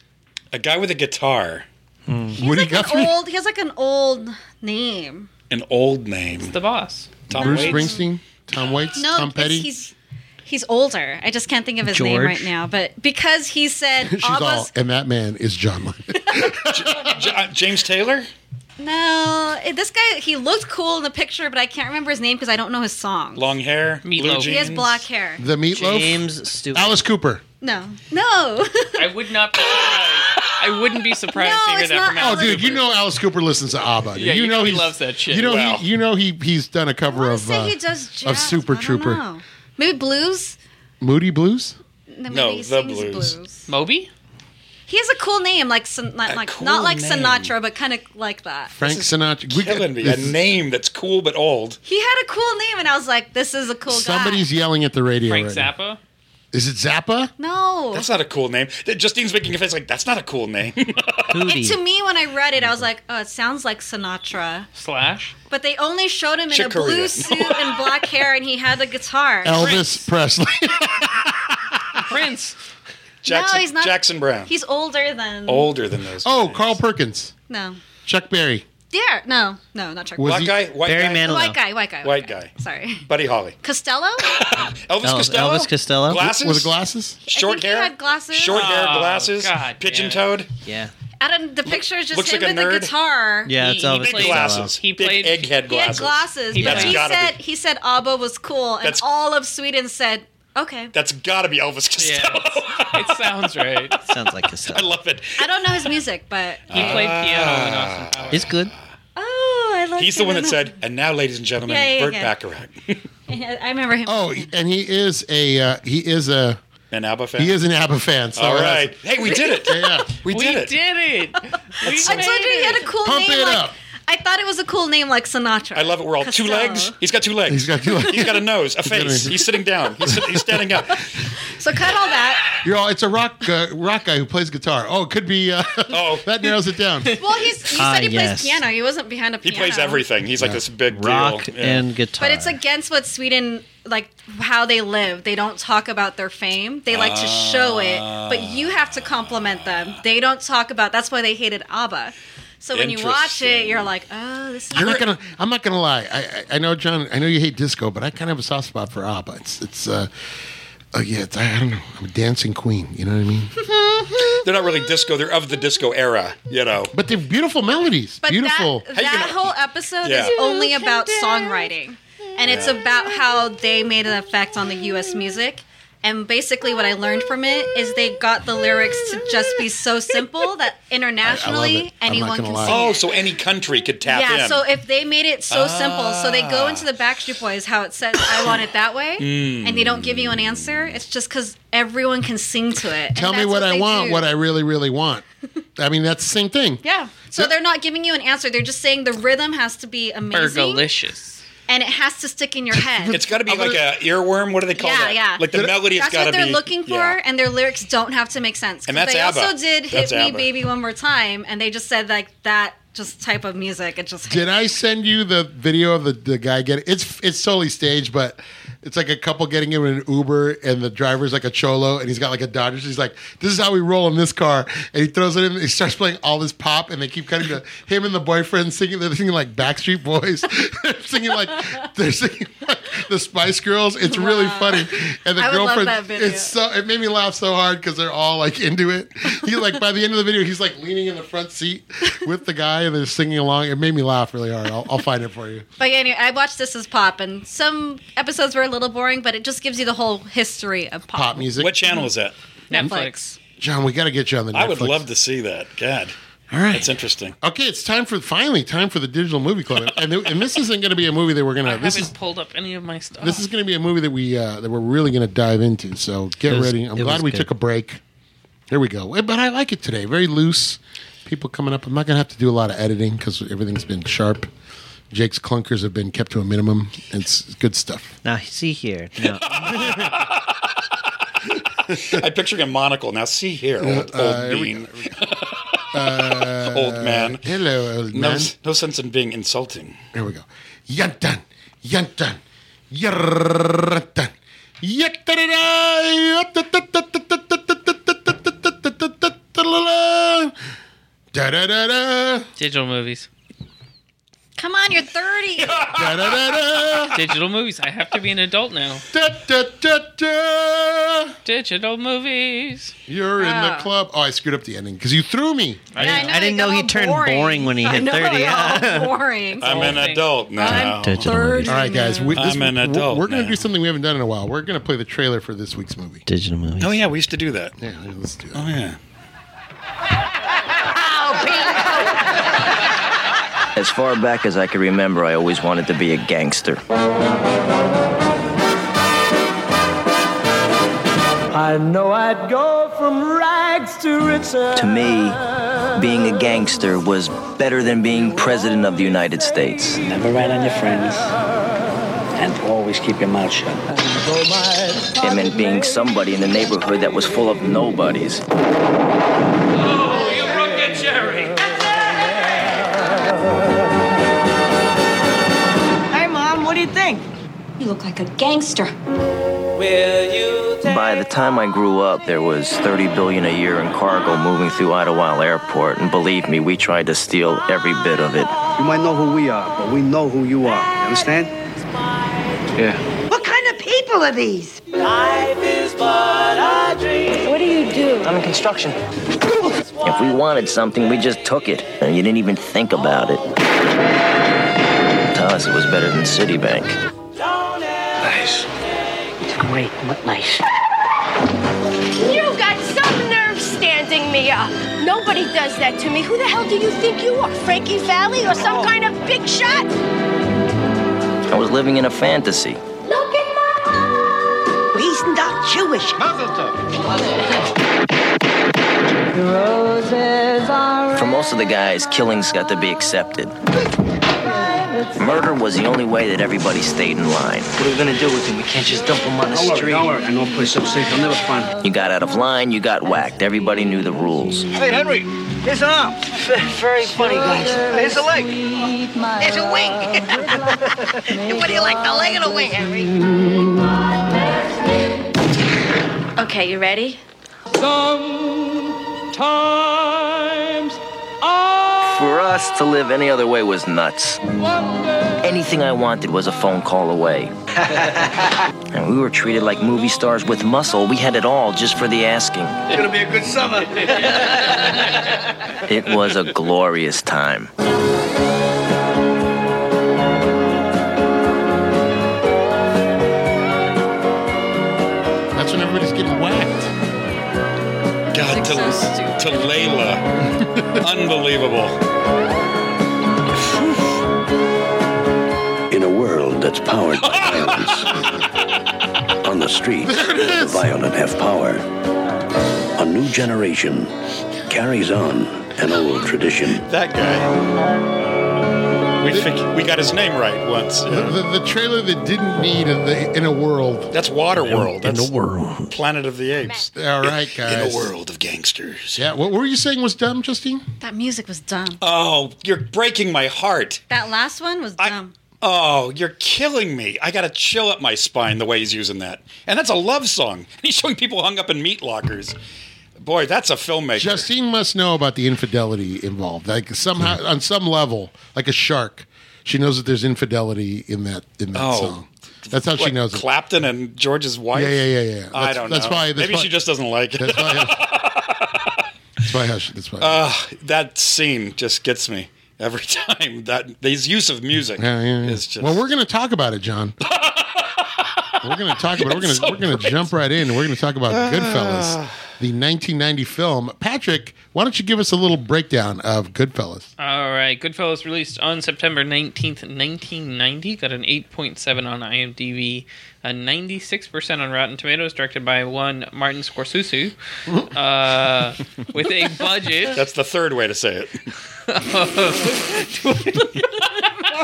A guy with a guitar, Woody He's like Guthrie, an old. He has like an old name. an old name. The boss. Tom Bruce Waits? Springsteen, Tom Waits, No, Tom it's- Petty. he's he's older. I just can't think of his name George. right now. But because he said She's all, ABBA's and that man is John Lennon. J- uh, James Taylor? No, it- this guy he looked cool in the picture, but I can't remember his name because I don't know his song. Long hair? Blue Meatloaf. jeans? he has black hair. the Meatloaf, James Stewart. Alice Cooper. No, no, I would not be surprised. I wouldn't be surprised No, to hear it's that not from Oh, Alice dude, you Cooper. know Alice Cooper listens to ABBA. dude. Yeah, you know he he's- loves that shit. You know, Wow. he, you know he he's done a cover I of say uh, he does jazz, of Super I don't Trooper. know. Maybe blues. Moody Blues. No, maybe he the sings blues. Moby? He has a cool name, like Sin- not like cool not like name. Sinatra, but kind of like that. Frank Sinatra. We- Killing me. A this is- name that's cool but old. He had a cool name, and I was like, "This is a cool Somebody's guy." yelling at the radio. Frank right now. Zappa? Is it Zappa? No, That's not a cool name. That- Justine's making a face like, that's not a cool name. Hootie. it, to me when I read it, I was like, "Oh, it sounds like Sinatra," Slash? but they only showed him in a Chicoria. blue suit and black hair, and he had the guitar. Elvis Presley. Prince. Jackson, he's not- Jackson Brown. He's older than older than those. oh, guys. Carl Perkins. no. Chuck Berry. there. No, no, not Chuck. Was Black he- guy, white Barry guy, Manilow. White guy, white guy, White guy. Sorry, Buddy Holly, Costello. Elvis El- Costello, Elvis Costello? glasses, With the glasses? short think he hair, had glasses. short hair, Oh, glasses, God pigeon damn toed, Yeah. Adam, the picture is just looks him like a with a nerd. guitar. Yeah, He- it's he Elvis big played- Costello. glasses, He big played- egghead He had glasses. glasses, He but had he glasses. said he said ABBA was cool, and That's- all of Sweden said okay. That's got to be Elvis Costello. it sounds right. Sounds like Costello. I love it. I don't know his music, but He played piano Ah. in Austin Powers. It's good. oh, I like. He's the one that said, "And now, ladies and gentlemen, Yeah, yeah, Bert yeah. Bacharach." I remember him. Oh, and he is a uh, he is a An ABBA fan. he is an ABBA fan. So All that's- right. Hey, we did it. Yeah. We We did it. it. We I told you he made had it. a cool Pump name. it like, up. I thought it was a cool name like Sinatra. I love it. We're all two Costello. legs. He's got two legs. He's got two legs. He's got a nose, a got a- face. He's sitting down. He's, sit- he's standing up. So cut all that. You're all, it's a rock uh, rock guy who plays guitar. Oh, it could be. Uh, Oh. that narrows it down. Well, he's, you Ah, said he yes. plays piano. He wasn't behind a He piano. plays everything. He's like this big Rock deal. Yeah. and guitar. But it's against what Sweden like how they live. They don't talk about their fame. They like to show it, but you have to compliment them. They don't talk about. That's why they hated ABBA. So when you watch it, Interesting. you're like, oh, this is. I'm not gonna. I'm not gonna lie. I, I, I know, John. I know you hate disco, but I kind of have a soft spot for ABBA. It's it's. Uh, uh, yeah, it's, I don't know. I'm a dancing queen. You know what I mean? They're not really disco. They're of the disco era, you know. But they're beautiful melodies. But beautiful. that, you that gonna- whole episode Yeah. is only about songwriting. And it's about how they made an effect on the US music. And basically what I learned from it is they got the lyrics to just be so simple that internationally it. I'm not anyone gonna can lie. sing. Oh, it. so any country could tap yeah, in. so if they made it so simple, so they go Ah. into the Backstreet Boys, how it says, I want it that way, Mm. and they don't give you an answer, it's just because everyone can sing to it. and Tell me that's what, I they want. do. What I really, really want. I mean, that's the same thing. Yeah. So they're not giving you an answer. They're just saying the rhythm has to be amazing. Burgalicious. and it has to stick in your head. it's got to be I'm like gonna- a earworm. What do they call Yeah, that? yeah. Like the Did- melody has that's got to what be. they're looking for, yeah. and their lyrics don't have to make sense. 'Cause And that's they also ABBA. did "Hit That's Me, ABBA. Baby, One More Time," and they just said like that, just type of music. It just Did I send you the video of the, the guy getting it's it's totally staged, but it's like a couple getting in an Uber and the driver's like a cholo and he's got like a Dodger. He's like, This is how we roll in this car and he throws it in he starts playing all this pop and they keep cutting to him and the boyfriend singing they're singing like Backstreet Boys. they're singing like they're singing like the Spice Girls. It's really funny. And the I would love girlfriend that video. it's so it made me laugh so hard because they're all like into it. He like by the end of the video he's like leaning in the front seat with the guy and they're singing along. It made me laugh really hard. I'll, I'll find it for you. But yeah, anyway, I watched This Is Pop, and some episodes were a little boring, but it just gives you the whole history of pop. Pop music. What channel is that? Uh, Netflix. John, we got to get you on the. Netflix. I would love to see that. God, All right. that's interesting. okay, it's time for finally time for the digital movie club, and, th- and this isn't going to be a movie that we're I gonna. This haven't is pulled up any of my stuff. this is going to be a movie that we uh, that we're really going to dive into. So get It was- ready. I'm it glad was we good. took a break. Here we go. Eh, But I like it today. Very loose. People coming up. I'm not going to have to do a lot of editing because everything's been sharp. Jake's clunkers have been kept to a minimum. It's good stuff. now see here. Now, I'm picturing a monocle. Now, see here, old, uh, old bean. old man. Uh, Hello, old No, man. no sense in being insulting. Here we go. Yantan, yantan, yarrantan, yaktarada, da da da da, Digital movies. Come on, you're 30. da da da da, Digital movies. I have to be an adult now. da da da da. Digital movies. You're in the Ah. club. Oh, I screwed up the ending because you threw me. Yeah, I didn't it know got he all turned boring when he I hit know, 30, it got yeah. all boring. I'm an thing. adult now. digital movies. All right, guys. We, I'm an adult We're, we're going to now. do something we haven't done in a while. We're going to play the trailer for this week's movie. Digital movies. Oh yeah, we used to do that. Yeah, let's do it. Oh yeah. Oh, As far back as I can remember, I always wanted to be a gangster. I know I'd go from rags to riches. To me, being a gangster was better than being president of the United States. Never rat on your friends. And always keep your mouth shut. Though my It meant being somebody in the neighborhood that was full of nobodies. Hey, mom, what do you think? You look like a gangster. By the time I grew up, there was 30 billion a year in cargo moving through Idlewild Airport, and believe me, we tried to steal every bit of it. You might know who we are, but we know who you are. You understand? Yeah. What kind of people are these? Life is but a dream. What do you do? I'm in construction. If we wanted something, we just took it, and you didn't even think about it. To us, it was better than Citibank. Nice. Wait, what nice? You got some nerve standing me up. Nobody does that to me. Who the hell do you think you are? Frankie Valley or some kind of big shot? I was living in a fantasy. Look at my eyes. He's not Jewish. Roses are For most of the guys, killings got to be accepted. Murder was the only way that everybody stayed in line. What are we gonna do with him? We can't just dump him on the street. Don't worry, I know a place so safe he'll never find him. You got out of line, you got whacked. Everybody knew the rules. Hey, Henry, here's an arm. very funny, guys. Here's a leg. There's a wing. what do you like, the leg or the wing, Henry? Okay, you ready? Sometimes For us, to live any other way was nuts. Anything I wanted was a phone call away. and we were treated like movie stars with muscle. We had it all just for the asking. It's gonna be a good summer. It was a glorious time. That's when everybody's getting whacked. God, to, to Layla. Unbelievable. In a world that's powered by violence, on the streets, the violent have power. A new generation carries on an old tradition. That guy. We think we got his name right once. The, yeah. the, the trailer that didn't need in, the, in a world. That's Water World. That's world. Planet of the Apes. All right, guys. In a world of gangsters. Yeah. What were you saying was dumb, Justine? That music was dumb. Oh, you're breaking my heart. That last one was dumb. Oh, you're killing me. I got a chill up my spine the way he's using that. And that's a love song. He's showing people hung up in meat lockers. Boy, that's a filmmaker. Justine must know about the infidelity involved. Like Hmm. somehow, on some level, like a shark, she knows that there's infidelity in that in that Oh. song. That's how she What, knows it. Clapton and George's wife. Yeah, yeah, yeah, yeah. I That's- don't that's know. why- that's Maybe why- she just doesn't like it. That's That's why. How she, that's why. Uh, that scene just gets me every time. That his use of music yeah, yeah, yeah. is just well, we're gonna talk about it, John. we're gonna talk about. We're gonna That's so we're gonna great. jump right in. We're gonna talk about Ah. Goodfellas, the 1990 film. Patrick, why don't you give us a little breakdown of Goodfellas? Uh, All right, Goodfellas released on September 19th, 1990, got an 8.7 on IMDb, a 96% on Rotten Tomatoes, directed by one Martin Scorsese, uh, with a budget. That's the third way to say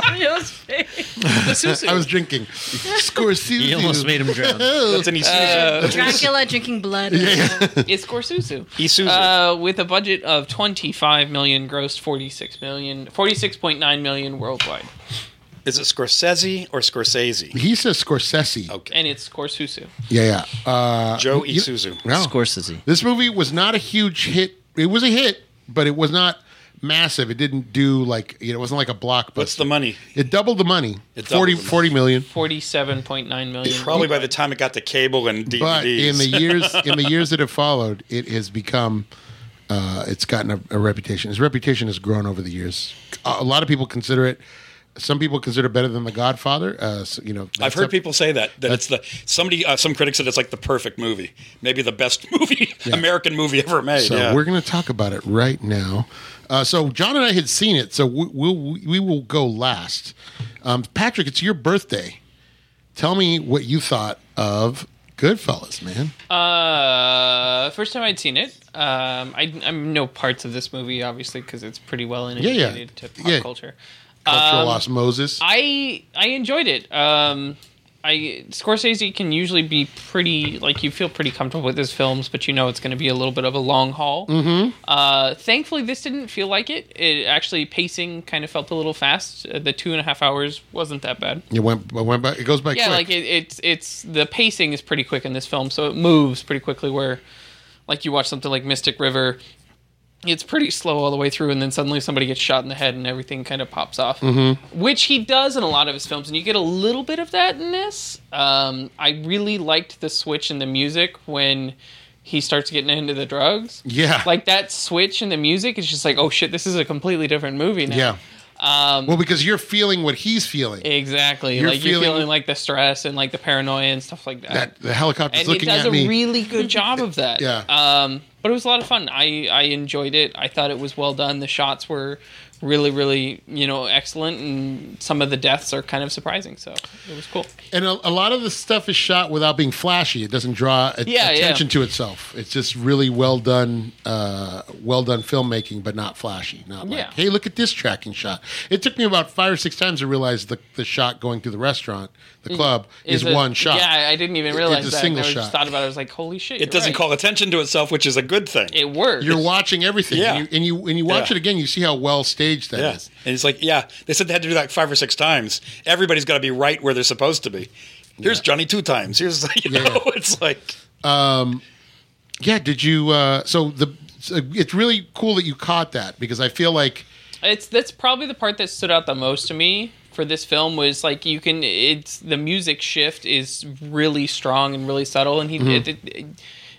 Mario's face. The Susu. I was drinking. Scorsese. You almost made him drown. That's an Isuzu. Dracula drinking blood. It's Gorsusu. Isuzu. Uh, with a budget of 25 million, grossed 46 million, 46.9 million worldwide. Is it Scorsese or Scorsese? He says Scorsese. Oh. Okay. And it's Gorsusu. Yeah, yeah. Uh, Joe you- Isuzu. No. Scorsese. This movie was not a huge hit. It was a hit, but it was not massive. It didn't do like you know, it wasn't like a blockbuster. What's the money? It doubled the money. It doubled 40, the money. 40 million. 47.9 million. Probably by the time it got to cable and DVDs. But in the years in the years that have followed, it has become uh, it's gotten a, a reputation. Its reputation has grown over the years. A, a lot of people consider it. Some people consider it better than The Godfather. Uh, so, you know, I've that's heard up- people say that that it's the somebody uh, some critics said it's like the perfect movie, maybe the best movie American movie ever made. So yeah. we're going to talk about it right now. Uh, so John and I had seen it, so we, we'll, we will go last. Um, Patrick, it's your birthday. Tell me what you thought of Goodfellas, man. Uh, first time I'd seen it. Um, I, I know parts of this movie obviously because it's pretty well Yeah, yeah. integrated to pop Yeah. culture. Cultural Um, osmosis. I I enjoyed it. Um, I Scorsese can usually be pretty like you feel pretty comfortable with his films, but you know it's going to be a little bit of a long haul. Mm-hmm. Mhm. Uh, thankfully, this didn't feel like it. It actually pacing kind of felt a little fast. Uh, the two and a half hours wasn't that bad. It went, it went by. It goes by. yeah, quick. like it, it's it's the pacing is pretty quick in this film, so it moves pretty quickly. Where like you watch something like Mystic River, it's pretty slow all the way through, and then suddenly somebody gets shot in the head, and everything kind of pops off. Mm-hmm. Which he does in a lot of his films, and you get a little bit of that in this. Um, I really liked the switch in the music when he starts getting into the drugs. Yeah. Like that switch in the music is just like, oh shit, this is a completely different movie now. Yeah. Um, well, because you're feeling what he's feeling. Exactly. You're like feeling- you're feeling like the stress and like the paranoia and stuff like that. That the helicopter's and it looking does at a me. really good job of that. Yeah. Um, but it was a lot of fun. I I enjoyed it. I thought it was well done. The shots were really really you know excellent, and some of the deaths are kind of surprising. So it was cool. and a, a lot of the stuff is shot without being flashy. It doesn't draw a- Yeah, yeah. attention to itself. It's just really well done, uh, well done filmmaking, but not flashy. Not like, Yeah. hey, look at this tracking shot. It took me about five or six times to realize the, the shot going through the restaurant, the club, is, a- one shot. Mm. Yeah, I- I didn't even It- realize it's a that. single I was- shot. just thought about it. I was like, holy shit. It doesn't call attention to itself, which is a good thing. It works. You're watching everything, Yeah. and you and you, and you watch it Yeah. again. You see how well staged that is. yeah. And it's like, yeah, they said they had to do that five or six times. Everybody's got to be right where they're supposed to be. Here's Johnny two times. Here's, you know, it's like. Um, yeah. Did you? Uh, so the so it's really cool that you caught that because I feel like It's that's probably the part that stood out the most to me for this film was like you can it's the music shift is really strong and really subtle and he Mhm. it, it-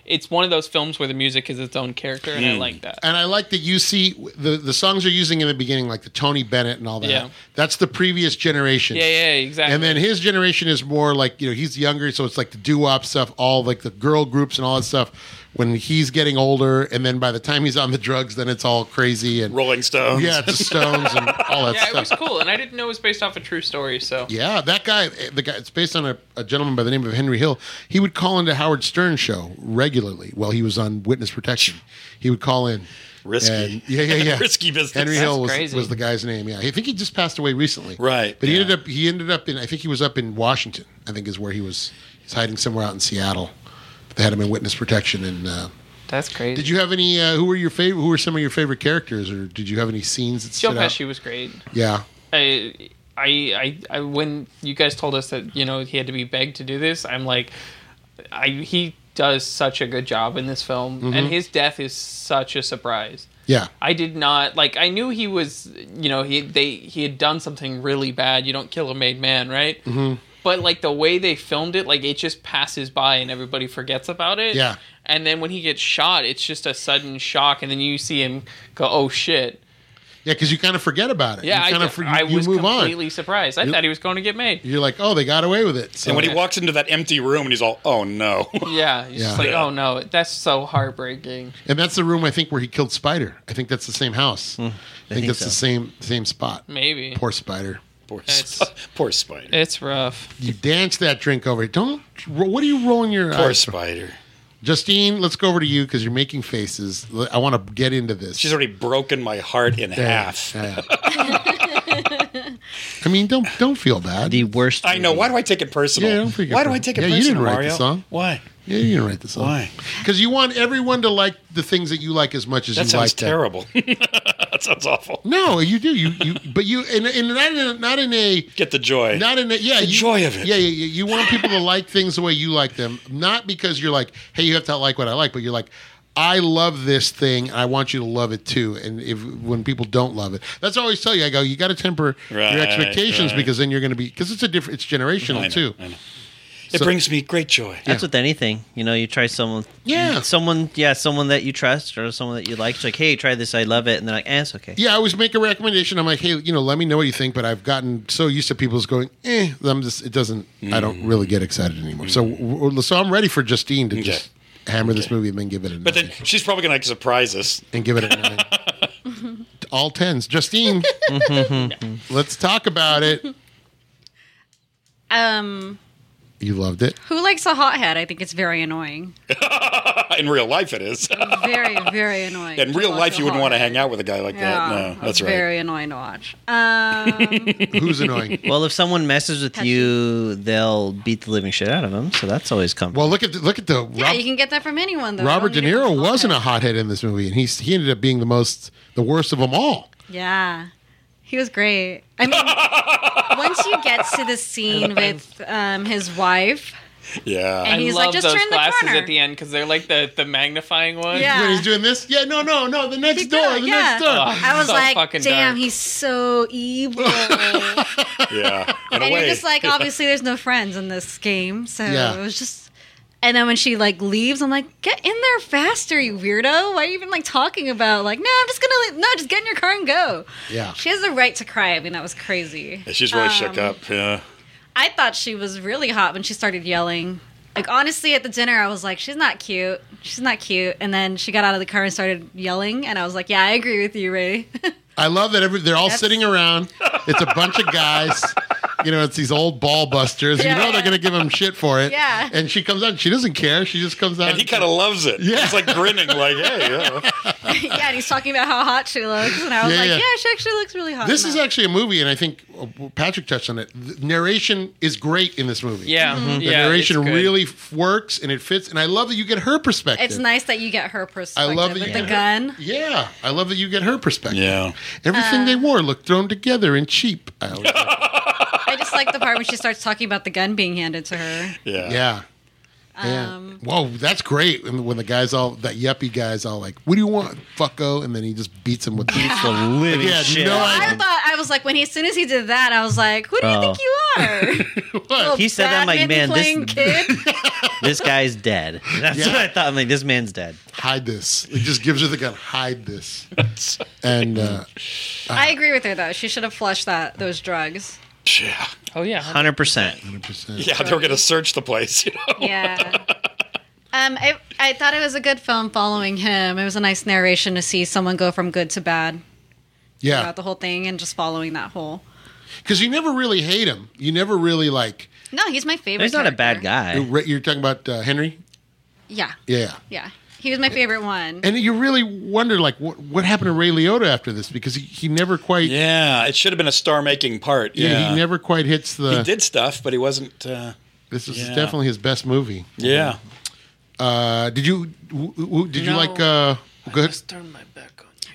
it's one of those films where the music is its own character and I like that. Mm. And I like that you see the the songs are using in the beginning, like the Tony Bennett and all that. Yeah. That's the previous generation. Yeah, yeah, exactly. And then his generation is more like you know he's younger, so it's like the doo wop stuff, all like the girl groups and all that stuff. When he's getting older, and then by the time he's on the drugs, then it's all crazy and Rolling Stones. Yeah, it's the Stones and all that yeah, stuff. it was cool and I didn't know it was based off a true story so Yeah, that guy, eh, the guy, it's based on a, a gentleman by the name of Henry Hill. He would call into Howard Stern show regularly while he was on witness protection. He would call in. Risky. And- yeah, yeah, yeah. Risky business. Henry Hill That's was, crazy. was the guy's name. Yeah, I think he just passed away recently. Right, But he ended up he ended up in I think he was up in Washington. I think is where he was. He's hiding somewhere out in Seattle. But they had him in witness protection. And uh, That's crazy. did you have any? Uh, who were your favorite? Who were some of your favorite characters, or did you have any scenes that Joe stood out? Pesci was great. Yeah. I, I, I, I, when you guys told us that you know he had to be begged to do this, I'm like, I he does such a good job in this film, Mhm. and his death is such a surprise. Yeah. I did not like. I knew he was, you know, he they he had done something really bad. You don't kill a made man, right? hmm But like the way they filmed it, like it just passes by and everybody forgets about it. Yeah. And then when he gets shot, it's just a sudden shock, and then you see him go, "Oh shit!" Yeah, because you kind of forget about it. Yeah, you I, kind ju- of for- I you was move on. completely surprised. I You- thought he was going to get made. You're like, oh, they got away with it. and when he walks into that empty room and he's all, oh no. Yeah, he's just Yeah. like, oh no, that's so heartbreaking. and that's the room I think where he killed Spider. I think that's the same house. Hmm. I, think think that's so. the same same spot. Maybe. Poor Spider. Poor, sp- poor Spider. It's rough. You dance that drink over. Don't. ro- What are you rolling your Poor eyes for? Spider. Justine, let's go over to you because you're making faces. L- I want to get into this. She's already broken my heart in Yeah, half. yeah. I mean, don't don't feel bad. The worst. I know. Why do I take it personal? Yeah, don't freak Why out. do I take it Yeah, personal? you didn't write the Mario? song. Why? Yeah, you didn't write the song. Why? Because you want everyone to like the things that you like as much as That you sounds like them. terrible. that sounds awful. No, you do. You you, but you and and not in a, not in a get the joy. Not in a yeah The you, joy of it. Yeah, yeah, yeah. You want people to like things the way you like them, not because you're like, hey, you have to like what I like, but you're like. I love this thing. and I want you to love it too. And if when people don't love it, that's what I always tell you. I go, you got to temper Right, your expectations right. because then you're going to be because it's a different. It's generational I know, too. I know. It So- brings me great joy. That's with anything. You know, you try someone. Yeah. Someone, yeah, someone that you trust or someone that you like. It's like, hey, try this. I love it. And they're like, eh, it's okay. Yeah, I always make a recommendation. I'm like, hey, you know, let me know what you think. But I've gotten so used to people's going, eh, that I'm just, it doesn't, I don't really get excited anymore. So, Mm-hmm. w- w- so I'm ready for Justine to just hammer this movie and then give it a But then she's probably going to like surprise us. and give it a nine. All tens, Justine. let's talk about it. Um, You loved it who likes a hothead? I think it's very annoying. in real life, it is. Very, very annoying. in real Who life, likes you a wouldn't want to hothead? hang out with a guy like that. No, that's right. Very annoying to watch. Um, Who's annoying? Well, if someone messes with you, they'll beat the living shit out of them. So that's always comfortable. Well, look at the, look at the yeah, you can get that from anyone though. Robert You De don't need to- Niro wasn't a hothead in this movie, and he's he ended up being the most the worst of them all. Yeah, he was great. I mean, once you get to the scene with um, his wife. Yeah. And I he's love like, "Just those turn the glasses corner." at the end because they're like the, the magnifying ones. Yeah. When he's doing this? Yeah, no, no, no, the next Keep going, yeah. I was so like, fucking damn, dark. he's so evil. Yeah. In and a you're way. just like, obviously, there's no friends in this game, so Yeah. it was just. And then when she like leaves, I'm like, get in there faster, you weirdo! Why are you even like talking about like, no, I'm just gonna leave. no, just get in your car and go. Yeah. She has the right to cry. I mean, that was crazy. Yeah, she's really shook Um, up. Yeah. I thought she was really hot when she started yelling. Like honestly, at the dinner, I was like, "She's not cute. She's not cute." And then she got out of the car and started yelling, and I was like, "Yeah, I agree with you, Ray." I love that every, they're all sitting around. It's a bunch of guys. You know, it's these old ball busters. You know they're going to give him shit for it. Yeah. Oh, And she comes out. She doesn't care. She just comes out. And he kind of loves it. Yeah. He's like grinning, like, hey, yeah. yeah, and he's talking about how hot she looks, and I was Yeah, like, yeah. "Yeah, she actually looks really hot." This in is that." actually a movie, and I think uh, Patrick touched on it. The narration is great in this movie. Yeah. Mm-hmm. Mhm. the Yeah, narration it's good. really f- works and it fits. And I love that you get her perspective. It's nice that you get her I perspective love that with you the get her- gun. Yeah, I love that you get her perspective. Yeah, Uh, everything they wore looked thrown together and cheap. I always- I just like the part when she starts talking about the gun being handed to her. yeah, yeah. Yeah. Whoa, that's great. And when the guys all that yuppie guys all like, "What do you want, fucko?" And then he just beats him with beats the living yeah, shit No, out of idea. I thought I was like, when he, as soon as he did that, I was like, "Who do you Oh. think you are?" Little He said that, I'm like, man, this- Batman-playing kid. this guy's dead. That's Yeah. what I thought. I'm like, this man's dead. hide this. He just gives her the gun. Hide this. and uh, I agree with her though. She should have flushed that those drugs. Yeah. Oh yeah. Hundred percent. Hundred percent. Yeah, they were going to search the place. You know? Yeah. Um, I, I thought it was a good film following him. It was a nice narration to see someone go from good to bad yeah, about the whole thing and just following that whole. because you never really hate him. You never really like. No, he's my favorite. character. You're, you're talking about uh, Henry. Yeah, Yeah. yeah. He was my favorite one. And you really wonder, like, what what happened to Ray Liotta after this? Because he, he never quite, yeah, Yeah, it should have been a star-making part. Yeah, uh, he never quite hits the. He did stuff, but he wasn't. Uh, This is Yeah. definitely his best movie. Yeah. Uh, did you w- w- did you No. like uh, good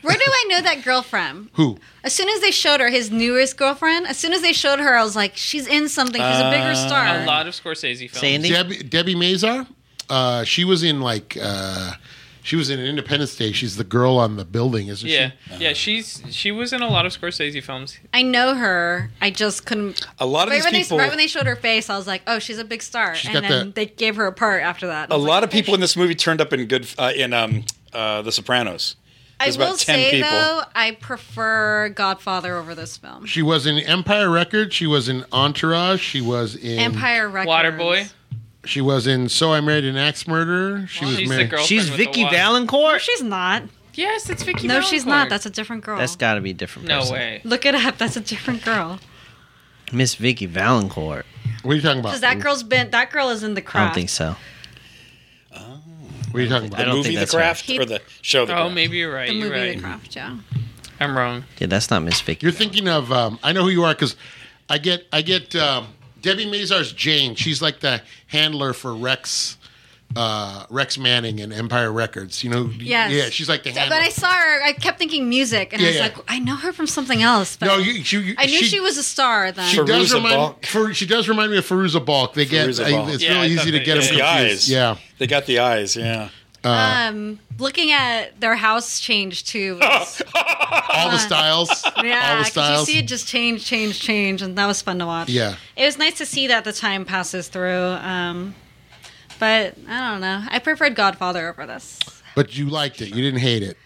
Where do I know that girl from? who? As soon as they showed her, his newest girlfriend, as soon as they showed her, I was like, she's in something. She's Uh, a bigger star. A lot of Scorsese films. Debbie, Debbie Mazar. Uh, she was in like uh, she was in Independence Day. She's the girl on the building, isn't Yeah, she? yeah, she's she was in a lot of Scorsese films. I know her. I just couldn't. A lot of right these when people- They, right when they showed her face, I was like, "Oh, she's a big star." She's and got then that- they gave her a part after that. A lot of people in this movie turned up in good uh, in um uh, The Sopranos. I There's will about ten say people. though, I prefer Godfather over this film. She was in Empire Records. She was in Entourage. She was Mm. in Empire Records. Waterboy. She was in So I Married an Axe Murderer. She was She's the married. girlfriend She's with the Vicky wand. Valancourt? No, she's not. Yes, it's Vicky. No, she's Valancourt. not. That's a different girl. That's got to be a different. No person. way. Look it up. That's a different girl. Miss Vicky Valancourt. What are you talking Because that girl's been. That girl is in the I don't craft. think so. What are you talking about? I The don't movie think The that's right. Craft or the show The Oh, Craft? maybe you're right. The you're movie right. The Craft. Yeah. I'm wrong. Yeah, that's not Miss Vicky. You're thinking of um, I know who you are because I get I get um, Debbie Mazar's Jane. She's like the handler for Rex uh, Rex Manning and Empire Records. You know, Yes. yeah, she's like the So- handler. But I saw her. I kept thinking music, and Yeah, I was yeah. like, I know her from something else. But no, you, she, you- I knew she, was a star then. She does remind Fer- she does remind me of Feruza Balk. They get Feruza I- Balk. it's Yeah, I really thought easy to they- get it's them the confused. eyes. Yeah, They got the eyes. Yeah. uh, um, looking at their house change too. was- all the styles. Uh-huh. yeah, all the 'cause styles. you see it just change, change, change, and that was fun to watch. Yeah. it was nice to see that the time passes through. Um, but I don't know. I preferred Godfather over this. But you liked it. You didn't hate it.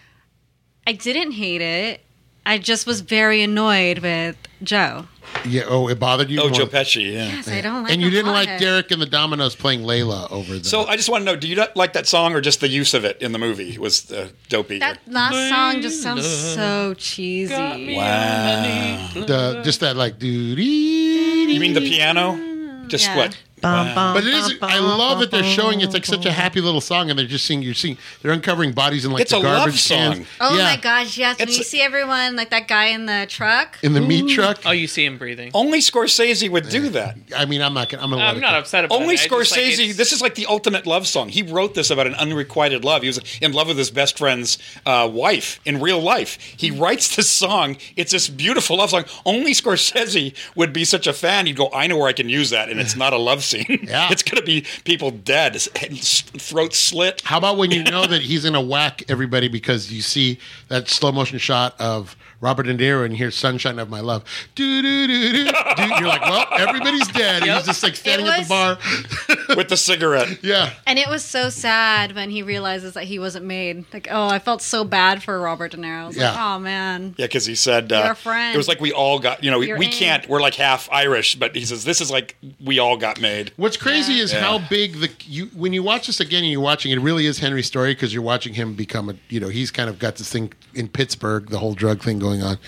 I didn't hate it. I just was very annoyed with Joe. Yeah. Oh, it bothered you. Oh, more- Joe Pesci. Yeah. Yes, Oh, I don't like. and you him didn't on like it. Derek and the Dominoes playing Layla over the. So I just want to know: Do you not like that song, or just the use of it in the movie was uh, dopey? That last song just sounds so cheesy. wow. the just that like duty. You mean the piano? Just Yeah. what? Wow. But it is. I love that they're showing. It's like such a happy little song, and they're just seeing. You're seeing. They're uncovering bodies in like It's the a love garbage song. cans. Oh yeah, my gosh! Yes, when you see everyone like that guy in the truck. in the meat truck. Oh, you see him breathing. Only Scorsese would do that. I mean, I'm not. Gonna, I'm gonna. let I'm it not go. upset about Only it. I just like Scorsese. it's- this is like the ultimate love song. He wrote this about an unrequited love. He was in love with his best friend's uh, wife in real life. He writes this song. It's this beautiful love song. Only Scorsese would be such a fan. He'd go, "I know where I can use that, and it's not a love scene. Yeah. it's going to be people dead, s- throat slit. How about when you know that he's going to whack everybody because you see that slow motion shot of Robert De Niro and hear "Sunshine of My Love." Do do do do. do. You're like, well, everybody's dead. And he's just like standing It at the bar with the cigarette. Yeah. And it was so sad when he realizes that he wasn't made. Like, oh, I felt so bad for Robert De Niro. I was like, Yeah. oh man. Yeah, because he said You're uh, a friend. it was like we all got. You know, we, You're we in. can't. We're like half Irish, but he says this is like we all got made. What's crazy is Yeah. how big the you when you watch this again and you're watching it really is Henry's story because you're watching him become a you know he's kind of got this thing in Pittsburgh the whole drug thing going on.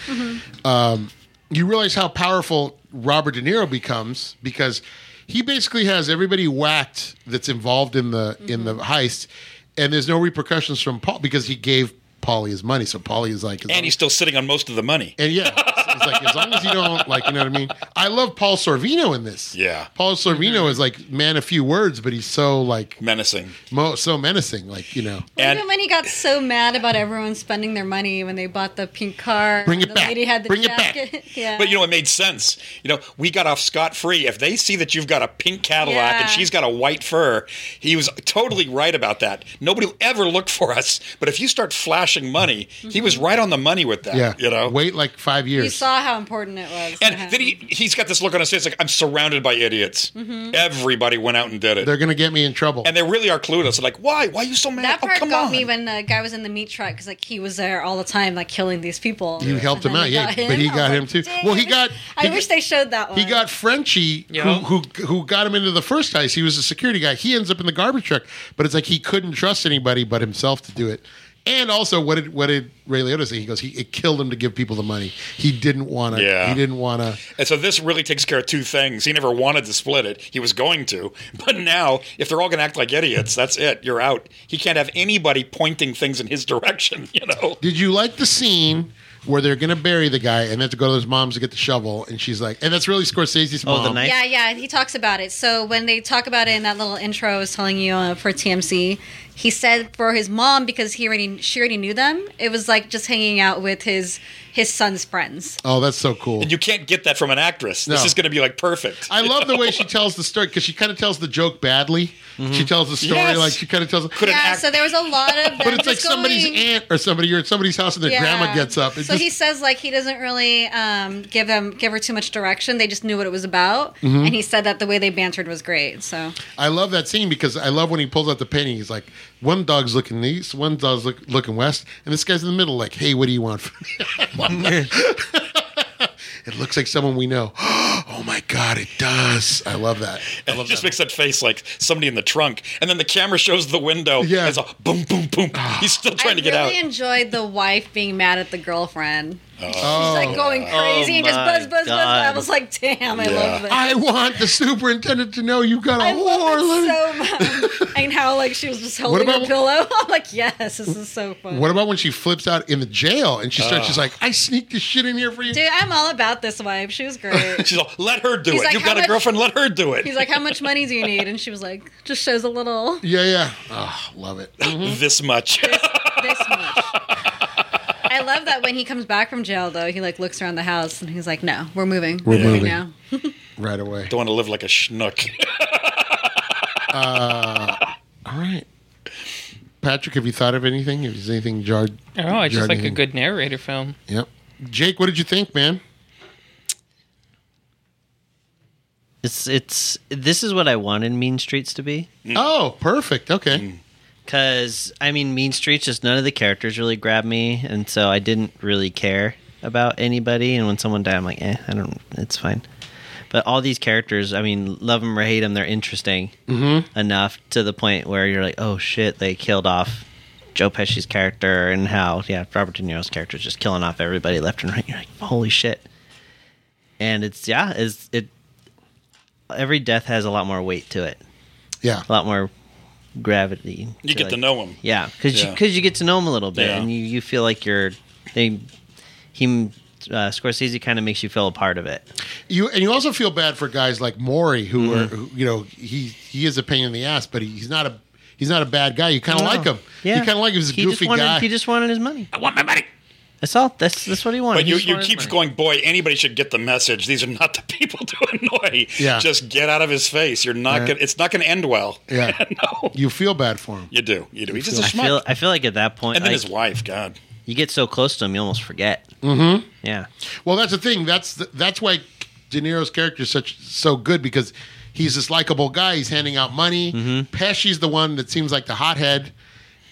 Um, you realize how powerful Robert De Niro becomes because he basically has everybody whacked that's involved in the in the heist, and there's no repercussions from Paul because he gave Paulie his money. So Paulie is like, and he's still sitting on most of the money. and yeah, it's, it's like as long as you don't like, you know what I mean. I love Paul Sorvino in this. Yeah. Paul Sorvino is like man a few words, but he's so like menacing, mo- so menacing, like you know. Even when he got so mad about everyone spending their money when they bought the pink car, Bring it and the back. lady had the Bring it back. jacket. yeah. But you know, it made sense. You know, we got off scot free. If they see that you've got a pink Cadillac and Yeah. she's got a white fur, he was totally right about that. Nobody will ever look for us. But if you start flashing money, he was right on the money with that. Yeah. You know, wait like five you saw how important it was. to him. and then he, he's got this look on his face like, I'm surrounded by idiots. Mhm. Everybody went out and did it. They're gonna get me in trouble. and they really are clueless. Like, why? Why are you so mad? that part oh, come got on. me when the guy was in the meat truck because like he was there all the time, like killing these people. You helped him And then out, we yeah, got but he I was got like, him too. "Dang Well, he it." got- I he- wish they showed that one. He got Frenchie, who, who who got him into the first heist. He was a security guy. He ends up in the garbage truck, but it's like he couldn't trust anybody but himself to do it. And also, what did what did Ray Liotta say? He goes, he it killed him to give people the money. He didn't want to. Yeah. He didn't want to. And so this really takes care of two things. He never wanted to split it. He was going to. But now, if they're all going to act like idiots, that's it. You're out. He can't have anybody pointing things in his direction, you know? Did you like the scene where they're going to bury the guy and they have to go to his mom's to get the shovel? And she's like, and that's really Scorsese's mom. Yeah, yeah, he talks about it. So when they talk about it in that little intro I was telling you uh, for TMC, he said for his mom because he already she already knew them. It was like just hanging out with his his son's friends. Oh, that's so cool. And you can't get that from an actress. No. This is going to be like perfect. I love the way she tells the story because she kind of tells the joke badly. Mm-hmm. She tells the story Yes. like she kind of tells. Could yeah, so there was a lot of. Them But it's like just somebody's going- aunt or somebody. You're at somebody's house and their Yeah. grandma gets up. It's so just- he says like he doesn't really um, give them give her too much direction. They just knew what it was about, Mhm. and he said that the way they bantered was great. So I love that scene because I love when he pulls out the penny. He's like, one dog's looking east, one dog's look, looking west, and this guy's in the middle. Like, hey, what do you want? From me? it looks like someone we know. oh my god, it does. I love that. And it just makes that face like somebody in the trunk. And then the camera shows the window. Yeah. It's a boom, boom, boom. Ah. He's still trying to get really out. enjoyed the wife being mad at the girlfriend. Oh. She's like going crazy and just buzz, buzz, buzz. I was like, damn, I love that. I want the superintendent to know you got a I war. love it so much. and how like she was just What holding about- her pillow. I'm like, yes, this is so fun. What about when she flips out in the jail and she starts? Ugh. She's like, I sneaked this shit in here for you. Dude, I'm all about this wife. She was great. She's like, let her do He's it. like, You've how got a much- girlfriend, let her do it. He's like, how much money do you need? And she was like, just shows a little. Yeah, yeah. Oh, love it. This much. I love that when he comes back from jail, though, he like looks around the house and he's like, "No, we're moving. We're Right moving. now." right away. Don't want to live like a schnook. Uh, all right. Patrick, have you thought of anything? If there's anything jarred. Oh, I just jarred like a anything? good narrator film. Yep. Jake, what did you think, man? It's it's this is what I wanted Mean Streets to be. Oh, perfect. Okay. Cause I mean Mean Streets just none of the characters really grabbed me and so I didn't really care about anybody and when someone died I'm like, eh, I don't it's fine. But all these characters, I mean, love them or hate them, they're interesting Mhm. enough to the point where you're like, oh shit, they killed off Joe Pesci's character and how, yeah, Robert De Niro's character is just killing off everybody left and right. You're like, holy shit. And it's, yeah, it's, it, every death has a lot more weight to it. Yeah. A lot more gravity. You get to know 'em. Yeah. Cause Yeah. you, cause you get to know him a little bit Yeah. and you, you feel like you're, they, he, uh, Scorsese kind of makes you feel a part of it. You and you also feel bad for guys like Maury, who are who, you know he he is a pain in the ass, but he, he's not a he's not a bad guy. You kind of No. like him. Yeah. You kind of like him. He's a He just goofy wanted- guy. he just wanted his money. I want my money. That's all. That's that's what he wanted. But He you, just you wanted keep money. going, boy, anybody should get the message. These are not the people to annoy. Yeah. Just get out of his face. You're not Right. gonna it's not gonna end well. Yeah. You feel bad for him. You do. You do. He's just a I schmuck. feel. I feel like at that point, and then like, his wife, God. you get so close to him, you almost forget. Mm-hmm. Yeah. Well, that's the thing. That's the, that's why De Niro's character is such so good because he's this likable guy. He's handing out money. Mm-hmm. Pesci's the one that seems like the hothead,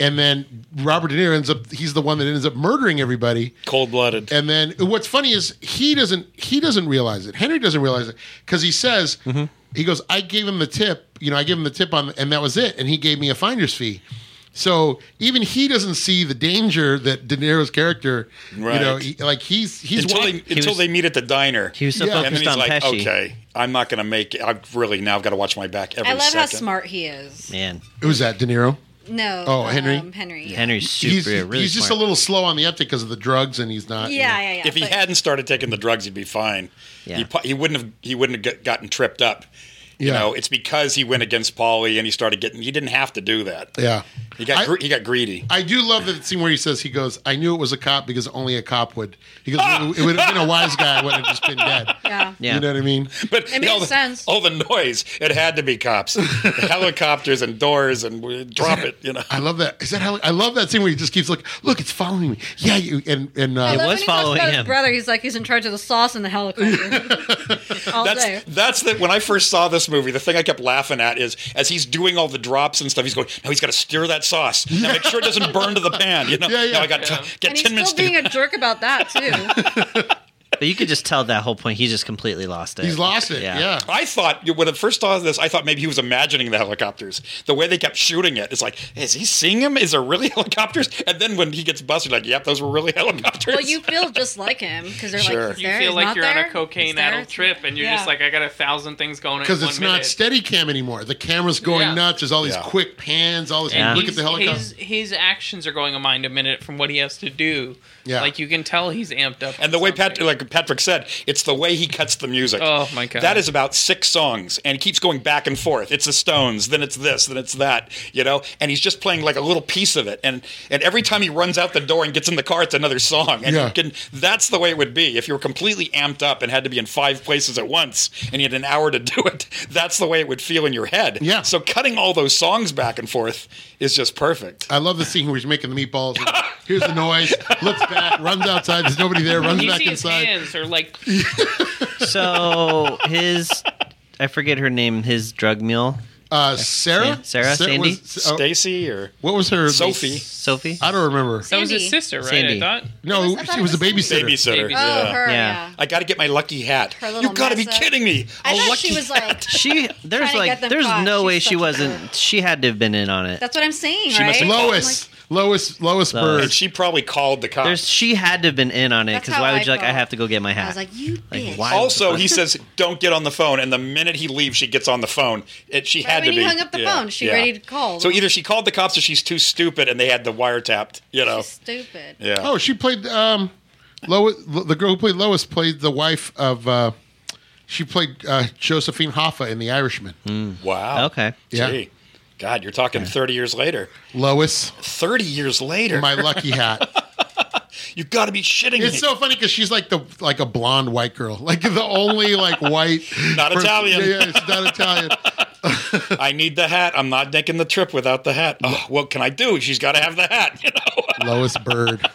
and then Robert De Niro ends up. He's the one that ends up murdering everybody. Cold blooded. And then what's funny is he doesn't he doesn't realize it. Henry doesn't realize it because he says Mm-hmm. he goes, I gave him the tip. You know, I gave him the tip on, and that was it. And he gave me a finder's fee. So even he doesn't see the danger that De Niro's character, you know, Right. he- like he's he's until, wa- they, until they meet at the diner. He was so and then focused he's on like, Pesci. okay, I'm not gonna make it. I've really now got to watch my back every I love second. how smart he is. Man, who's that? De Niro. No. Oh, Henry? Um, Henry. yeah. Henry's super He's, really he's just a smart. little slow on the uptick because of the drugs, and he's not. Yeah, yeah, yeah. if he but- hadn't started taking the drugs, he'd be fine. Yeah. He, pu- he wouldn't have he wouldn't have got- gotten tripped up. You Yeah. know, it's because he went against Polly and he started getting. He didn't have to do that. Yeah. He got I- gre- he got greedy. I do love that scene where he says he goes, "I knew it was a cop because only a cop would." He goes, "It would have been a wise guy. I would have just been dead." Yeah. You know what I mean? But It all makes the, sense. All the noise. It had to be cops, helicopters, and doors, and we- drop it. You know. I love that. Is that how? I love that scene where he just keeps like, "Look, it's following me." Yeah, you and and uh, I love when he talks about His brother, he's like he's in charge of the sauce and the helicopter. All day. That's that's the when I first saw this movie, the thing I kept laughing at is as he's doing all the drops and stuff, he's going, now he's got to stir that sauce, now make sure it doesn't burn to the pan. You know, Yeah, yeah. Now I got to get And ten he's minutes. still to being a jerk about that too. But you could just tell that whole point. He just completely lost it. He's lost it. Yeah. I thought when I first saw this, I thought maybe he was imagining the helicopters. The way they kept shooting it, it's like, is he seeing him? Is there really helicopters? And then when he gets busted, like, yep, those were really helicopters. well, you feel just like him because they're Sure. like, he's You there, feel he's like not you're there. on a cocaine addled trip, and you're Yeah. just like, I got a thousand things going on because in it's one not minute. steady cam anymore. The camera's going Yeah. nuts. There's all these Yeah. quick pans. All this. Yeah. Look at the helicopter. His, his actions are going a mind a minute from what he has to do. Yeah. Like you can tell he's amped up. And the way Pat, like Patrick said, it's the way he cuts the music. Oh, my God. That is about six songs, and it keeps going back and forth. It's the Stones, then it's this, then it's that, you know. And he's just playing like a little piece of it, and and every time he runs out the door and gets in the car, it's another song. And Yeah. you can, that's the way it would be if you were completely amped up and had to be in five places at once, and you had an hour to do it. That's the way it would feel in your head. Yeah. So cutting all those songs back and forth is just perfect. I love the scene where he's making the meatballs. Here's the noise. Looks back. Runs outside. There's nobody there. Runs you back see his inside. hands are like So his, I forget her name. His drug mule. Uh, Sarah. Sarah, Sandy, was- oh, Stacy or what was her? Sophie. Sophie. I don't remember. that was his sister, right? Sandy. I thought. No, I it thought was, a babysitter. Babysitter. Babysitter. Oh, Yeah. her, yeah. Yeah. I got to get my lucky hat. Her little You got to be mess-up. kidding me. I a thought lucky she was like, She Trying there's to like get them there's caught. no way She's she such a wasn't. She had to have been in on it. that's what I'm saying, She must right? Oh have- Lois. Lois. Lois Bird. And she probably called the cops. There's she had to have been in on it That's because how why I would you like I felt. have to go get my hat? I was like, you bitch. why would also, the he fuck- says, "Don't get on the phone." And the minute he leaves, she gets on the phone. It, she Right had when to he be. hung up the phone, she ready to call. So either she called the cops or she's too stupid, and they had the wiretapped. You know. She's stupid. yeah. Oh, she played um, Lois. The girl who played Lois played the wife of. Uh, she played uh, Josephine Hoffa in The Irishman. "Oh." wow. okay. Yeah. Gee. God, you're talking 30 years later. Lois, 30 years later. my lucky hat. you got to be shitting me. It's so funny because she's like the like a blonde white girl, like the only like white, Not Italian. Yeah, yeah, she's not Italian. I need the hat. I'm not making the trip without the hat. Oh, what can I do? She's got to have the hat. You know? Lois Bird.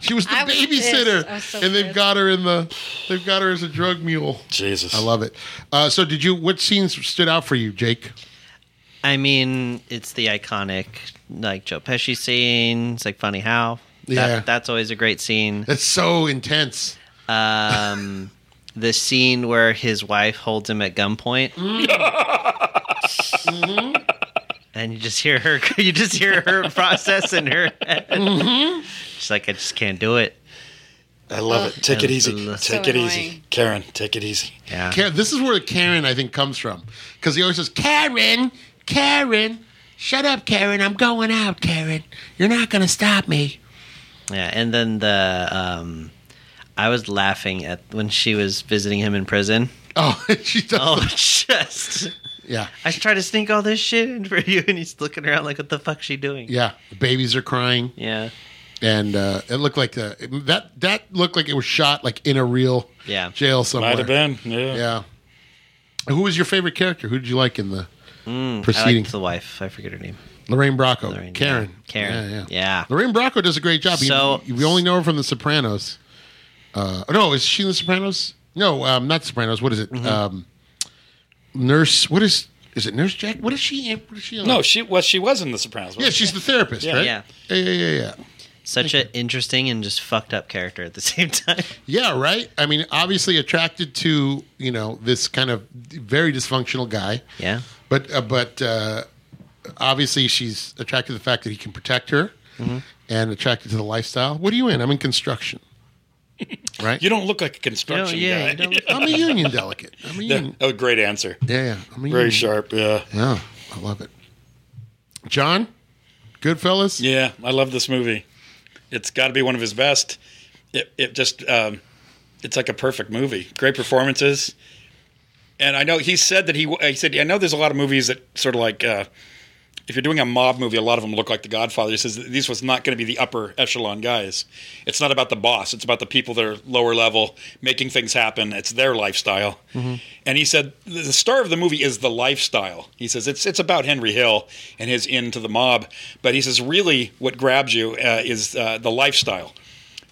She was the I was babysitter, pissed. I was so and they've pissed. got her in the they've got her as a drug mule. Jesus. I love it. Uh, so, did you? What scenes stood out for you, Jake? I mean, it's the iconic like Joe Pesci scene. It's like funny how. That- Yeah. that's always a great scene. That's so intense. Um, the scene where his wife holds him at gunpoint. Mm-hmm. And you just hear her, you just hear her process in her head. Mm-hmm. She's like, I just can't do it. I love it. Take it easy. So Take it easy. annoying. Karen, take it easy. Yeah. Karen, this is where Karen, I think, comes from. Because he always says, Karen, Karen, shut up, Karen. I'm going out, Karen. You're not going to stop me. Yeah, and then the um, I was laughing at when she was visiting him in prison. Oh, she does. Oh, just Yeah. I tried to sneak all this shit in for you, and he's looking around like, "What the fuck's she doing?" Yeah. The babies are crying. yeah. and uh, it looked like uh, it- that. That looked like it was shot like in a real Yeah. jail somewhere. Might have been, yeah. Yeah. And Who was your favorite character? Who did you like in the Mm, I proceeding? liked the wife. I forget her name. Lorraine Bracco, Karen. Karen. Yeah, yeah. Yeah. Lorraine Bracco does a great job. So- So you, you only know her from The Sopranos. Uh, no, is she in The Sopranos? No, um, not Sopranos. What is it? Um, Nurse. What is? Is it Nurse Jack? What is she? in- What is she? On? No, she well, she was in The Sopranos. Yeah, she's the therapist, Yeah. right? Yeah. yeah, yeah, yeah, yeah. Such an interesting and just fucked up character at the same time. Yeah, right. I mean, obviously attracted to you know this kind of very dysfunctional guy. Yeah. But uh, but uh, obviously she's attracted to the fact that he can protect her, Mm-hmm. and attracted to the lifestyle. What are you in? I'm in construction. Right. You don't look like a construction You don't- yeah, guy. you don't look- I'm a union delegate. I'm a Yeah, union- Oh, great answer. Yeah, yeah. I mean, Very sharp. Yeah. Yeah, I love it. John, Goodfellas. Yeah, I love this movie. It's got to be one of his best. It, it just, um, it's like a perfect movie. Great performances. And I know he said that he, he said, I know there's a lot of movies that sort of like, uh, if you're doing a mob movie, a lot of them look like The Godfather. He says that these was not going to be the upper echelon guys. It's not about the boss. It's about the people that are lower level, making things happen. It's their lifestyle. And he said the the star of the movie is the lifestyle. He says it's it's about Henry Hill and his into the mob, but he says really what grabs you uh, is uh, the lifestyle,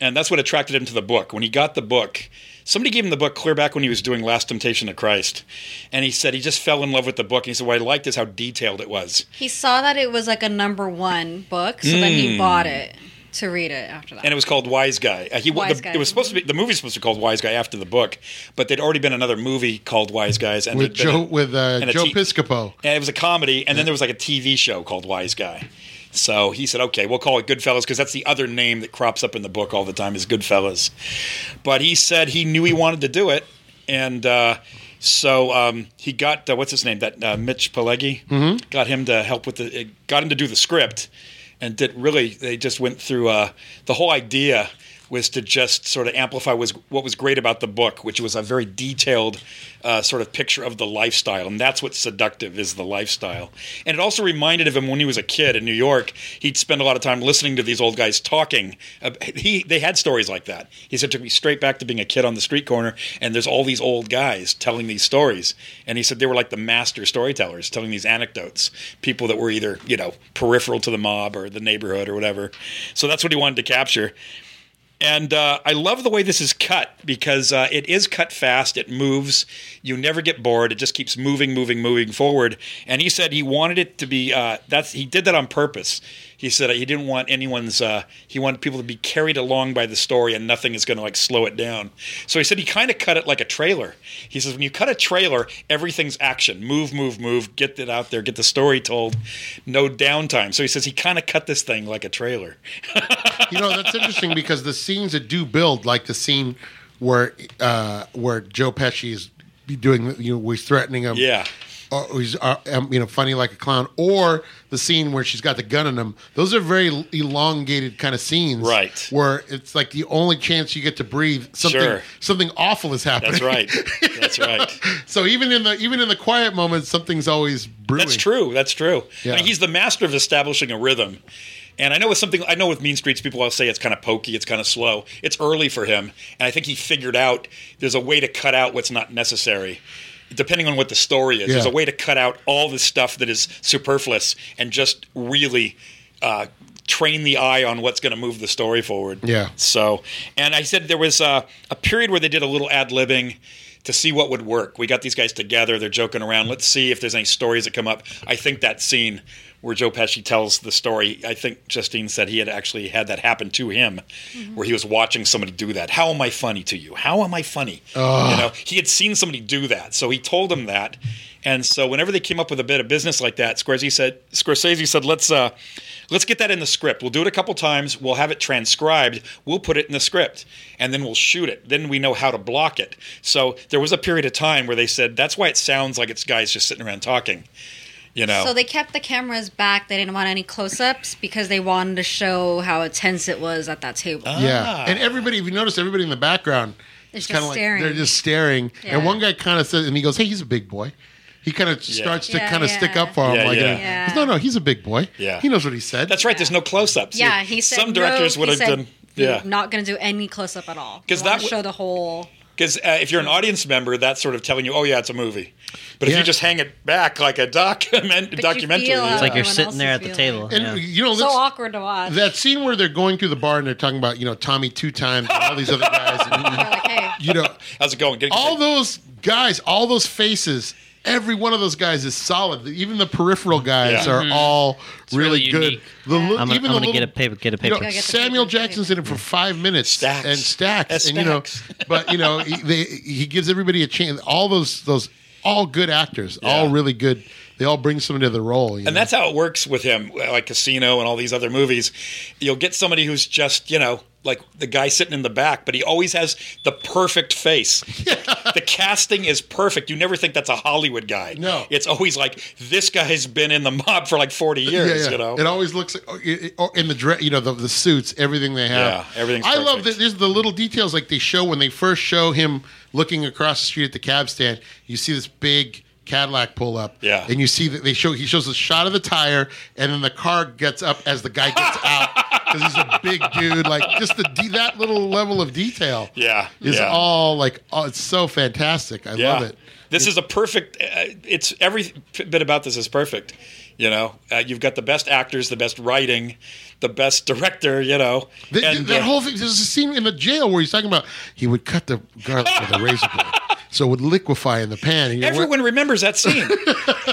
and that's what attracted him to the book. When he got the book, somebody gave him the book clear back when he was doing Last Temptation of Christ, and he said he just fell in love with the book. And he said what I liked is how detailed it was. He saw that it was like a number one book, so then he Mm. bought it to read it after that. and it was called Wise Guy. Uh, he wa- Wise the, Guy. It was supposed to be the movie's supposed to be called Wise Guy after the book, but there'd already been another movie called Wise Guys and with there'd been Joe a- with uh, and a Joe T- Piscopo. and it was a comedy, and then there was like a TV show called Wise Guy. So he said, okay, we'll call it Goodfellas because that's the other name that crops up in the book all the time is Goodfellas. But he said he knew he wanted to do it, and uh, so um, he got uh, what's his name that uh, Mitch Pileggi Mhm. got him to help with the it got him to do the script, and did really they just went through uh, the whole idea was to just sort of amplify was what was great about the book, which was a very detailed uh, sort of picture of the lifestyle, and that's what's seductive is the lifestyle. And it also reminded of him when he was a kid in New York. He'd spend a lot of time listening to these old guys talking. Uh, he they had stories like that. He said it took me straight back to being a kid on the street corner, and there's all these old guys telling these stories. And he said they were like the master storytellers, telling these anecdotes. People that were either you know peripheral to the mob or the neighborhood or whatever. So that's what he wanted to capture. And uh, I love the way this is cut because uh, it is cut fast. It moves. You never get bored. It just keeps moving, moving, moving forward. And he said he wanted it to be. Uh, that's he did that on purpose. He said he didn't want anyone's. Uh, he wanted people to be carried along by the story, and nothing is going to like slow it down. So he said he kind of cut it like a trailer. He says when you cut a trailer, everything's action, move, move, move, get it out there, get the story told, no downtime. So he says he kind of cut this thing like a trailer. you know that's interesting because the scenes that do build, like the scene where uh, where Joe Pesci is doing, you know, where he's threatening him, Yeah. or he's uh, um, you know funny like a clown, or the scene where she's got the gun in him. Those are very elongated kind of scenes, Right. Where it's like the only chance you get to breathe. Something Sure. something awful is happening. That's right. That's right. so even in the even in the quiet moments, something's always brewing. That's true. That's true. Yeah. I mean, he's the master of establishing a rhythm. And I know with something, I know with Mean Streets, people all say it's kind of pokey, it's kind of slow. It's early for him. And I think he figured out there's a way to cut out what's not necessary. Depending on what the story is, there's Yeah. a way to cut out all the stuff that is superfluous and just really uh, train the eye on what's going to move the story forward. Yeah. So, and I said there was uh, a period where they did a little ad libbing to see what would work. We got these guys together, they're joking around. Let's see if there's any stories that come up. I think that scene where Joe Pesci tells the story, I think Justine said he had actually had that happen to him Mm-hmm. where he was watching somebody do that. How am I funny to you? How am I funny? You Ugh. know, he had seen somebody do that, so he told him that. And so whenever they came up with a bit of business like that, Scorsese said, Scorsese said, let's uh, let's get that in the script. We'll do it a couple times. We'll have it transcribed. We'll put it in the script, and then we'll shoot it. Then we know how to block it. So there was a period of time where they said that's why it sounds like it's guys just sitting around talking. You know, So they kept the cameras back. They didn't want any close-ups because they wanted to show how tense it was at that Oh, table. Ah. Yeah, and everybody, if you notice, everybody in the background is It's kind just of like staring. they're just staring. Yeah. And one guy kind of says, and he goes, "Hey, he's a big boy." he kind of starts to Yeah, kind of yeah. stick up for him. Yeah, like, yeah. uh, 'cause no, no, he's a big boy. Yeah. he knows what he said. That's right. There's no close-ups. Yeah, he said some directors no, would he have said, done. Yeah, not going to do any close up at all. 'Cause Because that that w- show the whole. because uh, if you're an audience member, that's sort of telling you, oh yeah, it's a movie. But if you just hang it back like a document documentary, feel how Oh, yeah. It's like you're everyone sitting else there is at the feeling. table. And you know, so that's- awkward to watch. that scene where they're going through the bar and they're talking about you know Tommy two times and all these other guys. And, like, hey, you know, how's it going? Good. all those guys, all those faces. Every one of those guys is solid. Even the peripheral guys Yeah. are Mm-hmm. Mhm. all really, really good. unique. The look, I'm gonna- even I'm the gonna little, get a paper- get a you know, paper. Gotta get the Samuel Jackson's in it for five minutes Stacks. and stacks, That's and you know, stacks. but you know, he, they, he gives everybody a chance. All those those all good actors, all really good. They all bring something to the role. you And that's how it works with him, like Casino and all these other movies. You'll get somebody who's just, you know, like the guy sitting in the back, but he always has the perfect face. the casting is perfect. You never think that's a Hollywood guy. No. It's always like, this guy's been in the mob for like 40 years, you know? It always looks like oh, it- it- oh, in the dress, you know, the, the suits, everything they have. Yeah, everything's I love that. There's the little details like they show when they first show him looking across the street at the cab stand. You see this big Cadillac pull up. Yeah. and you see that they show he shows a shot of the tire, and then the car gets up as the guy gets out because he's a big dude. Like just the de- that little level of detail. Yeah, is yeah. all like oh, it's so fantastic. I love it. This is a perfect. Uh, it's every bit about this is perfect. You know, uh, you've got the best actors, the best writing, the best director. You know, Th- th- that uh, whole thing. There's a scene in the jail where he's talking about he would cut the garlic with a razor blade, so it would liquefy in the pan. And you know what? everyone remembers that scene.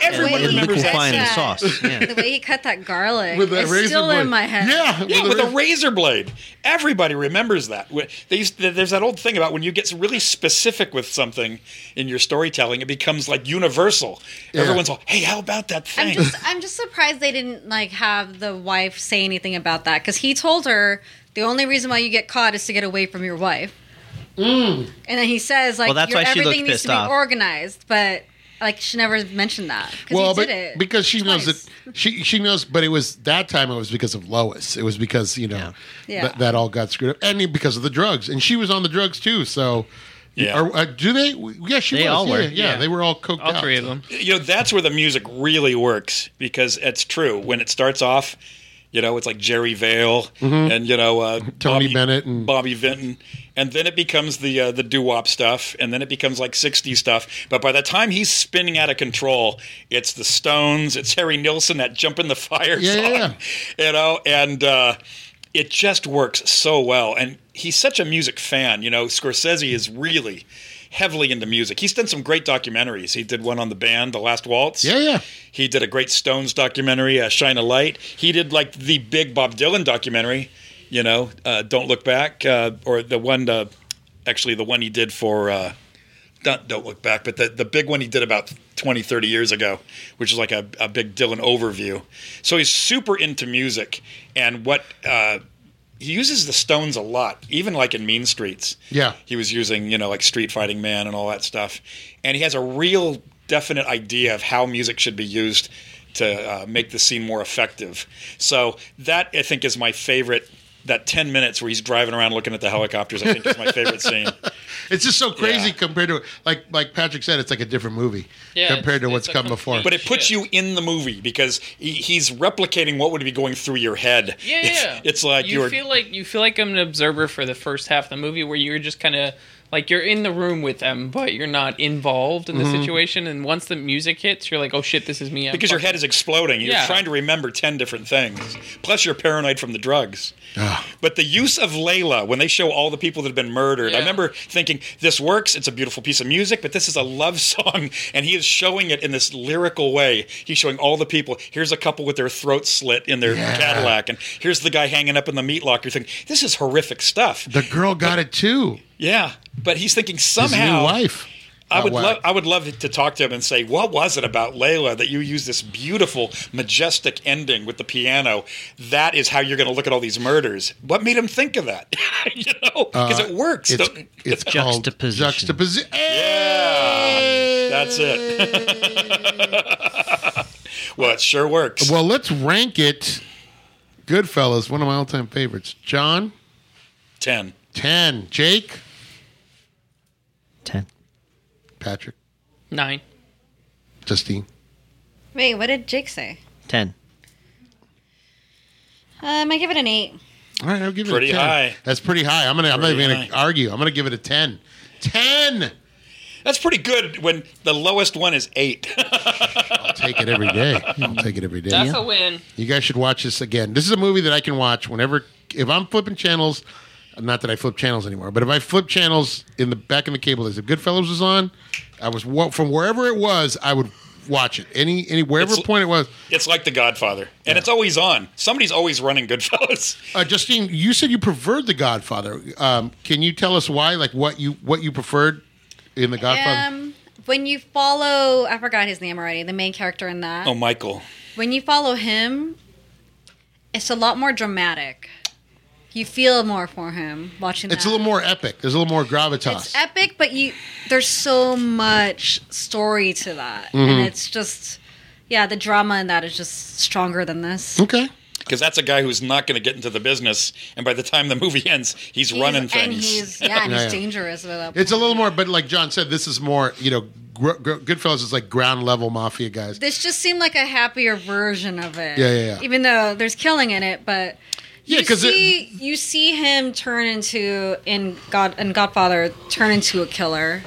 everyone And remembers that liquefying scene. the sauce. the way he cut that garlic With with that razor it's still blade. in my head. Yeah, Yeah, with a razor blade. Everybody remembers that. Wh- They used, th- there's that old thing about when you get really specific with something in your storytelling, it becomes like universal. Everyone's all, "Hey, how about that thing?" I'm just I'm just surprised they didn't like have the wife say anything about that because he told her the only reason why you get caught is to get away from your wife. Mm. And then he says like Well, that's your, why she looked everything needs pissed to be off. organized, but like she never mentioned that because he but did it. because she knows that she she knows, but it was that time it was because of Lois. It was because you know Yeah. That, that all got screwed up, and because of the drugs, and she was on the drugs too. So. Yeah. Are, uh, do they? Yeah, she They was. all yeah, were. Yeah, Yeah. they were all coked out. You know, that's where the music really works because it's true. When it starts off, you know, it's like Jerry Vale Mhm. and you know uh, Tony Bobby, Bennett and Bobby Vinton, and then it becomes the uh, the doo wop stuff, and then it becomes like '60s stuff. But by the time he's spinning out of control, it's the Stones, it's Harry Nilsson, that "Jump in the Fire" Yeah, yeah, song, yeah. you know, and. Uh, it just works so well, and he's such a music fan. You know, Scorsese is really heavily into music. He's done some great documentaries. He did one on the band, The Last Waltz. Yeah, yeah. He did a great Stones documentary, uh, Shine a Light. He did like the big Bob Dylan documentary, you know, uh, Don't Look Back, uh, or the one, uh, actually, the one he did for. Uh, not Don't Look Back, but the, the big one he did about 20, 30 years ago, which is like a, a big Dylan overview. So he's super into music and what uh, he uses the Stones a lot, even like in Mean Streets. Yeah. He was using, you know, like Street Fighting Man and all that stuff. And he has a real definite idea of how music should be used to uh, make the scene more effective. So that, I think, is my favorite. That 10 minutes where he's driving around looking at the helicopters, I think, is my favorite scene. It's just so crazy compared to like like Patrick said, it's like a different movie Yeah, compared to what's come before. But it puts you in the movie because he, he's replicating what would be going through your head. Yeah, It's, yeah. it's like you you're. feel like you feel like I'm an observer for the first half of the movie, where you're just kind of like you're in the room with them, but you're not involved in the Mhm. situation. And once the music hits, you're like, oh shit, this is me. I'm because your fucking- head is exploding. You're Yeah. trying to remember 10 different things. Plus, you're paranoid from the drugs. But the use of Layla, when they show all the people that have been murdered, I remember thinking, this works. It's a beautiful piece of music, but this is a love song. And he is showing it in this lyrical way. He's showing all the people. Here's a couple with their throats slit in their Cadillac. And here's the guy hanging up in the meat locker. Thinking, this is horrific stuff. the girl got it too. Yeah, but he's thinking somehow. wife I got would whacked. love. I would love to talk to him and say, "What was it about Layla that you used this beautiful, majestic ending with the piano? That is how you're going to look at all these murders. What made him think of that? you know, because Uh, it works. It's, don't- it's called juxtaposi- eh, yeah, that's it. well, it sure works. Well, let's rank it. Goodfellas, one of my all-time favorites. John, ten. Ten. Jake, ten. Patrick, nine. Justine. Wait, what did Jake say? 10. Um, I give it an eight. All right, I'll give Pretty it a 10. high. That's pretty high. I'm gonna. I'm not Pretty even gonna argue. I'm gonna give it a ten. Ten. That's pretty good when the lowest one is eight. I'll take it every day. I'll take it every day. That's a win. You guys should watch this again. This is a movie that I can watch whenever if I'm flipping channels. Not that I flip channels anymore, but if I flip channels in the back of the cable, as if Goodfellas was on, I was wa- from wherever it was, I would watch it. Any any wherever It's- point it was. It's like The Godfather, and it's always on. Somebody's always running Goodfellas. Uh, Justine, you said you preferred The Godfather. Um, can you tell us why? Like what you what you preferred in The Godfather? Um, when you follow, I forgot his name already. The main character in that. Oh, Michael. When you follow him, it's a lot more dramatic. You feel more for him watching it's that. a little more epic. There's a little more gravitas. It's epic, but you there's so much story to that, Mhm. and it's just yeah, the drama in that is just stronger than this. Okay. Because that's a guy who's not going to get into the business, and by the time the movie ends, he's, running things. and he's yeah, and Yeah, he's yeah. dangerous with that. It's a little more, but like John said, this is more, you know, gr- gr- Goodfellas is like ground level mafia guys. This just seemed like a happier version of it. Yeah, yeah, yeah. Even though there's killing in it, but Yeah, you 'cause it- see you see him turn into in God in Godfather turn into a killer,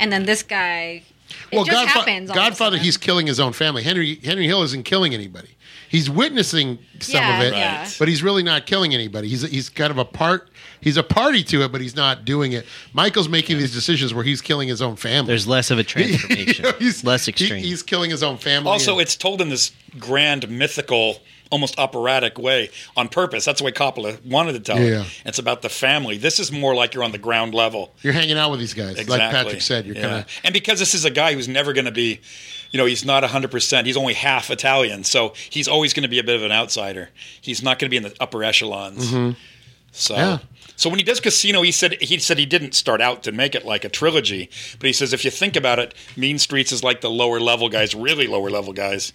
and then this guy. It just Godfa- happens. all of a Godfather, sudden. he's killing his own family. Henry Henry Hill isn't killing anybody. He's witnessing some Yeah, of it, yeah. Right. but he's really not killing anybody. He's he's kind of a part. He's a party to it, but he's not doing it. Michael's making these decisions where he's killing his own family. There's less of a transformation, less extreme. He- he's killing his own family. Also, and- it's told in this grand, mythical, almost operatic way on purpose. That's the way Coppola wanted to tell Yeah. it. It's about the family. This is more like you're on the ground level. you're hanging out with these guys, like Patrick said. You're Yeah. kind of and because this is a guy who's never going to be, you know, he's not 100%. He's only half Italian. So he's always going to be a bit of an outsider. He's not going to be in the upper echelons. Mhm. So. Yeah. So when he does Casino, he said he said he didn't start out to make it like a trilogy, but he says if you think about it, Mean Streets is like the lower level guys, really lower level guys,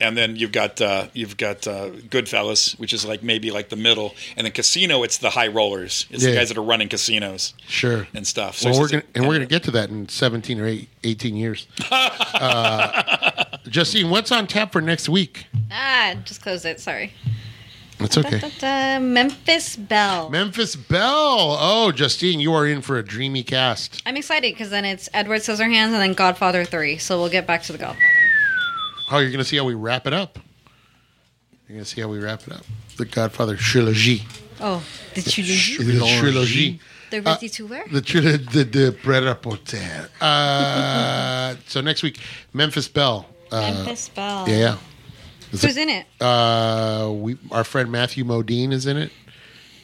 and then you've got uh, you've got uh, Goodfellas, which is like maybe like the middle, and then Casino, it's the high rollers, it's Yeah. the guys that are running casinos sure. and stuff. well, it's we're just- gonna, and we're going to get to that in 17 or eight, 18 years. uh, Justine, what's on tap for next week? ah, just close it. Sorry. That's okay. Da-da-da, Memphis Belle. Memphis Bell. Oh, Justine, you are in for a dreamy cast. I'm excited because then it's Edward Scissorhands and then Godfather Three. So we'll get back to the Godfather. Oh, you're going to see how we wrap it up. You're going to see how we wrap it up. The Godfather trilogy. Oh, the trilogy. The trilogy. They're ready to wear. Uh, The trilogy. The, the Prerapoter. Uh, so next week, Memphis Bell. Uh, Memphis Belle. Yeah, yeah. It's Who's a- in it? Uh, we our friend Matthew Modine is in it.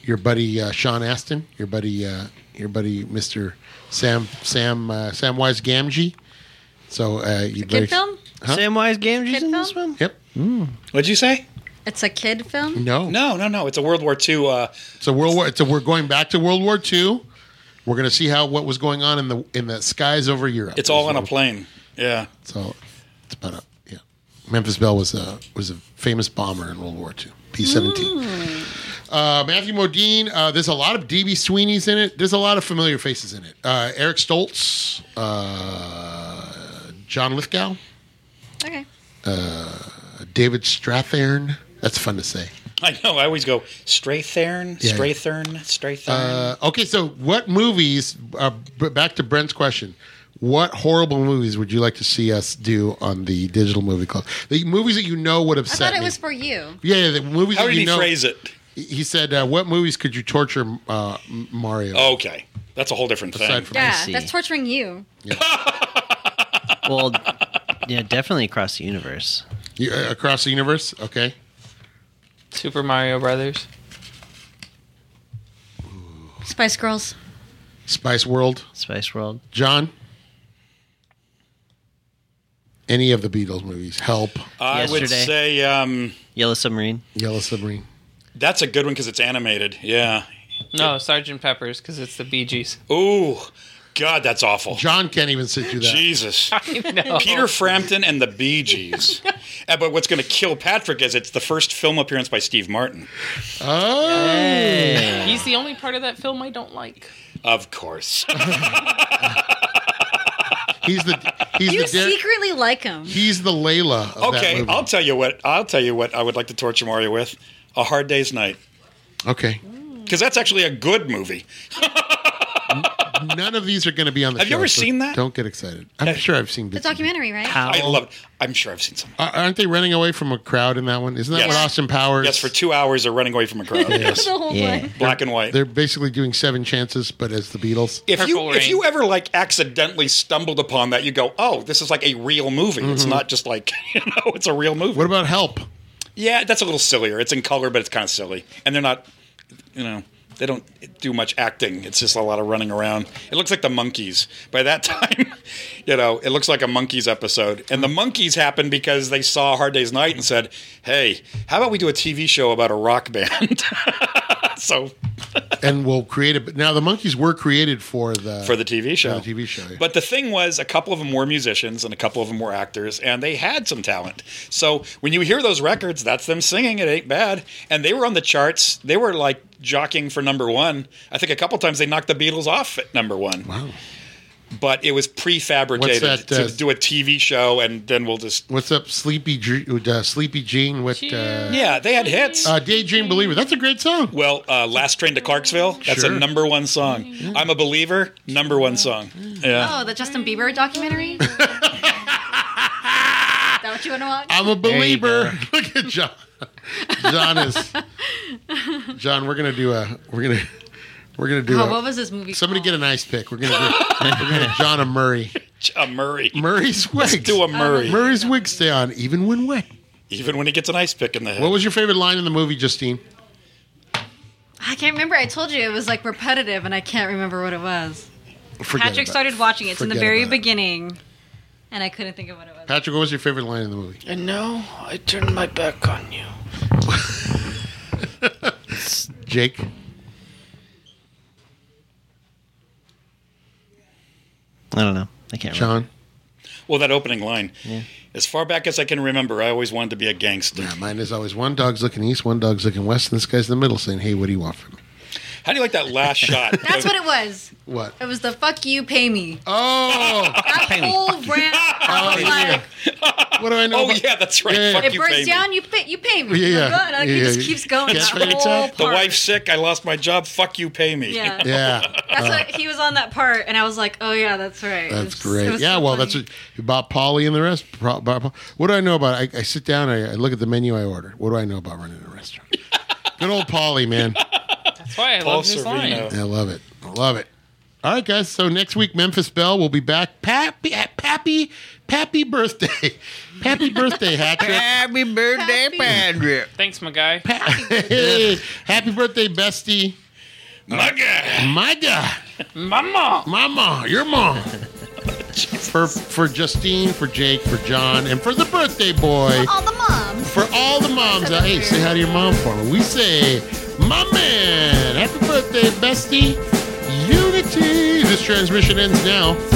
Your buddy uh, Sean Aston. Your buddy. Uh, your buddy Mr. Sam Sam uh, Samwise Gamgee. So uh, you Kid film? Samwise Gamgee's Kid film? Yep. What'd you say? It's a kid film. No. No, no, no. It's a World War II. Uh, it's a World War. It's a, we're going back to World War II. We're going to see how what was going on in the in the skies over Europe. It's all on a plane. Yeah. So it's about a yeah. Memphis Bell was a was a famous bomber in World War II. P seventeen. Hmm. Uh, Matthew Modine. Uh, there's a lot of DB Sweeney's in it. There's a lot of familiar faces in it. Uh, Eric Stoltz, uh, John Lithgow, Okay. uh, David Strathairn. That's fun to say. I know. I always go Strathern, Yeah. Strathern, Strathern. Uh, okay, so what movies? Uh, b- back to Brent's question. What horrible movies would you like to see us do on the digital movie club? The movies that you know would I upset thought it me. was for you. Yeah, yeah, the movies. How that did you he know- phrase it? He- He said, uh, "What movies could you torture uh, M- Mario?" Oh, okay. That's a whole different thing. Aside from- Yeah, that's torturing you. well, yeah, definitely across the universe. You- uh, across the universe. Okay. Super Mario Brothers. Spice Girls. Spice World. Spice World. John. Any of the Beatles movies? Help. I would Yesterday. say um, Yellow Submarine. Yellow Submarine. that's a good one because it's animated. Yeah. No, Sergeant Pepper's because it's the Bee Gees. Ooh, God, that's awful. John can't even sit through that. Jesus. Peter Frampton and the Bee Gees. Uh, but what's going to kill Patrick is it's the first film appearance by Steve Martin. Oh. He's the only part of that film I don't like. Of course. He's the he's you the Derek- secretly like him. he's the Layla. Of That Okay, movie. I'll tell you what. I'll tell you what I would like to torture Mario with: a hard day's night, Okay. because that's actually a good movie. None of these are going to be on the Have show. you ever so seen that? Don't get excited. I'm sure I've seen The bits. documentary, right? I Oh. love it. I'm sure I've seen some. Are- Aren't they running away from a crowd in that one? Isn't that Yes. what Austin Powers? Yes, for two hours they're running away from a crowd. Yes. The whole Yeah. one. Black and white. They're basically doing seven chances, but as the Beatles. If you Purple if you Rain. ever like accidentally stumbled upon that, you go, "Oh, this is like a real movie. It's Mhm. not just like you know, it's a real movie." What about Help? Yeah, that's a little sillier. It's in color, but it's kind of silly, and they're not, you know, they don't do much acting. It's just a lot of running around. It looks like the monkeys. By that time, you know, it looks like a monkeys episode, and the monkeys happened because they saw Hard Day's Night and said, "Hey, how about we do a TV show about a rock band?" so and we'll create it. Now the monkeys were created for the for the TV show. the TV show. yeah. But the thing was, a couple of them were musicians and a couple of them were actors, and they had some talent. So when you hear those records, that's them singing. It ain't bad. And they were on the charts. They were like jockeying for number one. I think a couple times they knocked the Beatles off at number one. Wow. But it was prefabricated What's that, uh, to do a TV show, and then we'll just. What's up, Sleepy Dr- with, uh, Sleepy Jean? With uh, Yeah, they had hits. uh, Daydream Believer. That's a great song. Well, uh, Last Train to Clarksville, that's Sure. a number one song. I'm a Believer, number one song. Yeah. Oh, the Justin Bieber documentary. Is that what you want to watch? I'm a There you believer. Look at John. John is John. We're gonna do a. We're gonna. We're gonna do. Oh, a- what was this movie? Somebody called? get an ice pick. We're gonna. Do, we're gonna John and Murray. A uh, Murray. Murray's wigs. do a Murray. Murray's wigs stay on even when wet. Even when he gets an ice pick in the head. What was your favorite line in the movie, Justine? I can't remember. I told you it was like repetitive, and I can't remember what it was. Forget Patrick about started it. watching it it's in the Forget very about it. beginning, and I couldn't think of what it was. Patrick, what was your favorite line in the movie? And now I turn my back on you. Jake. I don't know. I can't remember. John. Well, that opening line. Yeah. As far back as I can remember, I always wanted to be a gangster. Yeah, mine is always one dog's looking east, one dog's looking west, and this guy's in the middle saying, "Hey, what do you want from me?" How do you like that last shot? That's what it was. What? It was the fuck you, pay me. Oh, That whole rant. I was like, what do I know? Oh about- yeah, that's right. Yeah, Fuck it you, burns baby. down. You pay. You pay me. Yeah, yeah. And like, it Yeah, just yeah. keeps going. Catch that rates whole up. The part. wife's sick. I lost my job. Fuck you. Pay me. Yeah. Yeah. That's Uh, what he was on that part, and I was like, "Oh yeah, that's right." It That's was- great. it was yeah, so well, funny. that's what, about Polly and the rest. Pro, Bob- Paul- what do I know about? it? I, I sit down, I, I look at the menu, I order. What do I know about running a restaurant? Good old Polly, man. That's why I Paul love this line. Sorvino. I love it. I love it. All right, guys. So next week, Memphis Bell will be back. Pappy, at Pappy, Pappy birthday, Pappy birthday hat trick. Happy birthday, Happy- Patrick. Thanks, my guy. Hey, happy birthday, bestie. My God. My God. Mama. My mom, your mom. for for Justine, for Jake, for John, and for the birthday boy. all the moms. For all the moms out hey, say hi to your mom for me. We say, my man, happy birthday, bestie. Unity. This transmission ends now.